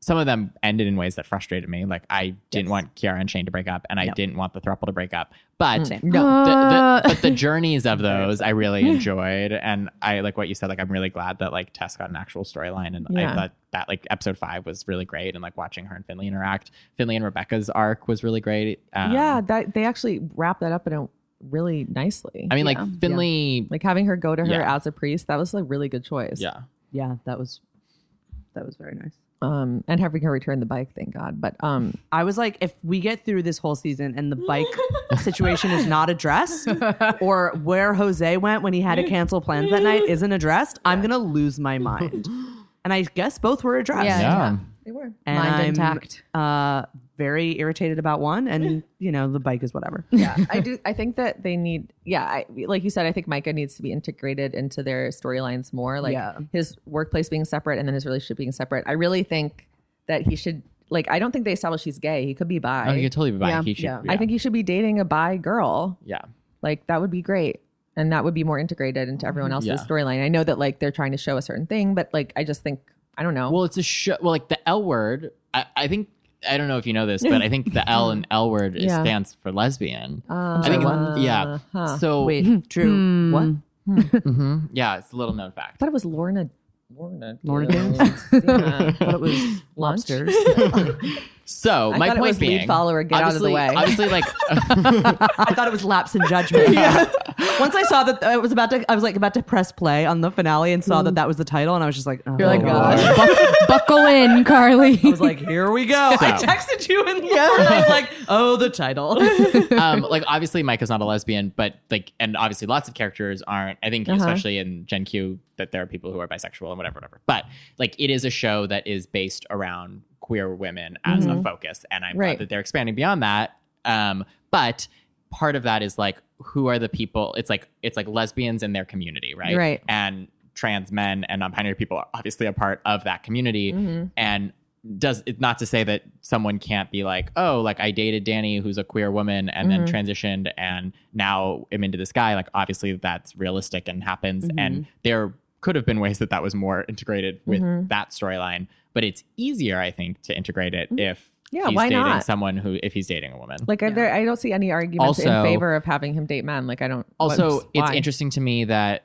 Speaker 2: some of them ended in ways that frustrated me. Like I didn't want Kiara and Shane to break up and I didn't want the throuple to break up. But the, the, but the journeys of those I really enjoyed. And I like what you said, like I'm really glad that like Tess got an actual storyline and I
Speaker 4: Yeah.
Speaker 2: thought that like episode five was really great and like watching her and Finley interact. Finley and Rebecca's arc was really great. Um,
Speaker 4: yeah, that they actually wrap that up in a really nicely.
Speaker 2: I mean like Finley
Speaker 4: like having her go to her
Speaker 2: Yeah.
Speaker 4: as a priest, that was a really good choice.
Speaker 2: Yeah.
Speaker 5: Yeah, that was that was very nice.
Speaker 4: Um, and having her return the bike, thank God. But um,
Speaker 5: I was like, if we get through this whole season and the bike situation is not addressed, or where Jose went when he had to cancel plans that night isn't addressed, I'm gonna lose my mind. And I guess both were addressed.
Speaker 3: Yeah.
Speaker 2: Yeah.
Speaker 4: they were.
Speaker 5: And
Speaker 3: Mind
Speaker 5: I'm,
Speaker 3: intact.
Speaker 5: Uh, very irritated about one, and you know the bike is whatever.
Speaker 4: yeah i do i think that they need yeah I, like you said i think micah needs to be integrated into their storylines more like
Speaker 5: Yeah.
Speaker 4: his workplace being separate and then his relationship being separate i really think that he should like i don't think they established he's gay he could be bi
Speaker 2: Oh, you're totally buying.
Speaker 3: Yeah.
Speaker 2: He should, yeah.
Speaker 4: i think he should be dating a bi girl
Speaker 2: yeah.
Speaker 4: like that would be great and that would be more integrated into everyone else's
Speaker 2: Mm-hmm. Yeah.
Speaker 4: storyline i know that like they're trying to show a certain thing but like i just think i don't know
Speaker 2: Well, it's a show. Well, like the L word, I, I think I don't know if you know this, but I think the L and L word is-
Speaker 4: Yeah.
Speaker 2: stands for lesbian.
Speaker 4: Uh,
Speaker 2: I think,
Speaker 4: uh,
Speaker 2: yeah.
Speaker 4: huh.
Speaker 2: So,
Speaker 5: Wait, true.
Speaker 2: Hmm.
Speaker 5: What?
Speaker 2: mhm. yeah, it's a little known fact.
Speaker 4: I thought it was Lorna. Lorna.
Speaker 5: Lorna
Speaker 4: Dance. Yeah.
Speaker 5: But it was
Speaker 4: Lunch?
Speaker 3: lobsters.
Speaker 2: So
Speaker 4: I
Speaker 2: my
Speaker 4: thought it
Speaker 2: point
Speaker 4: was lead
Speaker 2: being,
Speaker 4: follower, get out of the
Speaker 2: obviously-
Speaker 4: way.
Speaker 2: Obviously, like
Speaker 5: I thought it was lapse in judgment. Once I saw that I was about to, I was like about to press play on the finale and saw that that was the title, and I was just like, oh,
Speaker 3: You're like,
Speaker 5: Lord.
Speaker 3: "Buck- buckle in, Carly.
Speaker 5: I was like, here we go. I texted you and I was like, oh, the title.
Speaker 2: um, like obviously Mike is not a lesbian, but like, and obviously lots of characters aren't. I think especially in Gen Q that there are people who are bisexual and whatever, whatever. But like, it is a show that is based around queer women as a focus, and I'm glad
Speaker 4: Right.
Speaker 2: that they're expanding beyond that. Um, but part of that is like, who are the people? It's like it's like lesbians in their community, right?
Speaker 4: Right.
Speaker 2: And trans men and non-binary people are obviously a part of that community,
Speaker 4: Mm-hmm.
Speaker 2: and does it's not to say that someone can't be like, oh, like I dated Danny, who's a queer woman, and
Speaker 4: Mm-hmm.
Speaker 2: then transitioned, and now am into this guy. Like, obviously, that's realistic and happens.
Speaker 4: Mm-hmm.
Speaker 2: And there could have been ways that that was more integrated with
Speaker 4: Mm-hmm.
Speaker 2: that storyline, but it's easier, I think, to integrate it if
Speaker 4: Mm-hmm. Yeah,
Speaker 2: he's
Speaker 4: why
Speaker 2: dating
Speaker 4: not?
Speaker 2: someone who if he's dating a woman.
Speaker 4: Like, are there, I don't see any arguments
Speaker 2: Also-
Speaker 4: in favor of having him date men. Like, I don't.
Speaker 2: also
Speaker 4: what's-
Speaker 2: it's
Speaker 4: why?
Speaker 2: interesting to me that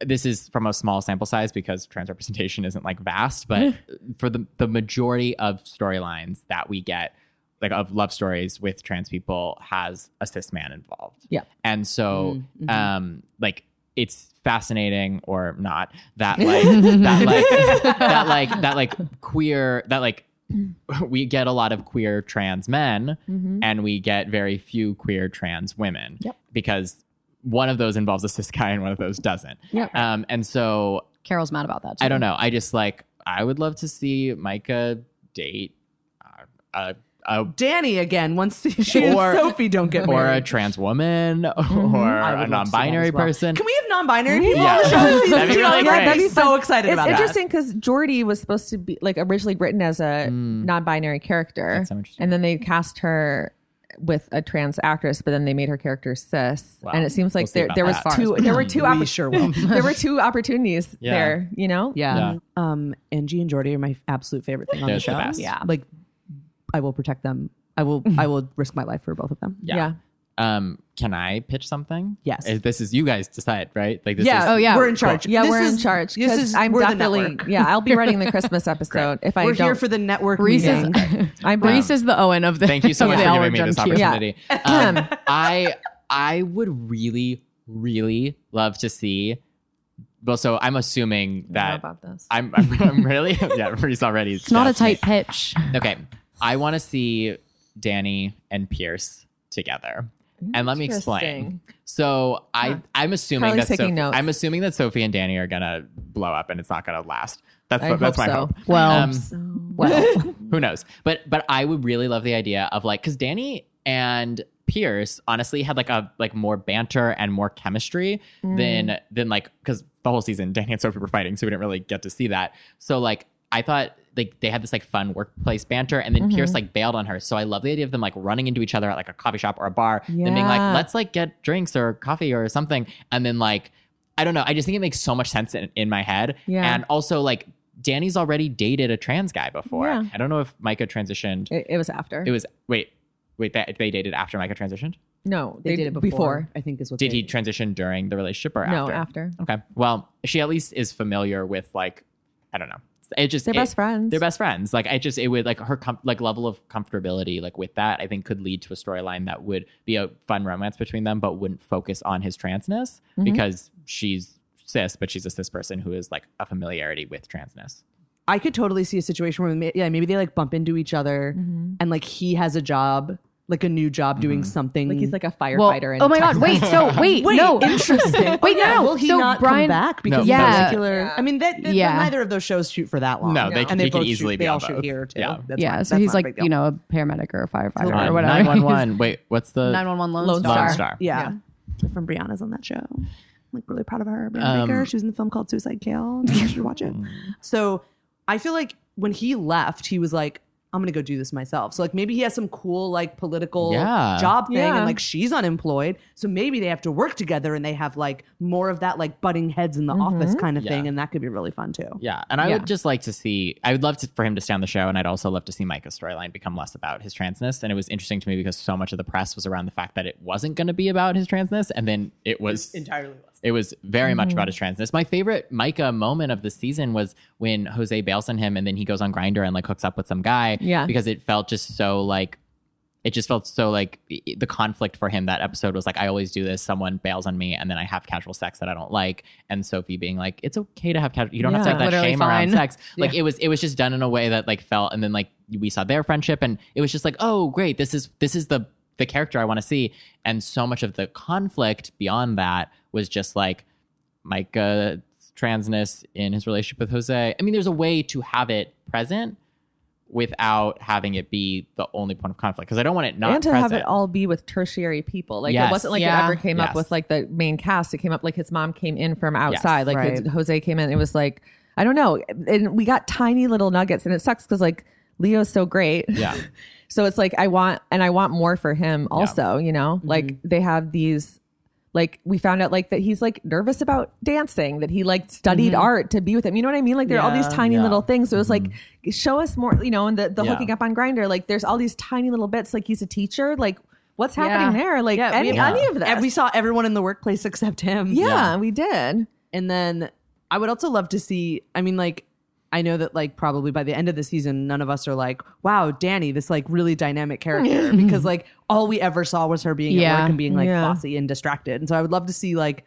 Speaker 2: this is from a small sample size because trans representation isn't like vast but for the, the majority of storylines that we get like of love stories with trans people has a cis man involved
Speaker 4: Yeah. Mm-hmm.
Speaker 2: and so
Speaker 5: Mm, mhm.
Speaker 2: um like it's fascinating or not that like that like that like that like queer that like we get a lot of queer trans men and we get very few queer trans women
Speaker 4: Mm-hmm. Yep.
Speaker 2: because one of those involves a cis guy and one of those doesn't.
Speaker 4: Yep.
Speaker 2: Um, and so
Speaker 3: Carol's mad about that. Too.
Speaker 2: I don't know. I just like I would love to see Micah date uh, a, a
Speaker 5: Danny again. Once she
Speaker 2: Or-
Speaker 5: and Sophie don't get
Speaker 2: or a
Speaker 5: married.
Speaker 2: trans woman or
Speaker 5: Mm-hmm. I
Speaker 2: a
Speaker 5: would love to see that
Speaker 2: non-binary
Speaker 5: as well.
Speaker 2: person.
Speaker 5: Can we have non-binary people
Speaker 2: Yeah.
Speaker 5: on the show? this
Speaker 2: That'd be
Speaker 5: season?
Speaker 2: really
Speaker 5: Like, I'd
Speaker 2: great.
Speaker 5: be so excited
Speaker 4: It's
Speaker 5: about that.
Speaker 4: interesting because Jordy was supposed to be like originally written as a non-binary character,
Speaker 2: Mm. That's so interesting.
Speaker 4: and then they cast her with a trans actress, but then they made her character cis,
Speaker 2: Wow.
Speaker 4: and it seems
Speaker 2: We'll
Speaker 4: like
Speaker 2: see
Speaker 4: there
Speaker 2: about
Speaker 4: there was
Speaker 2: that.
Speaker 4: two there were two
Speaker 5: We
Speaker 4: oppor-
Speaker 5: sure will.
Speaker 4: there were two opportunities
Speaker 2: Yeah.
Speaker 4: there, you know.
Speaker 5: Yeah.
Speaker 2: Yeah.
Speaker 5: Um, Angie and Jordy are my absolute favorite thing on
Speaker 2: They're
Speaker 5: the
Speaker 2: the
Speaker 5: show.
Speaker 2: best. Yeah.
Speaker 5: Like, I will protect them. I will. I will risk my life for both of them.
Speaker 2: yeah. Um, can I pitch something?
Speaker 5: Yes.
Speaker 2: Uh, This is you guys decide, right? Like this
Speaker 5: Yeah.
Speaker 2: is
Speaker 3: Oh yeah.
Speaker 5: We're in charge.
Speaker 4: Yeah,
Speaker 5: This
Speaker 4: we're in
Speaker 5: is-
Speaker 4: charge.
Speaker 5: This
Speaker 4: 'cause
Speaker 5: is.
Speaker 4: I'm
Speaker 5: we're the
Speaker 4: definitely
Speaker 5: network.
Speaker 4: yeah. I'll be running the Christmas episode if I
Speaker 5: We're
Speaker 4: don't.
Speaker 5: here for the network.
Speaker 3: Reese is,
Speaker 5: meeting.
Speaker 4: I'm
Speaker 3: Reese is the Owen of the.
Speaker 2: Thank you so
Speaker 3: of
Speaker 2: much
Speaker 3: the
Speaker 2: for
Speaker 3: Elwood
Speaker 2: giving me
Speaker 3: Gen
Speaker 2: this
Speaker 3: Q.
Speaker 2: opportunity. Um, I I would really, really love to see. Well, so I'm assuming
Speaker 4: How
Speaker 2: that
Speaker 4: about this.
Speaker 2: I'm, I'm, I'm really yeah. Reese already.
Speaker 3: It's not a tight pitch.
Speaker 2: Okay, I want to see Danny and Pierce together, and let me explain.
Speaker 4: Interesting.
Speaker 2: So I I'm assuming
Speaker 4: Carly's
Speaker 2: that
Speaker 4: taking
Speaker 2: Sophie,
Speaker 4: notes.
Speaker 2: I'm assuming that Sophie and Danny are gonna blow up, and it's not gonna last. That's
Speaker 4: I
Speaker 2: what- that's
Speaker 4: hope
Speaker 2: my
Speaker 4: so.
Speaker 2: hope.
Speaker 3: Well,
Speaker 2: Um,
Speaker 3: well,
Speaker 2: who knows but but i would really love the idea of like because danny and pierce honestly had like a like more banter and more chemistry
Speaker 4: Mm.
Speaker 2: than than like because the whole season danny and sophie were fighting so we didn't really get to see that so like i thought like they had this like fun workplace banter and then
Speaker 4: Mm-hmm.
Speaker 2: pierce like bailed on her so i love the idea of them like running into each other at like a coffee shop or a bar and then being like
Speaker 4: Yeah.
Speaker 2: let's like get drinks or coffee or something and then like i don't know i just think it makes so much sense in, in my head
Speaker 4: Yeah.
Speaker 2: and also like danny's already dated a trans guy before
Speaker 4: Yeah.
Speaker 2: I don't know if Micah transitioned. It,
Speaker 4: It, it was after.
Speaker 2: was wait, wait. That they dated after Micah transitioned.
Speaker 4: no,
Speaker 5: They did it before. I think is what
Speaker 2: Did
Speaker 5: they,
Speaker 2: he transition during the relationship or
Speaker 4: No,
Speaker 2: after?
Speaker 4: after.
Speaker 2: Okay. Well, she at least is familiar with like I don't know. It just
Speaker 4: They're
Speaker 2: it-
Speaker 4: best friends.
Speaker 2: They're best friends. Like I just it would like her com- like level of comfortability like with that I think could lead to a storyline that would be a fun romance between them, but wouldn't focus on his transness because she's cis, but she's a cis person who is like a familiarity with transness.
Speaker 5: I could totally see a situation where, ma- yeah, maybe they like bump into each other, and like he has a job, like a new job,
Speaker 2: Mm-hmm.
Speaker 5: doing something.
Speaker 4: Like he's like a
Speaker 3: well,
Speaker 4: firefighter. in
Speaker 3: oh my god!
Speaker 4: Texas.
Speaker 3: Wait, so wait,
Speaker 5: Wait,
Speaker 3: no,
Speaker 5: interesting.
Speaker 3: Wait,
Speaker 5: Oh,
Speaker 3: no,
Speaker 5: yeah,
Speaker 3: no.
Speaker 5: Will he
Speaker 3: so
Speaker 5: not
Speaker 3: Brian,
Speaker 5: come back because
Speaker 2: No.
Speaker 5: of
Speaker 3: Yeah.
Speaker 5: particular? I mean, that, that-
Speaker 3: Yeah.
Speaker 5: neither of those shows shoot for that long.
Speaker 2: No, they-
Speaker 5: and
Speaker 2: they
Speaker 5: they
Speaker 2: could
Speaker 5: both
Speaker 2: easily
Speaker 5: shoot,
Speaker 2: be
Speaker 5: they all
Speaker 2: on
Speaker 5: shoot
Speaker 2: both.
Speaker 5: here too.
Speaker 2: Yeah.
Speaker 5: That's
Speaker 3: yeah.
Speaker 5: fine.
Speaker 3: so
Speaker 5: That's
Speaker 3: he's
Speaker 5: not a
Speaker 3: like
Speaker 5: big deal.
Speaker 3: you know a paramedic or a firefighter or whatever.
Speaker 2: Uh, Nine one one. Wait, what's the
Speaker 3: Nine one one Lone
Speaker 4: Lone
Speaker 2: Lone
Speaker 3: Star.
Speaker 2: Star?
Speaker 5: yeah.
Speaker 7: My friend Brianna's on that show. I'm like really proud of her. Brianna
Speaker 2: Um,
Speaker 7: Baker. She was in the film called Suicide Kill. You should watch it.
Speaker 5: So I feel like when he left, he was like, I'm gonna go do this myself. So like maybe he has some cool like political
Speaker 2: Yeah.
Speaker 5: job thing,
Speaker 4: Yeah.
Speaker 5: and like she's unemployed, so maybe they have to work together, and they have like more of that like butting heads in the
Speaker 4: Mm-hmm.
Speaker 5: office kind of
Speaker 2: Yeah.
Speaker 5: thing, and that could be really fun too.
Speaker 2: Yeah, and I
Speaker 4: Yeah.
Speaker 2: would just like to see. I would love to, for him to stay on the show, and I'd also love to see Micah's storyline become less about his transness. And it was interesting to me because so much of the press was around the fact that it wasn't going to be about his transness, and then it was entirely. It was Mm-hmm. very much about his transness. My favorite Micah moment of the season was when Jose bails on him, and then he goes on Grinder and like hooks up with some guy.
Speaker 4: Yeah.
Speaker 2: because it felt just so like. It just felt so like i- the conflict for him that episode was like, I always do this. Someone bails on me, and then I have casual sex that I don't like. And Sophie being like, it's okay to have casual. You don't have to
Speaker 4: Yeah.
Speaker 2: have that
Speaker 3: Literally
Speaker 2: shame around
Speaker 3: fine.
Speaker 2: sex. Like it was, it was just done in a way that like felt, and then like we saw their friendship, and it was just like, oh great, this is this is the the character I want to see. And so much of the conflict beyond that was just like Micah transness in his relationship with Jose. I mean, there's a way to have it present without having it be the only point of conflict because I don't want it not
Speaker 4: and to
Speaker 2: present.
Speaker 4: have it all be with tertiary people. Like
Speaker 2: Yes.
Speaker 4: it wasn't like
Speaker 3: Yeah.
Speaker 4: it ever came
Speaker 2: Yes.
Speaker 4: up with like the main cast. It came up like his mom came in from outside. like
Speaker 5: Right.
Speaker 4: his- Jose came in. It was like I don't know. And we got tiny little nuggets, and it sucks because like Leo's so great.
Speaker 2: yeah,
Speaker 4: So it's like I want and I want more for him also, you know?
Speaker 5: Mm-hmm.
Speaker 4: Like they have these like we found out like that he's like nervous about dancing, that he like studied art to be with him. You know what I mean? Like there are all these
Speaker 5: Mm-hmm. Yeah, Mm-hmm.
Speaker 4: tiny
Speaker 2: yeah.
Speaker 4: little things. So it's like show us more, you know, and the, the
Speaker 2: Yeah.
Speaker 4: hooking up on grinder, like there's all these tiny little bits. Like he's a teacher. Like what's happening
Speaker 3: Yeah.
Speaker 4: there? Like
Speaker 5: Yeah,
Speaker 4: any,
Speaker 5: we-
Speaker 4: any of this.
Speaker 5: And we saw everyone in the workplace except him.
Speaker 4: yeah, we did.
Speaker 5: And then I would also love to see, I mean, like, I know that, like, probably by the end of the season, none of us are like, wow, Danny, this, like, really dynamic character. because, like, all we ever saw was her being at
Speaker 3: Yeah.
Speaker 5: work and being, like,
Speaker 4: Yeah.
Speaker 5: bossy and distracted. And so I would love to see, like,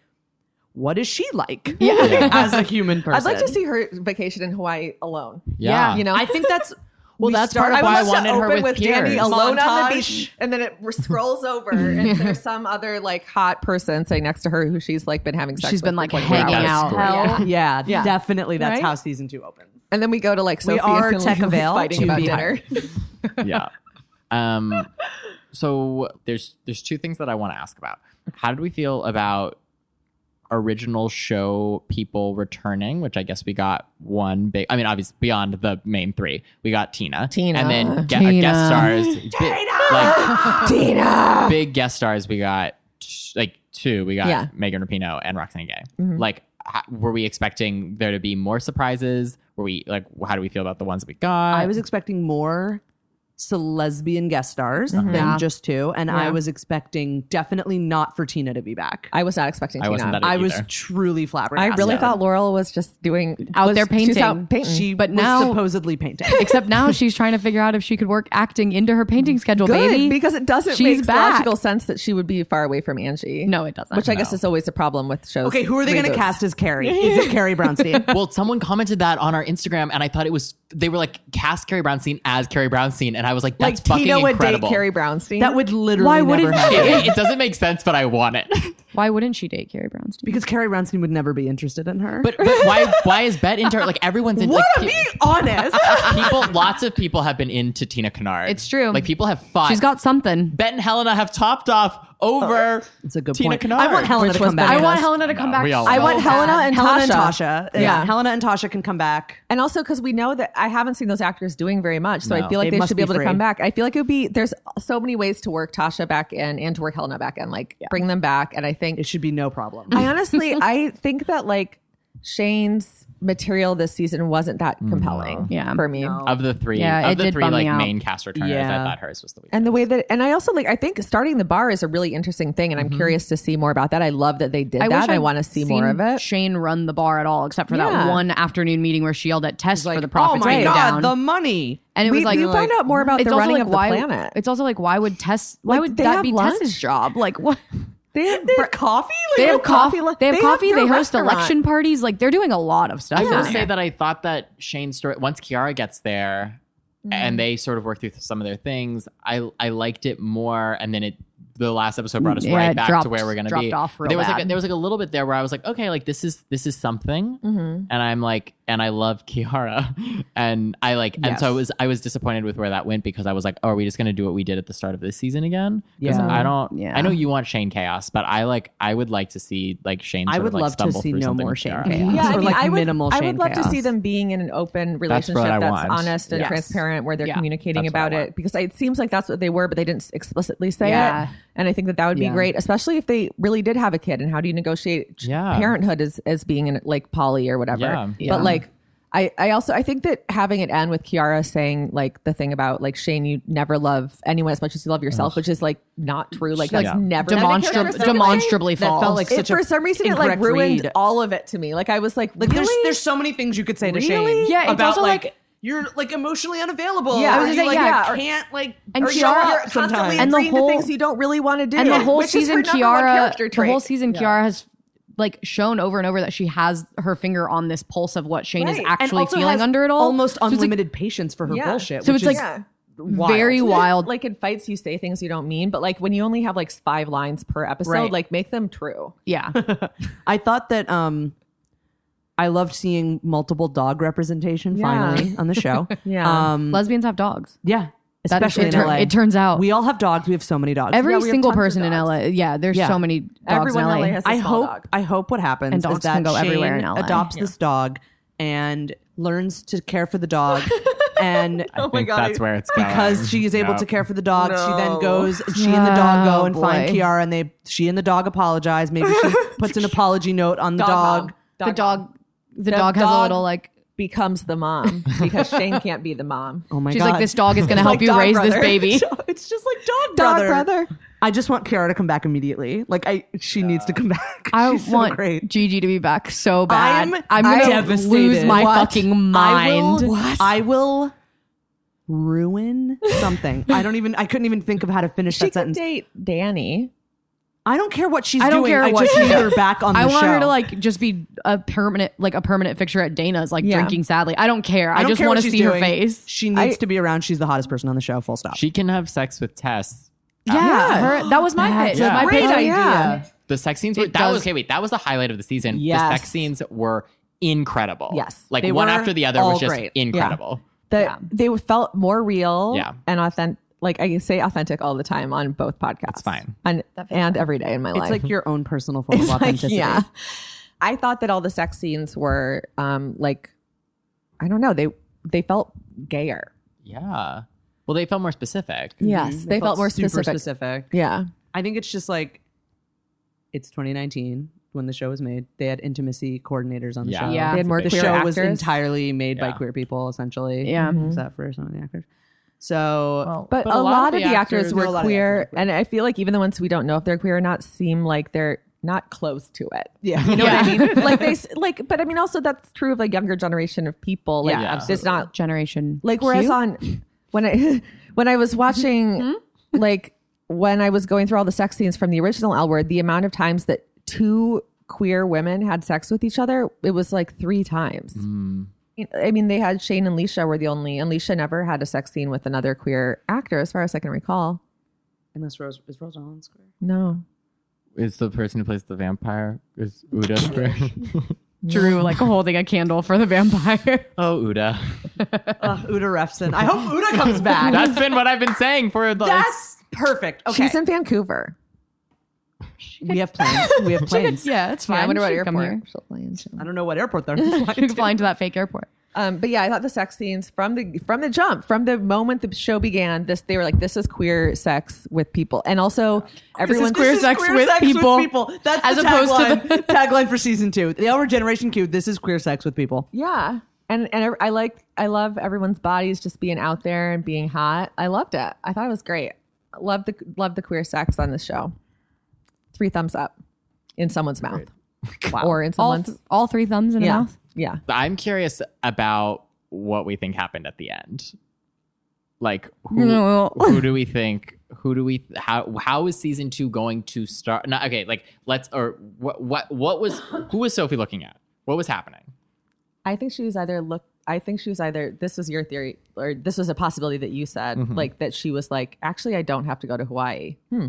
Speaker 5: what is she like
Speaker 3: Yeah.
Speaker 5: as a human person?
Speaker 4: I'd like to see her vacation in Hawaii alone.
Speaker 2: Yeah.
Speaker 4: You know,
Speaker 5: I think that's.
Speaker 2: Well,
Speaker 5: we
Speaker 2: that's part
Speaker 5: start-
Speaker 2: of why I
Speaker 4: must have
Speaker 2: wanted her
Speaker 4: opened
Speaker 2: with peers.
Speaker 4: Danny alone on
Speaker 5: Montage.
Speaker 4: the beach, and then it scrolls over, and there's some other like hot person sitting next to her who she's like been having sex.
Speaker 3: She's
Speaker 4: with
Speaker 3: been
Speaker 4: for
Speaker 3: like
Speaker 4: 24
Speaker 3: hanging
Speaker 4: hours.
Speaker 3: out.
Speaker 5: Hell yeah,
Speaker 4: Yeah.
Speaker 5: definitely. That's
Speaker 4: Right?
Speaker 5: how season two opens.
Speaker 4: and then we go to like Sophie and
Speaker 5: are
Speaker 4: Finley
Speaker 5: tech avail
Speaker 4: fighting
Speaker 5: to
Speaker 4: about
Speaker 5: be
Speaker 4: dinner.
Speaker 2: yeah. Um, so there's there's two things that I want to ask about. How did we feel about original show people returning? Which I guess we got one big. I mean, obviously beyond the main three, we got Tina,
Speaker 4: Tina.
Speaker 2: and then ge-
Speaker 3: Tina.
Speaker 2: guest stars. Tina, like, Tina, big guest stars. We got t- like two. We got
Speaker 4: Oh. Yeah.
Speaker 2: Megan Rapinoe and Roxanne Gay. Like, ho- were we expecting there to be more surprises? Were we like, how do we feel about the ones that we got?
Speaker 5: I was expecting more so lesbian guest stars than
Speaker 3: Yeah.
Speaker 5: just two, and I
Speaker 4: Yeah.
Speaker 5: was expecting definitely not for Tina to be back.
Speaker 4: I was not expecting.
Speaker 2: I
Speaker 4: Tina.
Speaker 2: wasn't that
Speaker 5: I was
Speaker 2: either.
Speaker 5: truly
Speaker 4: I
Speaker 5: flabbergasted.
Speaker 4: really thought Laurel was just doing
Speaker 3: Out
Speaker 4: was-
Speaker 3: there
Speaker 4: She's
Speaker 3: painting.
Speaker 4: out painting.
Speaker 5: she
Speaker 3: but
Speaker 5: was
Speaker 3: now-
Speaker 5: supposedly painting.
Speaker 3: Except now she's trying to figure out if she could work acting into her painting schedule,
Speaker 4: good
Speaker 3: baby.
Speaker 4: because it doesn't
Speaker 3: She's
Speaker 4: make
Speaker 3: back.
Speaker 4: logical sense that she would be far away from Angie.
Speaker 3: no, it doesn't.
Speaker 4: which I guess is always a problem with shows.
Speaker 5: okay, who are they going to
Speaker 4: reboots.
Speaker 5: cast as Carrie? Is it Carrie Brownstein?
Speaker 2: well, someone commented that on our Instagram, and I thought it was they were like cast Carrie Brownstein as Carrie Brownstein, and I was like, that's
Speaker 4: Like Tina
Speaker 2: fucking
Speaker 4: would
Speaker 2: incredible.
Speaker 4: date Carrie Brownstein.
Speaker 5: that would literally
Speaker 3: Why
Speaker 5: never
Speaker 3: wouldn't
Speaker 5: happen.
Speaker 2: it, it doesn't make sense, but I want it.
Speaker 3: Why wouldn't she date Carrie Brownstein?
Speaker 5: Because Carrie Brownstein would never be interested in her.
Speaker 2: But, but why? Why is Bet into like everyone's in,
Speaker 5: what
Speaker 2: like
Speaker 5: am
Speaker 2: pe-
Speaker 5: being honest?
Speaker 2: people? Lots of people have been into Tina Kennard.
Speaker 3: It's true.
Speaker 2: Like people have fought.
Speaker 3: she's got something.
Speaker 2: Bet and Helena have topped off over.
Speaker 5: It's Oh, a good
Speaker 2: Tina
Speaker 5: point.
Speaker 2: Kennard.
Speaker 5: I want Helena
Speaker 4: Which
Speaker 5: to come
Speaker 4: was
Speaker 5: back.
Speaker 3: I
Speaker 4: better?
Speaker 3: want Helena to come
Speaker 2: No,
Speaker 3: back.
Speaker 2: we all
Speaker 3: so
Speaker 2: I
Speaker 4: want
Speaker 3: bad.
Speaker 4: Helena and
Speaker 5: Helena and
Speaker 4: Tasha.
Speaker 5: Tasha. Yeah.
Speaker 4: Yeah.
Speaker 5: Helena and Tasha can come back.
Speaker 4: And also because we know that I haven't seen those actors doing very much, so I feel like
Speaker 5: They
Speaker 4: they,
Speaker 5: must
Speaker 4: should be,
Speaker 5: be
Speaker 4: able
Speaker 5: free.
Speaker 4: to come back. I feel like it would be there's so many ways to work Tasha back in and to work Helena back in, like bring them back. And I
Speaker 5: It
Speaker 4: think
Speaker 5: should be no problem.
Speaker 4: I honestly I think that like Shane's material this season wasn't that compelling,
Speaker 3: Mm, Yeah.
Speaker 4: for me.
Speaker 2: Of the three,
Speaker 3: Yeah,
Speaker 2: of
Speaker 3: it
Speaker 2: the
Speaker 3: did
Speaker 2: three
Speaker 3: bum me
Speaker 2: like
Speaker 3: out.
Speaker 2: main cast returners,
Speaker 5: Yeah.
Speaker 2: I thought hers was the weakest.
Speaker 4: And the way that, and I also like, I think starting the bar is a really interesting thing, and I'm curious to see more about that. I love that they did that. and I
Speaker 3: Mm-hmm. I'd
Speaker 4: want to see more of
Speaker 3: seen
Speaker 4: it.
Speaker 3: Shane run the bar at all, except for that
Speaker 4: Yeah.
Speaker 3: one afternoon meeting where she yelled at Tess for the
Speaker 5: oh
Speaker 3: profits
Speaker 5: my
Speaker 3: being
Speaker 5: god,
Speaker 3: down.
Speaker 5: the money.
Speaker 3: and it
Speaker 4: We-
Speaker 3: was like
Speaker 4: we found out more about
Speaker 3: it's
Speaker 4: the
Speaker 3: also
Speaker 4: running
Speaker 3: like
Speaker 4: of the
Speaker 3: why-
Speaker 4: planet.
Speaker 3: It's also like why would Tess? Why
Speaker 4: Like,
Speaker 3: would
Speaker 4: they
Speaker 3: that
Speaker 4: have
Speaker 3: be
Speaker 4: lunch?
Speaker 3: Tess's job? Like what?
Speaker 4: They have br- coffee. Like,
Speaker 3: They have coffee. They have coffee. They
Speaker 4: their
Speaker 3: host
Speaker 4: restaurant.
Speaker 3: election parties. Like they're doing a lot of stuff.
Speaker 2: I
Speaker 3: in
Speaker 2: will
Speaker 3: there.
Speaker 2: say that I thought that Shane's story once Kiara gets there and they sort of work through some of their things, I I liked it more and then it the last episode brought us
Speaker 3: Yeah,
Speaker 2: right
Speaker 3: it
Speaker 2: back
Speaker 3: dropped-
Speaker 2: to where we're gonna
Speaker 3: dropped
Speaker 2: be.
Speaker 3: off
Speaker 2: But
Speaker 3: real
Speaker 2: there was like a,
Speaker 3: bad.
Speaker 2: there was like a little bit there where I was like, okay, like this is this is something, and I'm like, and I love Kiara, and I like, and so I
Speaker 3: Yes.
Speaker 2: was I was disappointed with where that went because I was like, oh, are we just gonna do what we did at the start of this season again? 'Cause
Speaker 4: Yeah.
Speaker 2: I don't.
Speaker 3: Yeah.
Speaker 2: I know you want Shane Chaos, but I like I would like to see like Shane.
Speaker 5: I
Speaker 2: sort
Speaker 5: would
Speaker 2: of, like,
Speaker 5: love to
Speaker 2: stumble
Speaker 5: see
Speaker 2: through
Speaker 5: no
Speaker 2: something
Speaker 5: more
Speaker 2: with
Speaker 5: Shane
Speaker 2: Kiara.
Speaker 5: Chain Chaos.
Speaker 4: Yeah,
Speaker 5: Or,
Speaker 4: I mean,
Speaker 5: like,
Speaker 4: I would,
Speaker 5: minimal
Speaker 4: I
Speaker 5: Shane
Speaker 4: would love to see
Speaker 5: chaos.
Speaker 4: them being in an open
Speaker 2: That's
Speaker 4: relationship
Speaker 2: what I
Speaker 4: that's,
Speaker 2: want.
Speaker 4: honest and
Speaker 2: Yes.
Speaker 4: transparent, where they're
Speaker 3: Yeah.
Speaker 4: communicating
Speaker 2: That's what I
Speaker 4: about
Speaker 2: want.
Speaker 4: it. Because it seems like that's what they were, but they didn't explicitly say
Speaker 3: Yeah.
Speaker 4: it. And I think that that would
Speaker 5: Yeah.
Speaker 4: be great, especially if they really did have a kid. And how do you negotiate ch-
Speaker 2: Yeah.
Speaker 4: parenthood as as being in like poly or whatever?
Speaker 2: Yeah.
Speaker 4: But like. I, I also I think that having it end with Kiara saying like the thing about like Shane you never love anyone as much as you love yourself which is like not true like that's
Speaker 2: like,
Speaker 4: never
Speaker 3: demonstrably, demonstrably
Speaker 5: that
Speaker 3: false.
Speaker 5: felt like
Speaker 4: It,
Speaker 5: such a
Speaker 4: for some reason it like
Speaker 5: incorrect
Speaker 4: ruined
Speaker 5: read.
Speaker 4: all of it to me like I was like
Speaker 5: Like
Speaker 4: really?
Speaker 5: there's there's so many things you could say to Shane.
Speaker 4: Really?
Speaker 3: Yeah, it's
Speaker 5: about
Speaker 3: also
Speaker 5: like,
Speaker 3: like-
Speaker 5: you're like emotionally unavailable.
Speaker 4: Yeah, I
Speaker 5: or
Speaker 4: was
Speaker 5: you
Speaker 4: gonna say,
Speaker 5: like
Speaker 4: yeah, or-
Speaker 5: can't like
Speaker 3: And
Speaker 5: or
Speaker 3: Kiara
Speaker 5: you're out
Speaker 4: constantly
Speaker 5: sometimes.
Speaker 3: And
Speaker 4: and
Speaker 3: the
Speaker 4: the
Speaker 3: whole-
Speaker 4: things you don't really want to do.
Speaker 3: and the whole
Speaker 4: which is her
Speaker 3: season
Speaker 4: number one character
Speaker 3: Kiara, the whole
Speaker 4: trait.
Speaker 3: season Kiara has like shown over and over that she has her finger on this pulse of what Shane is
Speaker 4: Right. And
Speaker 3: actually
Speaker 5: also
Speaker 3: feeling
Speaker 5: has
Speaker 3: under it all.
Speaker 5: almost
Speaker 3: it's like-
Speaker 5: unlimited patience for her
Speaker 4: Yeah.
Speaker 5: bullshit.
Speaker 3: So
Speaker 5: which
Speaker 3: it's like
Speaker 5: is
Speaker 4: Yeah.
Speaker 5: wild.
Speaker 3: very wild.
Speaker 4: Like in fights, you say things you don't mean, but like when you only have like five lines per episode,
Speaker 5: Right.
Speaker 4: like make them true.
Speaker 3: yeah,
Speaker 5: I thought that um I loved seeing multiple dog representation
Speaker 4: Yeah.
Speaker 5: finally on the show.
Speaker 4: Yeah.
Speaker 5: Um
Speaker 3: lesbians have dogs. That
Speaker 5: yeah,
Speaker 3: is-
Speaker 5: especially
Speaker 3: it,
Speaker 5: in
Speaker 3: tur-
Speaker 5: LA.
Speaker 3: it turns out
Speaker 5: we all have dogs. We have so many dogs.
Speaker 3: every
Speaker 4: yeah, we have
Speaker 3: single
Speaker 4: tons of
Speaker 3: person in
Speaker 4: dogs.
Speaker 3: LA. Yeah, there's
Speaker 5: Yeah.
Speaker 3: so many dogs
Speaker 4: Everyone
Speaker 3: in LA.
Speaker 4: LA has a
Speaker 5: I
Speaker 4: small
Speaker 5: hope
Speaker 4: dog.
Speaker 5: I hope what happens
Speaker 3: And dogs
Speaker 5: is that
Speaker 3: can go
Speaker 5: Shane
Speaker 3: everywhere in LA.
Speaker 5: adopts this dog and learns to care for the dog and
Speaker 2: I think
Speaker 4: God,
Speaker 2: that's
Speaker 4: I-
Speaker 2: where it's going.
Speaker 5: Oh because she is able
Speaker 2: Yep.
Speaker 5: to care for the dog she then
Speaker 4: No.
Speaker 5: goes she and the dog
Speaker 3: Oh,
Speaker 5: go and find
Speaker 3: boy.
Speaker 5: Kiara and they she and the dog apologize maybe she puts an apology note on the dog,
Speaker 4: mom.
Speaker 3: the dog, the
Speaker 4: The
Speaker 3: dog has a
Speaker 4: dog-
Speaker 3: little like.
Speaker 4: becomes the mom because Shane can't be the mom.
Speaker 5: oh my
Speaker 3: She's
Speaker 5: god
Speaker 3: like, this dog is going to help
Speaker 4: like
Speaker 3: you
Speaker 4: dog
Speaker 3: raise this
Speaker 4: brother.
Speaker 3: baby.
Speaker 5: it's just like
Speaker 4: Dog
Speaker 5: dog brother.
Speaker 4: brother.
Speaker 5: I just want Kiara to come back immediately like I she needs to come back
Speaker 3: I
Speaker 5: She's so
Speaker 3: want
Speaker 5: great
Speaker 3: Gigi to be back so bad.
Speaker 5: I'm-
Speaker 3: I'm, gonna
Speaker 5: devastated.
Speaker 3: lose my
Speaker 5: What?
Speaker 3: fucking mind.
Speaker 5: I will, I will ruin something I don't even I couldn't even think of how to finish
Speaker 4: She
Speaker 5: that
Speaker 4: could
Speaker 5: sentence
Speaker 4: date Danny.
Speaker 5: I don't care what she's
Speaker 3: I don't
Speaker 5: doing.
Speaker 3: care
Speaker 5: I
Speaker 3: what
Speaker 5: just
Speaker 3: she-
Speaker 5: need her back on the
Speaker 3: I want
Speaker 5: show.
Speaker 3: her to like just be a permanent, like a permanent fixture at Dana's, like
Speaker 4: Yeah.
Speaker 3: drinking sadly. I don't care. I,
Speaker 5: don't
Speaker 3: just
Speaker 5: care
Speaker 3: want
Speaker 5: what
Speaker 3: to
Speaker 5: she's
Speaker 3: see her
Speaker 5: doing.
Speaker 3: face.
Speaker 5: She needs to be around. She's the hottest person on the show. Full stop.
Speaker 2: she can have sex with Tess.
Speaker 3: Yeah, her- that was my pitch.
Speaker 2: a
Speaker 3: My
Speaker 2: great
Speaker 3: pitch.
Speaker 4: idea.
Speaker 3: Mm-hmm.
Speaker 2: The sex scenes were
Speaker 3: It
Speaker 2: that was
Speaker 3: does-
Speaker 2: okay. Wait, that was the highlight of the season. The
Speaker 5: Yes.
Speaker 2: sex scenes were incredible.
Speaker 4: Yes.
Speaker 2: like
Speaker 5: They
Speaker 2: one
Speaker 5: were
Speaker 2: after the other
Speaker 5: all
Speaker 2: was just
Speaker 5: great. Yeah.
Speaker 2: incredible.
Speaker 4: That they felt more real
Speaker 2: Yeah.
Speaker 4: and authentic. Like I say authentic all the time on both podcasts. That's
Speaker 2: fine.
Speaker 4: And, and every day in my
Speaker 5: it's
Speaker 4: life.
Speaker 5: like your own personal form of
Speaker 4: It's like,
Speaker 5: authenticity.
Speaker 4: yeah. I thought that all the sex scenes were um like I don't know, they they felt gayer.
Speaker 2: Yeah. Well, they felt more specific.
Speaker 4: Yes.
Speaker 3: Mm-hmm.
Speaker 4: They, felt, more
Speaker 5: super
Speaker 4: specific.
Speaker 5: specific.
Speaker 4: Yeah.
Speaker 5: I think it's just like it's 2019 when the show was made. They had intimacy coordinators on the
Speaker 2: Yeah.
Speaker 5: show.
Speaker 3: Yeah.
Speaker 4: They had more
Speaker 5: The
Speaker 2: Big
Speaker 4: queer
Speaker 5: show
Speaker 4: actors.
Speaker 5: was entirely made by
Speaker 2: Yeah.
Speaker 5: queer people, essentially.
Speaker 3: Yeah.
Speaker 4: Mm-hmm.
Speaker 5: except for some of the actors. So
Speaker 4: but, a, lot, of the actors,
Speaker 5: a lot
Speaker 4: were
Speaker 5: of the
Speaker 4: queer,
Speaker 5: actors were queer.
Speaker 4: and I feel like even the ones we don't know if they're queer or not seem like they're not close to it.
Speaker 5: yeah,
Speaker 4: You know what I mean? like they s- like, but I mean also that's true of like younger generation of people. Like
Speaker 2: Yeah,
Speaker 4: it's not
Speaker 3: Generation.
Speaker 4: Like whereas
Speaker 3: Q?
Speaker 4: on when I when I was
Speaker 3: Mm-hmm.
Speaker 4: watching like when I was going through all the sex scenes from the original L Word, the amount of times that two queer women had sex with each other, it was like three times.
Speaker 3: Mm.
Speaker 4: I mean, they had Shane and Leisha were the only, and Leisha never had a sex scene with another queer actor, as far as I can recall.
Speaker 5: Unless Rose is Rose Rollins queer.
Speaker 4: No,
Speaker 2: Is the person who plays the vampire is Uda?
Speaker 3: Drew like holding a candle for the vampire.
Speaker 2: oh, Uda.
Speaker 5: Ugh, Uta Refson. I hope Uta comes back.
Speaker 2: That's been what I've been saying for like.
Speaker 5: That's perfect. Okay,
Speaker 4: she's in Vancouver.
Speaker 5: we have plans. We have plans.
Speaker 3: yeah, it's
Speaker 4: Yeah,
Speaker 3: fine.
Speaker 4: I wonder what
Speaker 3: She can come
Speaker 4: airport.
Speaker 3: here.
Speaker 4: she'll fly into.
Speaker 5: I don't know what airport they're flying
Speaker 3: She can
Speaker 5: to.
Speaker 3: fly into that fake airport.
Speaker 4: Um, but yeah, I thought the sex scenes from the from the jump, from the moment the show began, this they were like, this is queer sex with people, and also everyone's
Speaker 5: This is queer sex That's
Speaker 3: as
Speaker 5: the
Speaker 3: opposed
Speaker 5: tagline,
Speaker 3: to the,
Speaker 5: tagline for season two. The Elmer Generation Q. This is queer sex with people.
Speaker 4: Yeah, and and I, I like I love everyone's bodies just being out there and being hot. I loved it. I thought it was great. Love the love the queer sex on this show. Three thumbs up in someone's mouth, or in
Speaker 3: all,
Speaker 4: someone's
Speaker 3: all three thumbs in
Speaker 4: yeah
Speaker 3: a mouth.
Speaker 4: yeah.
Speaker 2: I'm curious about what we think happened at the end. Like who,
Speaker 3: No.
Speaker 2: who do we think? Who do we? How how is season two going to start? Not okay. Like let's or what what what was who was Sophie looking at? What was happening?
Speaker 4: I think she was either look. I think she was either this was your theory or this was a possibility that you said like that she was like actually I don't have to go to Hawaii. Mm-hmm.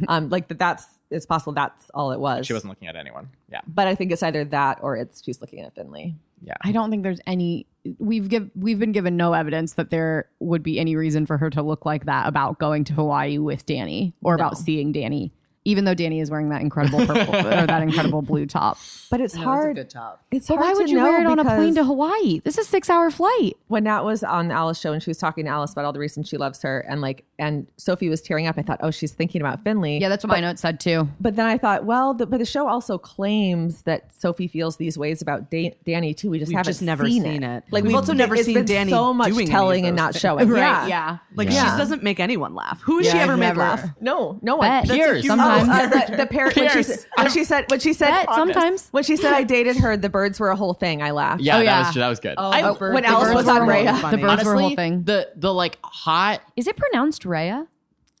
Speaker 4: Hmm. um, like that. That's it's possible that's all it was.
Speaker 2: She wasn't looking at anyone. Yeah.
Speaker 4: But I think it's either that or it's she's looking at Finley.
Speaker 3: I don't think there's any we've give we've been given no evidence that there would be any reason for her to look like that about going to Hawaii with Danny or about seeing Danny, even though Danny is wearing that incredible purple or that incredible blue top.
Speaker 4: But it's hard.
Speaker 8: top.
Speaker 4: It's
Speaker 3: But
Speaker 4: hard
Speaker 3: why would
Speaker 4: to
Speaker 3: you
Speaker 4: know
Speaker 3: wear it on a plane
Speaker 4: because-
Speaker 3: to Hawaii? This is six hour flight.
Speaker 4: when Nat was on Alice's show and she was talking to Alice about all the reasons she loves her and like and Sophie was tearing up, I thought, oh, she's thinking about Finley.
Speaker 3: Yeah, that's what my note said too.
Speaker 4: But then I thought, well, the, but the show also claims that Sophie feels these ways about da- Danny too. We just
Speaker 8: We've
Speaker 4: haven't
Speaker 8: just never seen it.
Speaker 4: Like
Speaker 5: We've also never
Speaker 4: it's
Speaker 5: seen
Speaker 4: been
Speaker 5: Danny
Speaker 4: So much
Speaker 5: doing any of
Speaker 4: telling and
Speaker 5: those
Speaker 4: not
Speaker 5: things.
Speaker 4: showing.
Speaker 3: Right. Yeah.
Speaker 5: Like
Speaker 2: Yeah.
Speaker 5: she doesn't make anyone laugh. Who has she
Speaker 3: Yeah,
Speaker 5: ever made
Speaker 3: never.
Speaker 5: laugh?
Speaker 4: No, no one.
Speaker 3: Bet.
Speaker 4: That's a
Speaker 2: Peers,
Speaker 4: huge-
Speaker 2: sometimes.
Speaker 4: Oh, uh, the, the parent when she,
Speaker 2: Peers.
Speaker 4: said, when she said when she said
Speaker 3: Bet sometimes.
Speaker 4: when she said I dated her, the birds were a whole thing. I laughed.
Speaker 2: Yeah,
Speaker 3: Oh,
Speaker 2: that
Speaker 3: yeah.
Speaker 2: was that was good.
Speaker 4: I-
Speaker 5: the bird-
Speaker 4: when
Speaker 5: the
Speaker 4: Alice
Speaker 5: birds
Speaker 4: was
Speaker 5: were
Speaker 4: on
Speaker 5: all
Speaker 4: Raya.
Speaker 5: funny.
Speaker 3: The bird- Honestly,
Speaker 2: Honestly,
Speaker 3: whole thing.
Speaker 2: the the like hot.
Speaker 3: Is it pronounced Raya?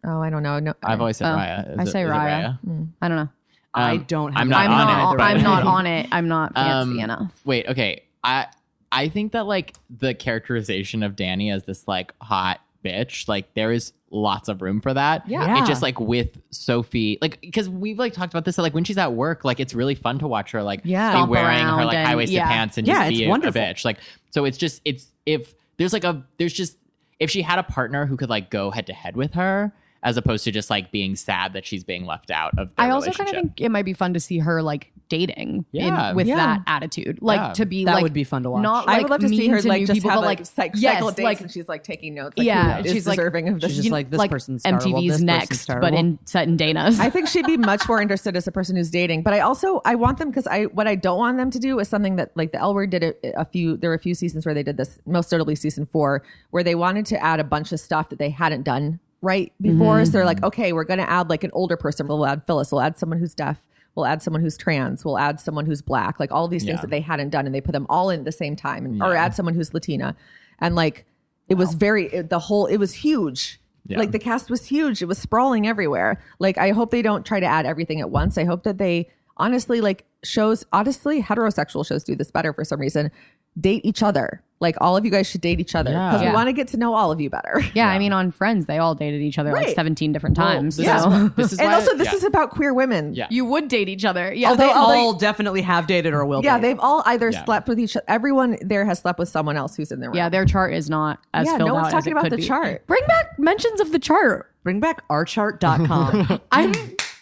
Speaker 4: Oh, I Hmm. don't know. No,
Speaker 2: I've always said
Speaker 3: Oh,
Speaker 2: Raya. Is
Speaker 3: I
Speaker 2: it-
Speaker 3: say
Speaker 2: is it
Speaker 3: Raya. I don't know.
Speaker 5: I
Speaker 2: Um,
Speaker 5: don't.
Speaker 2: I'm
Speaker 5: Have
Speaker 2: not
Speaker 3: I'm
Speaker 2: on
Speaker 3: not.
Speaker 2: it,
Speaker 3: on-
Speaker 2: but-
Speaker 3: I'm not on it. I'm not fancy
Speaker 2: Um,
Speaker 3: enough.
Speaker 2: Wait, okay. I I think that like the characterization of Danny as this like hot bitch, like there is lots of room for that.
Speaker 4: Yeah.
Speaker 2: It's just like with Sophie, like because we've like talked about this, that, like when she's at work, like it's really fun to watch her like
Speaker 4: Yeah.
Speaker 2: be
Speaker 3: Stomp
Speaker 2: wearing her
Speaker 3: around
Speaker 2: like
Speaker 3: and-
Speaker 2: high waisted
Speaker 3: yeah.
Speaker 2: pants and
Speaker 5: Yeah,
Speaker 2: just
Speaker 5: it's
Speaker 2: be a-
Speaker 5: wonderful.
Speaker 2: a bitch. Like so, it's just it's if there's like a there's just if she had a partner who could like go head to head with her. As opposed to just like being sad that she's being left out of. Their
Speaker 3: I also kind
Speaker 2: relationship.
Speaker 3: of think it might be fun to see her like dating in-
Speaker 2: Yeah.
Speaker 3: with
Speaker 4: Yeah.
Speaker 3: that attitude, like
Speaker 2: Yeah.
Speaker 3: to be
Speaker 5: That
Speaker 3: like
Speaker 5: would be fun to watch.
Speaker 3: Not
Speaker 4: I
Speaker 3: like
Speaker 4: would love to see
Speaker 3: mean
Speaker 4: her
Speaker 3: to
Speaker 4: like
Speaker 3: new
Speaker 4: just
Speaker 3: people,
Speaker 4: have
Speaker 3: but
Speaker 4: like,
Speaker 3: like
Speaker 4: psych-
Speaker 3: yes,
Speaker 4: cycle dates
Speaker 3: like-
Speaker 4: and she's like taking notes. Like,
Speaker 3: Yeah,
Speaker 4: who is
Speaker 3: she's, like-
Speaker 4: deserving of this.
Speaker 5: She's just like this person's terrible,
Speaker 3: MTV's
Speaker 5: this
Speaker 3: next,
Speaker 5: person's
Speaker 3: but
Speaker 5: terrible.
Speaker 3: in set in Dana's.
Speaker 4: I think she'd be much more interested as a person who's dating. But I also I want them because I what I don't want them to do is something that like the L word did a, a few. There were a few seasons where they did this, most notably season four, where they wanted to add a bunch of stuff that they hadn't done right before. So they're like, okay, we're going to add like an older person. We'll add Phyllis. We'll add someone who's deaf. We'll add someone who's trans. We'll add someone who's black. Like all these things
Speaker 2: Yeah.
Speaker 4: that they hadn't done, and they put them all in at the same time, and, or add someone who's Latina, and like. It was very it, the whole. It was huge.
Speaker 2: Yeah.
Speaker 4: Like the cast was huge. It was sprawling everywhere. Like I hope they don't try to add everything at once. I hope that they honestly like shows honestly heterosexual shows do this better for some reason. Date each other. Like all of you guys should date each other because
Speaker 2: Yeah.
Speaker 4: we want to get to know all of you better.
Speaker 3: yeah, I mean, on Friends, they all dated each other like
Speaker 4: Right.
Speaker 3: seventeen different
Speaker 2: Well,
Speaker 3: times.
Speaker 2: Oh, this
Speaker 3: so.
Speaker 2: is- this is
Speaker 4: and
Speaker 2: why-
Speaker 4: also this
Speaker 2: yeah.
Speaker 4: is about queer women.
Speaker 2: Yeah.
Speaker 3: you would date each other. Yeah,
Speaker 5: they
Speaker 4: Although- although-
Speaker 5: all definitely have dated or will.
Speaker 4: Yeah,
Speaker 5: date.
Speaker 4: they've all either
Speaker 2: Yeah.
Speaker 4: slept with each Everyone there has slept with someone else who's in the room.
Speaker 3: yeah, their chart is not as
Speaker 4: Yeah,
Speaker 3: filled
Speaker 4: no
Speaker 3: out
Speaker 4: one's
Speaker 3: as it
Speaker 4: talking about
Speaker 3: could
Speaker 4: the
Speaker 3: be.
Speaker 4: chart.
Speaker 3: Bring back mentions of the chart.
Speaker 5: bring back ourchart.com.
Speaker 3: I'm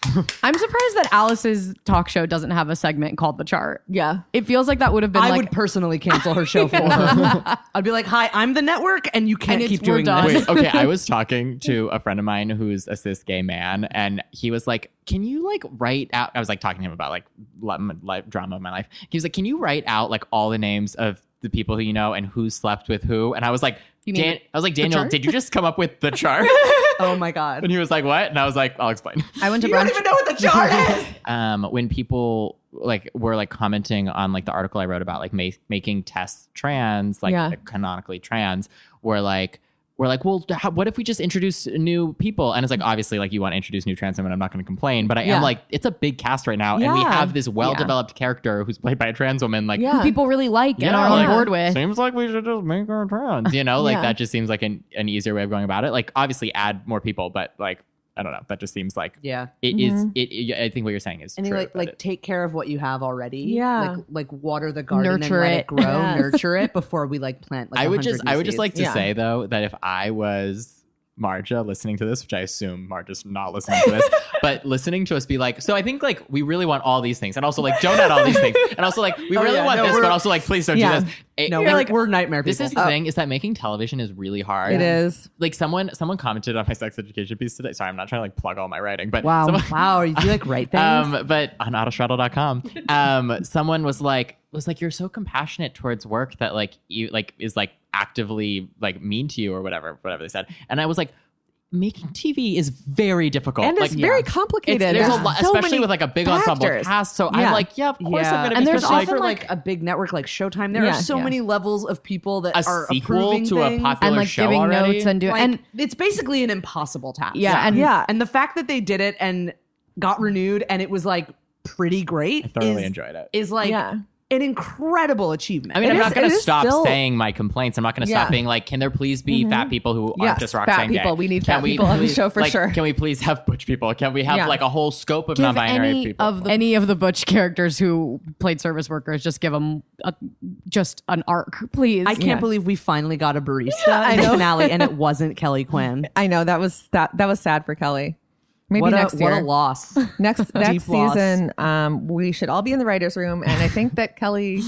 Speaker 4: Mm-hmm.
Speaker 3: I'm surprised that Alice's talk show doesn't have a segment called the chart.
Speaker 4: Yeah.
Speaker 3: It feels like that would have been
Speaker 5: I
Speaker 3: like
Speaker 5: would personally cancel her show for her. I'd be like, "Hi, I'm the network, and you can't
Speaker 3: And it's-
Speaker 5: keep
Speaker 3: we're
Speaker 5: doing
Speaker 3: done.
Speaker 5: this."
Speaker 2: Wait, okay. I was talking to a friend of mine who's a cis gay man, and he was like, "Can you like write out?" I was like talking to him about like li- my life, drama of my life. He was like, "Can you write out like all the names of the people who you know and who slept with who?" And I was like,
Speaker 3: You mean
Speaker 2: Dan- I was like,
Speaker 3: the
Speaker 2: Daniel,
Speaker 3: chart?"
Speaker 2: did you just come up with the chart?
Speaker 5: Oh my god.
Speaker 2: and he was like, "What?" And I was like, "I'll explain."
Speaker 3: I went to
Speaker 4: You don't
Speaker 3: brunch.
Speaker 4: even know what the chart is.
Speaker 2: um, when people like were like commenting on like the article I wrote about like ma- making tests trans, like
Speaker 4: Yeah.
Speaker 2: canonically trans, were like we're like, well, d- how, what if we just introduce new people? And it's like obviously like you want to introduce new trans women. I'm not going to complain, but I
Speaker 4: Yeah.
Speaker 2: am like it's a big cast right now, and we
Speaker 4: Yeah.
Speaker 2: have this well developed character who's played by a trans woman. Like
Speaker 4: Yeah.
Speaker 3: people really like and are
Speaker 2: like,
Speaker 3: on board with.
Speaker 2: Seems like we should just make our trans. You know, like
Speaker 4: Yeah.
Speaker 2: that just seems like an, an easier way of going about it. Like obviously add more people, but like I don't know. That just seems like
Speaker 5: Yeah.
Speaker 2: it is. It, it- I think what you're saying is
Speaker 5: And
Speaker 2: true.
Speaker 5: you like
Speaker 2: that
Speaker 5: like
Speaker 2: it-
Speaker 5: take care of what you have already.
Speaker 4: Yeah.
Speaker 5: Like like water the garden
Speaker 3: Nurture
Speaker 5: and let
Speaker 3: it.
Speaker 5: it, grow,
Speaker 4: Yeah.
Speaker 5: nurture it before we like plant like
Speaker 2: I would
Speaker 5: 100
Speaker 2: just
Speaker 5: new
Speaker 2: I would just
Speaker 5: seeds.
Speaker 2: like to
Speaker 4: Yeah.
Speaker 2: say though that if I was Marja listening to this, which I assume Marja's not listening to this, but listening to us be like, so I think like we really want all these things, and also like don't add all these things, and also like we
Speaker 5: Oh,
Speaker 2: really
Speaker 5: yeah.
Speaker 2: want
Speaker 5: No,
Speaker 2: this,
Speaker 5: we're-
Speaker 2: but also like please don't
Speaker 4: Yeah.
Speaker 2: do this. It-
Speaker 5: No,
Speaker 2: it-
Speaker 5: we're, like we're nightmare people. Oh.
Speaker 2: this is the thing is that making television is really hard.
Speaker 4: It is.
Speaker 2: Like someone someone commented on my sex education piece today. Sorry, I'm not trying to like plug all my writing, but
Speaker 5: wow.
Speaker 2: someone-
Speaker 5: Oh, wow. You like write things.
Speaker 2: um, but on autostraddle.com, um, someone was like, was like, you're so compassionate towards work that like you like is like actively like mean to you or whatever, whatever they said. And I was like, making TV is very difficult.
Speaker 4: And
Speaker 2: like,
Speaker 4: it's very
Speaker 2: it's-
Speaker 4: complicated.
Speaker 2: there's a
Speaker 4: There's
Speaker 2: lot,
Speaker 4: so
Speaker 2: especially
Speaker 4: many
Speaker 2: with like a big ensemble
Speaker 4: factors.
Speaker 2: cast. So I'm
Speaker 4: Yeah.
Speaker 2: like, yeah, of course
Speaker 5: Yeah.
Speaker 2: I'm gonna.
Speaker 5: And
Speaker 2: be
Speaker 5: there's
Speaker 2: especially
Speaker 5: also
Speaker 2: for,
Speaker 5: like, a big network like Showtime. There
Speaker 4: Yeah.
Speaker 5: are so
Speaker 4: Yeah.
Speaker 5: many levels of people that
Speaker 2: a
Speaker 5: are
Speaker 2: sequel
Speaker 5: approving
Speaker 2: to a
Speaker 5: things.
Speaker 2: popular
Speaker 3: and like
Speaker 2: show
Speaker 3: giving
Speaker 2: already.
Speaker 3: notes and doing
Speaker 5: Like,
Speaker 3: and
Speaker 5: it's basically an impossible task.
Speaker 3: Yeah, Yeah. and-
Speaker 5: yeah, and the fact that they did it and got renewed and it was like pretty great.
Speaker 2: thoroughly
Speaker 5: is,
Speaker 2: enjoyed it.
Speaker 5: Is like
Speaker 4: Yeah.
Speaker 5: an incredible achievement.
Speaker 2: I mean, I'm
Speaker 4: is-
Speaker 2: not going
Speaker 4: it
Speaker 2: to
Speaker 4: is
Speaker 2: stop
Speaker 4: still-
Speaker 2: saying my complaints. I'm not going to
Speaker 4: Yeah. Mm-hmm.
Speaker 2: stop being like, can there please be fat people who
Speaker 4: Yes,
Speaker 2: aren't just
Speaker 4: fat
Speaker 2: Roxanne Gay?
Speaker 4: people. We need
Speaker 2: Can
Speaker 4: fat people on the
Speaker 2: please-
Speaker 4: show for
Speaker 2: like,
Speaker 4: sure.
Speaker 2: Can we please have butch people? Can we have
Speaker 4: Yeah.
Speaker 2: like a whole scope of
Speaker 3: Give
Speaker 2: non-binary
Speaker 3: any
Speaker 2: people?
Speaker 3: of any of the butch characters who played service workers just give them a, just an arc, please.
Speaker 5: I can't believe we finally got a barista in the finale, and it wasn't Kelly Quinn.
Speaker 4: I know that was that that was sad for Kelly. Maybe
Speaker 5: what,
Speaker 4: next
Speaker 5: a,
Speaker 4: year.
Speaker 5: what a loss.
Speaker 4: Next next
Speaker 5: loss.
Speaker 4: season, um, we should all be in the writers' room, and I think that Kelly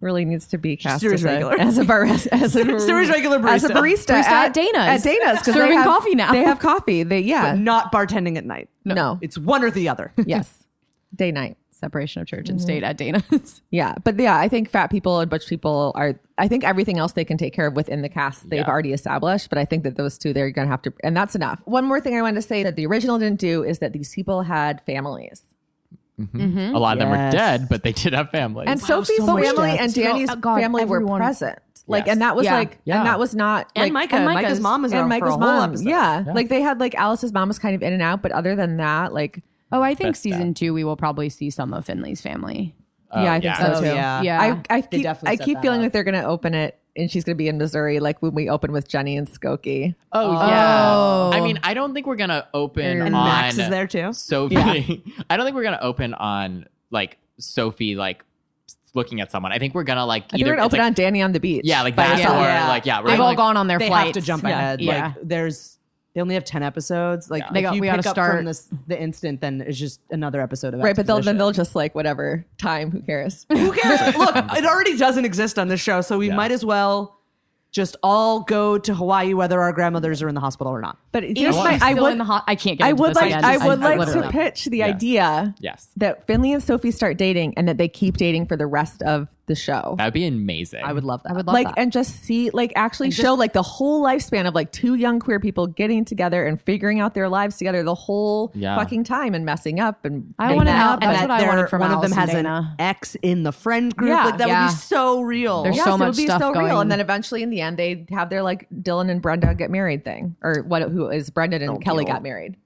Speaker 4: really needs to be cast
Speaker 5: serious
Speaker 4: as a,
Speaker 5: regular.
Speaker 4: as a barista, as a
Speaker 5: Serious regular
Speaker 4: as a
Speaker 5: barista.
Speaker 4: barista,
Speaker 3: Barista at Dana's.
Speaker 4: at Dana's 'cause they
Speaker 3: Serving
Speaker 4: have-
Speaker 3: coffee now.
Speaker 4: They have coffee. They yeah,
Speaker 5: But not bartending at night.
Speaker 4: no,
Speaker 5: It's one or the other.
Speaker 4: yes, day night.
Speaker 3: separation of church and state at Dana's.
Speaker 4: Yeah, but yeah, I think fat people and butch people are. I think everything else they can take care of within the cast they've
Speaker 2: Yeah.
Speaker 4: already established. But I think that those two they're going to have to, and that's enough. One more thing I wanted to say that the original didn't do is that these people had families,
Speaker 2: a lot of them were
Speaker 5: Yes.
Speaker 2: dead, but they did have families.
Speaker 4: mm-hmm. and Sophie's
Speaker 5: so uh, much
Speaker 4: family
Speaker 5: death.
Speaker 4: and Danny's
Speaker 3: Oh, God,
Speaker 4: family were
Speaker 3: everyone.
Speaker 4: present. Like,
Speaker 2: Yes.
Speaker 4: and that was
Speaker 3: Yeah.
Speaker 4: like,
Speaker 2: Yeah.
Speaker 4: and that was not
Speaker 5: And
Speaker 4: like,
Speaker 5: Micah.
Speaker 3: and
Speaker 5: Micah's,
Speaker 3: Micah's-
Speaker 5: mom is
Speaker 4: and
Speaker 5: around for
Speaker 4: Micah's
Speaker 5: a whole
Speaker 4: mom.
Speaker 5: episode.
Speaker 4: Yeah. like they had like Alice's mom was kind of in and out, but other than that, like,
Speaker 3: Oh, I think season two we will probably see some of Finley's family.
Speaker 2: Oh,
Speaker 4: yeah, I think so
Speaker 3: Oh,
Speaker 4: too.
Speaker 5: yeah.
Speaker 3: Yeah.
Speaker 4: I, I keep,
Speaker 5: definitely
Speaker 4: I
Speaker 5: set
Speaker 4: keep
Speaker 5: that
Speaker 4: feeling
Speaker 5: up.
Speaker 4: like they're going to open it, and she's going to be in Missouri, like when we open with Jenny and Skokie.
Speaker 2: Oh,
Speaker 3: Oh.
Speaker 2: yeah. I mean, I don't think we're gonna open
Speaker 3: And
Speaker 2: on
Speaker 5: Max is there too.
Speaker 2: Sophie. I don't think we're gonna open on like Sophie like looking at someone. I think we're gonna like
Speaker 4: I think
Speaker 2: either
Speaker 4: we're gonna
Speaker 2: it's,
Speaker 4: open
Speaker 2: like,
Speaker 4: on Danny on the beach.
Speaker 2: yeah, like
Speaker 4: by
Speaker 2: that
Speaker 4: herself.
Speaker 2: or
Speaker 5: Yeah.
Speaker 2: like yeah, we're
Speaker 3: They've
Speaker 2: gonna,
Speaker 3: all
Speaker 2: like,
Speaker 3: gone on their
Speaker 5: they
Speaker 3: flights.
Speaker 5: have to jump
Speaker 3: Yeah.
Speaker 5: ahead.
Speaker 3: Yeah.
Speaker 5: Like there's they only have ten episodes. Like
Speaker 3: They
Speaker 5: if
Speaker 3: got-
Speaker 5: you
Speaker 3: we
Speaker 5: pick
Speaker 3: gotta
Speaker 5: up
Speaker 3: start-
Speaker 5: from this, the instant, then it's just another episode of
Speaker 4: Right, but they'll then
Speaker 5: Exposition.
Speaker 4: they'll just like whatever time. Who cares?
Speaker 5: Who cares? Look, it already doesn't exist on this show, so we
Speaker 2: Yeah.
Speaker 5: might as well just all go to Hawaii, whether our grandmothers are in the hospital or not.
Speaker 4: But here's
Speaker 2: want-
Speaker 4: my. I
Speaker 3: Still in
Speaker 4: would.
Speaker 3: the hot- I can't get.
Speaker 4: I
Speaker 3: into
Speaker 4: would
Speaker 3: this
Speaker 4: like.
Speaker 3: again.
Speaker 4: I would
Speaker 3: I
Speaker 4: like to
Speaker 3: literally-
Speaker 4: pitch the
Speaker 2: Yes.
Speaker 4: idea
Speaker 2: yes.
Speaker 4: that Finley and Sophie start dating and that they keep dating for the rest of the show.
Speaker 2: That'd be amazing.
Speaker 4: I would love that.
Speaker 3: I would love
Speaker 4: like
Speaker 3: that.
Speaker 4: and just see like actually show like the whole lifespan of like two young queer people getting together and figuring out their lives together the whole
Speaker 2: Yeah.
Speaker 4: fucking time and messing up and
Speaker 3: I
Speaker 4: making
Speaker 3: wanna
Speaker 4: out.
Speaker 3: know- that's
Speaker 5: that
Speaker 3: what I wanted
Speaker 5: they're-
Speaker 3: from
Speaker 5: one of them
Speaker 3: Alice
Speaker 5: has
Speaker 3: and
Speaker 5: an
Speaker 3: Dana.
Speaker 5: ex in the friend group.
Speaker 4: Yeah.
Speaker 5: like that
Speaker 3: Yeah.
Speaker 5: would be so real.
Speaker 3: There's
Speaker 4: Yes,
Speaker 3: so
Speaker 4: it
Speaker 3: much
Speaker 4: would be
Speaker 3: stuff
Speaker 4: so real.
Speaker 3: going-
Speaker 4: And then eventually in the end they have their like Dylan and Brenda get married thing. Or what who is Brenda and Kelly got married.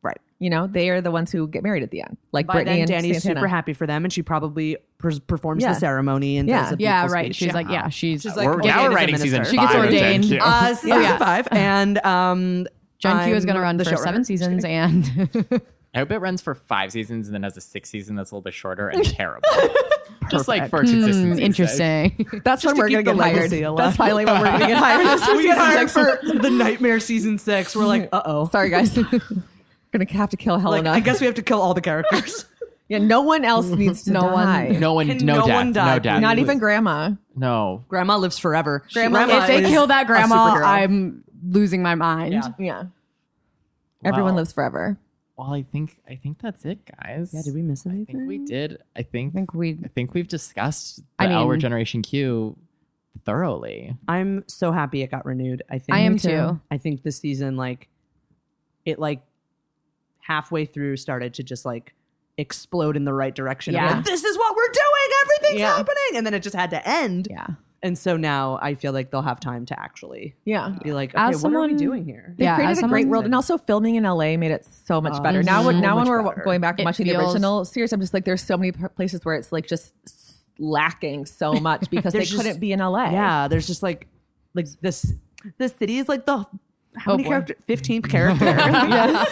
Speaker 4: Right. You know, they are the ones who get married at the end. Like
Speaker 5: By
Speaker 4: Brittany
Speaker 5: then,
Speaker 4: and
Speaker 5: Danny's
Speaker 4: Santana.
Speaker 5: super happy for them, and she probably pers- performs
Speaker 4: Yeah.
Speaker 5: the ceremony and
Speaker 4: Yeah.
Speaker 5: does a
Speaker 3: Yeah,
Speaker 5: beautiful
Speaker 3: right.
Speaker 5: speech.
Speaker 3: She's like, yeah, she's.
Speaker 5: She's
Speaker 2: We're,
Speaker 5: like,
Speaker 2: now we're
Speaker 5: okay, it is a
Speaker 2: writing season
Speaker 5: minister. She
Speaker 2: five.
Speaker 3: gets
Speaker 2: of Gen
Speaker 3: ordained.
Speaker 2: Q.
Speaker 5: Uh, season
Speaker 3: yeah.
Speaker 5: five, and um,
Speaker 3: John Q
Speaker 5: I'm
Speaker 3: is going to run
Speaker 5: the
Speaker 3: for
Speaker 5: showrunner.
Speaker 3: seven seasons, and
Speaker 2: I hope it runs for five seasons and then has a sixth season that's a little bit shorter and terrible. Just like for consistency. sake.
Speaker 3: Hmm, interesting.
Speaker 4: That's when
Speaker 5: to
Speaker 4: we're gonna
Speaker 5: keep the
Speaker 4: get hired.
Speaker 5: legacy alive.
Speaker 4: That's finally when we're gonna get hired. This
Speaker 5: we
Speaker 4: is
Speaker 5: get hired
Speaker 4: season
Speaker 5: for
Speaker 4: six.
Speaker 5: the nightmare season six. We're like, uh oh.
Speaker 4: Sorry guys. gonna have to kill
Speaker 5: Like,
Speaker 4: Helena.
Speaker 5: I guess we have to kill all the characters.
Speaker 4: yeah, no one else needs to
Speaker 3: No one-
Speaker 4: die.
Speaker 2: No one,
Speaker 5: Can
Speaker 2: no,
Speaker 5: no
Speaker 2: death,
Speaker 5: one die,
Speaker 2: no death.
Speaker 4: Not
Speaker 5: Please.
Speaker 4: even grandma.
Speaker 2: no.
Speaker 5: grandma lives forever.
Speaker 4: Grandma-
Speaker 3: if they
Speaker 5: is
Speaker 3: kill that
Speaker 5: a
Speaker 3: grandma,
Speaker 5: superhero.
Speaker 3: I'm losing my mind.
Speaker 5: Yeah.
Speaker 4: Yeah. Everyone
Speaker 2: Wow.
Speaker 4: lives forever.
Speaker 2: Well, I think I think that's it, guys.
Speaker 5: Yeah, did we miss
Speaker 2: I
Speaker 5: anything?
Speaker 2: think we did. I think
Speaker 3: I think we.
Speaker 2: I think we've discussed the
Speaker 3: I
Speaker 2: our
Speaker 3: mean-
Speaker 2: generation Q thoroughly.
Speaker 5: I'm so happy it got renewed. I think
Speaker 3: I am Me too. too.
Speaker 5: I think this season, like, it like halfway through started to just like explode in the right direction. of,
Speaker 3: Yeah.
Speaker 5: like, this is what we're doing. Everything's
Speaker 4: Yeah.
Speaker 5: happening, and then it just had to end.
Speaker 3: Yeah.
Speaker 5: And so now I feel like they'll have time to actually
Speaker 4: Yeah.
Speaker 5: be like, okay,
Speaker 3: As
Speaker 5: what are we
Speaker 3: someone-
Speaker 5: doing here?
Speaker 4: They
Speaker 3: Yeah,
Speaker 4: created
Speaker 3: as
Speaker 4: a great
Speaker 3: someone-
Speaker 4: world, and also filming in LA made it so much
Speaker 5: Oh,
Speaker 4: better. Now, when
Speaker 5: so
Speaker 4: now when
Speaker 5: much
Speaker 4: we're
Speaker 5: better.
Speaker 4: going back and
Speaker 3: It
Speaker 4: watching the
Speaker 3: feels-
Speaker 4: original series, I'm just like, there's so many p- places where it's like just s- lacking so much because they
Speaker 5: There's just-
Speaker 4: couldn't be in LA.
Speaker 5: Yeah, there's just like like this the city is like the how
Speaker 3: Oh,
Speaker 5: many
Speaker 3: boy.
Speaker 5: characters? Fifteen characters. yeah.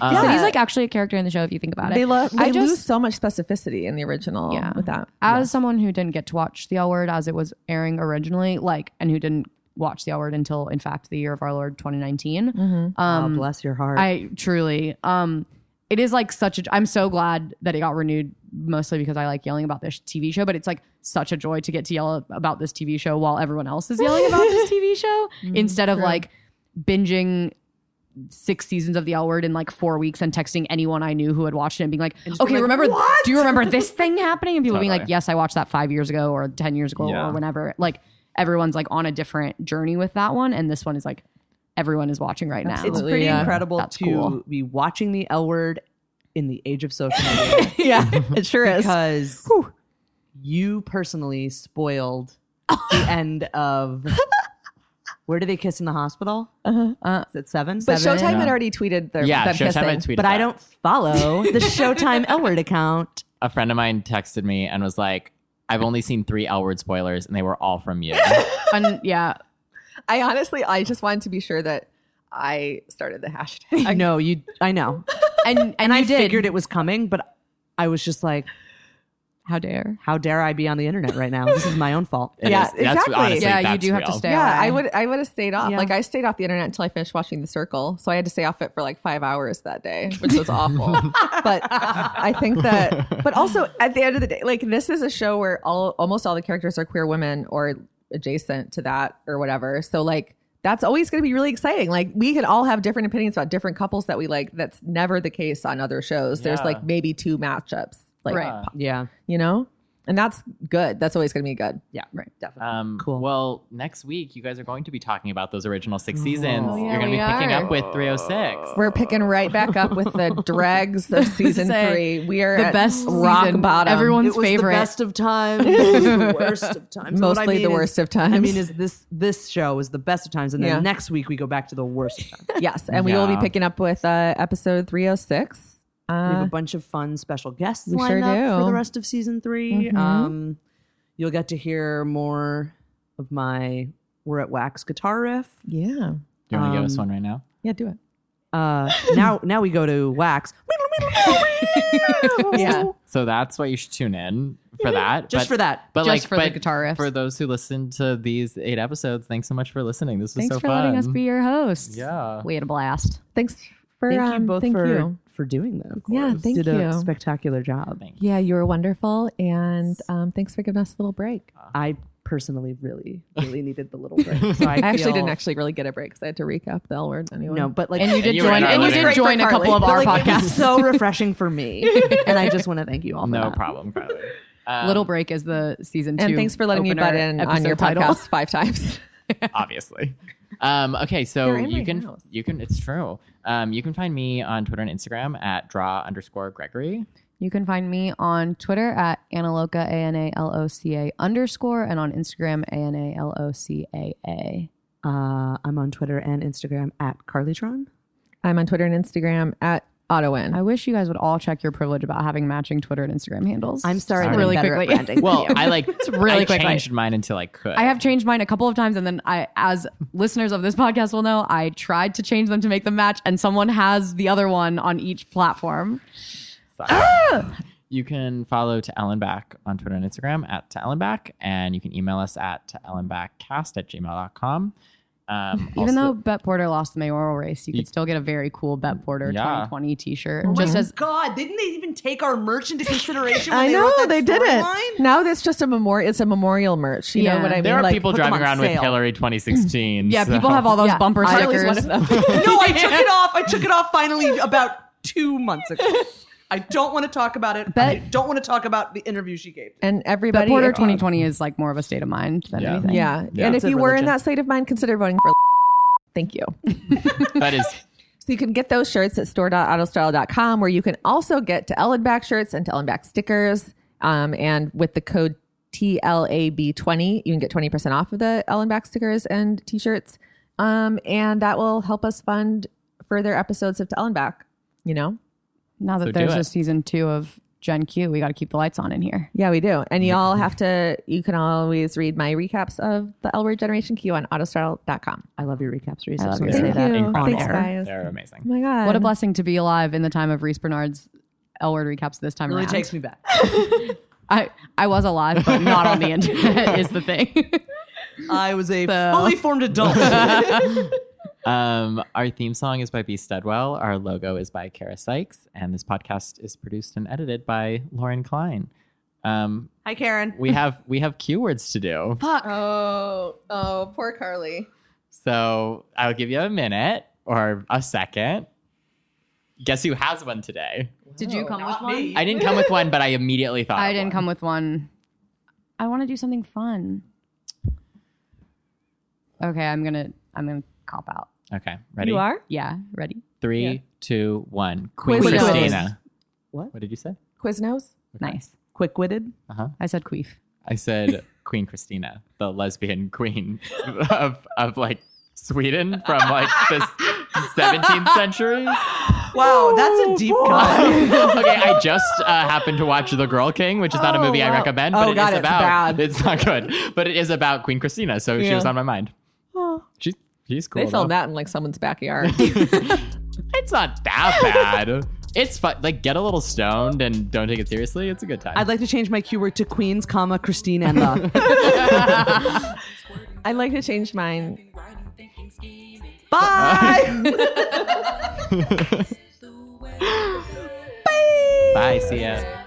Speaker 2: Um,
Speaker 3: So he's like actually a character in the show if you think about it.
Speaker 4: they, lo- they
Speaker 3: I just-
Speaker 4: lose so much specificity in the original.
Speaker 3: Yeah.
Speaker 4: with that.
Speaker 3: as someone who didn't get to watch the L Word as it was airing originally, like, and who didn't watch the L Word until, in fact, the year of our Lord 2019. Um,
Speaker 5: Oh, bless your heart.
Speaker 3: I truly, um, it is like such a. I'm so glad that it got renewed, mostly because I like yelling about this TV show. But it's like such a joy to get to yell about this TV show while everyone else is yelling about this TV show instead of like binging six seasons of the L Word in like four weeks and texting anyone I knew who had watched it and being like, okay, remember? Do you remember this thing happening? And people being like,
Speaker 2: Totally.
Speaker 3: yes, I watched that five years ago or ten years ago
Speaker 2: Yeah.
Speaker 3: or whenever. Like everyone's like on a different journey with that one, and this one is like everyone is watching right now.
Speaker 5: it's pretty
Speaker 4: yeah.
Speaker 5: incredible
Speaker 3: That's
Speaker 5: to
Speaker 3: cool.
Speaker 5: be watching the L word in the age of social media
Speaker 4: yeah, it sure is.
Speaker 5: because you personally spoiled the end of where do they kiss in the hospital?
Speaker 3: Uh,
Speaker 5: Is it seven?
Speaker 4: Uh-huh. But
Speaker 5: Seven?
Speaker 4: Showtime had
Speaker 2: Yeah.
Speaker 4: already tweeted their
Speaker 2: yeah,
Speaker 4: them
Speaker 2: Showtime
Speaker 4: kissing.
Speaker 2: had tweeted
Speaker 5: But I
Speaker 2: that.
Speaker 5: don't follow the Showtime L word account.
Speaker 2: A friend of mine texted me and was like, I've only seen three L word spoilers, and they were all from you.
Speaker 3: And yeah,
Speaker 4: I honestly, I just wanted to be sure that I started the hashtag.
Speaker 5: I know you. I know,
Speaker 3: and and,
Speaker 5: and I
Speaker 3: you did.
Speaker 5: figured it was coming, but I was just like,
Speaker 3: How dare?
Speaker 5: "How dare I be on the internet right now? This is my own fault."
Speaker 2: It
Speaker 4: Yeah,
Speaker 2: is- that's,
Speaker 4: exactly.
Speaker 2: honestly,
Speaker 3: yeah, you
Speaker 2: that's
Speaker 3: do have to
Speaker 2: real.
Speaker 3: stay.
Speaker 4: yeah,
Speaker 3: away.
Speaker 4: I would I would have stayed off.
Speaker 5: Yeah.
Speaker 4: Like I stayed off the internet until I finished watching The Circle, so I had to stay off it for like five hours that day, which was awful. but I think that, but also at the end of the day, like this is a show where all almost all the characters are queer women or adjacent to that or whatever. So like that's always going to be really exciting. Like we could all have different opinions about different couples that we like. That's never the case on other shows. There's
Speaker 2: Yeah.
Speaker 4: like maybe two matchups, like
Speaker 2: Right.
Speaker 5: Yeah,
Speaker 4: you know, and that's good. That's always going to be good.
Speaker 5: yeah, right. Definitely.
Speaker 2: Um,
Speaker 5: Cool.
Speaker 2: Well, next week you guys are going to be talking about those original six seasons.
Speaker 3: Oh, yeah,
Speaker 2: You're going to
Speaker 3: we
Speaker 2: be picking
Speaker 3: are.
Speaker 2: up with 306.
Speaker 4: We're picking right back up with the dregs of season
Speaker 3: Say,
Speaker 4: three. We are
Speaker 3: the
Speaker 4: at
Speaker 3: best
Speaker 4: rock
Speaker 3: season,
Speaker 4: bottom.
Speaker 3: Everyone's
Speaker 5: it was
Speaker 3: favorite.
Speaker 5: the best of times. It was the worst of times. What I
Speaker 4: mostly
Speaker 5: mean
Speaker 4: the
Speaker 5: is-
Speaker 4: worst of times.
Speaker 5: I mean, is this this show is the best of times, and then
Speaker 4: Yeah.
Speaker 5: next week we go back to the worst. Of times.
Speaker 4: yes, and we will be
Speaker 2: Yeah.
Speaker 4: picking up with uh, episode three hundred six.
Speaker 5: we have
Speaker 4: Uh,
Speaker 5: a bunch of fun special guests
Speaker 4: we
Speaker 5: lined
Speaker 4: sure
Speaker 5: up for
Speaker 4: do.
Speaker 5: the rest of season 3
Speaker 4: Mhm.
Speaker 5: Um, you'll get to hear more of my "We're at Wax" guitar riff.
Speaker 4: yeah,
Speaker 2: Do you want to give
Speaker 5: Um,
Speaker 2: us one right now?
Speaker 4: yeah, do it.
Speaker 5: Uh, now, now we go to wax
Speaker 4: Yeah,
Speaker 2: So that's why you should tune in for that.
Speaker 5: just
Speaker 2: but,
Speaker 5: for that.
Speaker 2: But
Speaker 3: Just
Speaker 2: like,
Speaker 3: for the
Speaker 2: but
Speaker 3: guitar riffs.
Speaker 2: For those who listened to these eight episodes, thanks so much for listening. This was
Speaker 3: Thanks
Speaker 2: so
Speaker 3: for
Speaker 2: fun.
Speaker 3: letting us be your hosts.
Speaker 2: yeah.
Speaker 3: we had a blast.
Speaker 4: thanks for
Speaker 5: Thank you
Speaker 4: um,
Speaker 5: both
Speaker 4: thank
Speaker 5: for
Speaker 4: you.
Speaker 5: for doing that.
Speaker 4: Yeah, thank
Speaker 5: did a
Speaker 4: you.
Speaker 5: spectacular job.
Speaker 2: Thank you.
Speaker 4: Yeah, you were wonderful, and um, thanks for giving us a little break.
Speaker 5: I personally really really needed the little break. So
Speaker 4: I
Speaker 5: I,
Speaker 4: actually
Speaker 5: feel-
Speaker 4: didn't actually really get a break because I had to recap the L word anyway.
Speaker 5: No, but like "Oh,
Speaker 3: And you did
Speaker 2: you were
Speaker 3: join.
Speaker 2: in our
Speaker 3: And you
Speaker 2: living
Speaker 3: did
Speaker 2: room.
Speaker 3: join a couple of
Speaker 5: but,
Speaker 3: our
Speaker 5: like, it was
Speaker 3: podcasts.
Speaker 5: so refreshing for me, and I just want to thank you all. For
Speaker 2: No
Speaker 5: that.
Speaker 2: problem, Carly. Um,
Speaker 3: Little break is the season two.
Speaker 4: and thanks for letting me
Speaker 3: opener
Speaker 4: butt in on
Speaker 3: episode
Speaker 4: your
Speaker 3: title.
Speaker 4: podcast five times.
Speaker 2: obviously. Um, okay, so
Speaker 4: You're in my
Speaker 2: you can
Speaker 4: house.
Speaker 2: you can it's true. Um, you can find me on Twitter and Instagram at draw underscore Gregory.
Speaker 3: You can find me on Twitter at Analoca, A N A L O C A underscore, and on Instagram, A N A L O C A A.
Speaker 5: Uh, I'm on Twitter and Instagram at Carlytron.
Speaker 4: I'm on Twitter and Instagram at Ottawin.
Speaker 3: I wish you guys would all check your privilege about having matching Twitter and Instagram handles.
Speaker 5: I'm sorry,
Speaker 2: Sorry.
Speaker 5: that I'm
Speaker 2: Really
Speaker 5: better at
Speaker 3: quickly.
Speaker 5: branding.
Speaker 2: Well, I like
Speaker 3: really
Speaker 2: I
Speaker 3: quick, like-
Speaker 2: changed mine until I could.
Speaker 3: I have changed mine a couple of times, and then I, as listeners of this podcast will know, I tried to change them to make them match, and someone has the other one on each platform.
Speaker 2: You can follow To Ellen Back on Twitter and Instagram at To Ellen Back, and you can email us at To Ellen Backcast at gmail.com. Um,
Speaker 3: Even
Speaker 2: also-
Speaker 3: though Bet Porter lost the mayoral race, you
Speaker 2: Ye-
Speaker 3: could still get a very cool Bet Porter
Speaker 2: Yeah.
Speaker 3: 2020 T-shirt, just as
Speaker 5: Oh God, didn't they even take our merch into consideration? When
Speaker 4: I
Speaker 5: they
Speaker 4: know
Speaker 5: wrote that
Speaker 4: they did it.
Speaker 5: storyline?
Speaker 4: Now it's just a memorial. It's a memorial merch. You
Speaker 3: Yeah.
Speaker 4: know what I mean?
Speaker 2: there are
Speaker 4: Like,
Speaker 2: people
Speaker 5: put them
Speaker 2: driving
Speaker 5: on
Speaker 2: around with
Speaker 5: sale.
Speaker 2: Hillary 2016.
Speaker 3: yeah,
Speaker 2: so-
Speaker 3: people have all those
Speaker 4: Yeah,
Speaker 3: bumper
Speaker 4: I was
Speaker 3: stickers.
Speaker 4: one of them.
Speaker 5: no, I took it off. I took it off finally about two months ago. I don't want to talk about it. I
Speaker 3: Bet-
Speaker 5: don't want to talk about the interview she gave.
Speaker 4: and
Speaker 3: Bet
Speaker 4: everybody.
Speaker 3: Porter
Speaker 4: if-
Speaker 3: 2020 is like more of a state of mind than
Speaker 2: Yeah.
Speaker 3: anything.
Speaker 4: Yeah.
Speaker 2: Yeah.
Speaker 4: and
Speaker 5: It's
Speaker 4: if
Speaker 5: a
Speaker 4: you were in
Speaker 5: religion.
Speaker 4: that state of mind, consider voting for. Thank you.
Speaker 2: that is
Speaker 4: So you can get those shirts at store.autostyle.com, where you can also get to Ellen Back shirts and to Ellen Back stickers. Um, and with the code TLAB20, you can get 20% off of the Ellen Back stickers and t shirts. Um, and that will help us fund further episodes of To Ellen Back, you know?
Speaker 3: Now that
Speaker 2: So do
Speaker 3: there's
Speaker 2: it.
Speaker 3: a season two of Gen Q, we got to keep the lights on in here.
Speaker 4: Yeah, we do. And you all have to, you can always read my recaps of the L Word Generation Q on autostyle.com.
Speaker 5: I love your recaps, Reese.
Speaker 3: I love
Speaker 2: your
Speaker 5: Thank
Speaker 2: recaps.
Speaker 5: you.
Speaker 2: incredible.
Speaker 4: Thanks,
Speaker 5: air.
Speaker 4: guys.
Speaker 2: they're
Speaker 4: Oh
Speaker 2: amazing.
Speaker 4: my God.
Speaker 3: What a blessing to be alive in the time of Reese Bernard's L word recaps this time
Speaker 5: Really
Speaker 3: around.
Speaker 5: takes me back.
Speaker 3: I, I was alive, but not on the internet is the thing.
Speaker 5: I was a fully formed adult.
Speaker 2: Um, our theme song is by B. Studwell. Our logo is by Kara Sykes, and this podcast is produced and edited by Lauren Klein. Um,
Speaker 5: Hi, Karen.
Speaker 2: we have we have keywords to do,
Speaker 4: Oh, oh, poor Carly.
Speaker 2: so I'll give you a minute or a second. Guess who has one today?
Speaker 3: Did you come with one?
Speaker 2: I didn't come with one, but I immediately thought.
Speaker 3: I
Speaker 2: of
Speaker 3: didn't
Speaker 2: one.
Speaker 3: come with one. I want to do something fun. Okay, I'm gonna I'm gonna cop out.
Speaker 2: Okay, ready?
Speaker 4: You are?
Speaker 3: Yeah, ready.
Speaker 2: Three, two, one. Queen
Speaker 4: Quiznos.
Speaker 2: Christina.
Speaker 5: What?
Speaker 2: What did you say?
Speaker 4: Quiznos?
Speaker 3: Nice.
Speaker 5: Quick witted.
Speaker 3: I said queef.
Speaker 2: I said Queen Christina, the lesbian queen of of like Sweden from like the 17th century.
Speaker 5: Wow, that's a deep cut.
Speaker 2: okay, I just uh, happened to watch The Girl King, which is not a movie I recommend, but
Speaker 4: Oh,
Speaker 2: it
Speaker 4: God,
Speaker 2: is
Speaker 4: it's
Speaker 2: about
Speaker 4: bad.
Speaker 2: it's not good, but it is about Queen Christina, so she was on my mind. She's she's cool.
Speaker 4: They
Speaker 2: though.
Speaker 4: filmed that in like someone's backyard.
Speaker 2: It's not that bad. It's fun. Like get a little stoned and don't take it seriously. It's a good time.
Speaker 5: I'd like to change my Q word to Queens, comma Christine and the.
Speaker 4: I'd like to change mine.
Speaker 1: Writing, thinking, scheming.
Speaker 5: Bye.
Speaker 1: The way.
Speaker 2: Bye. See ya.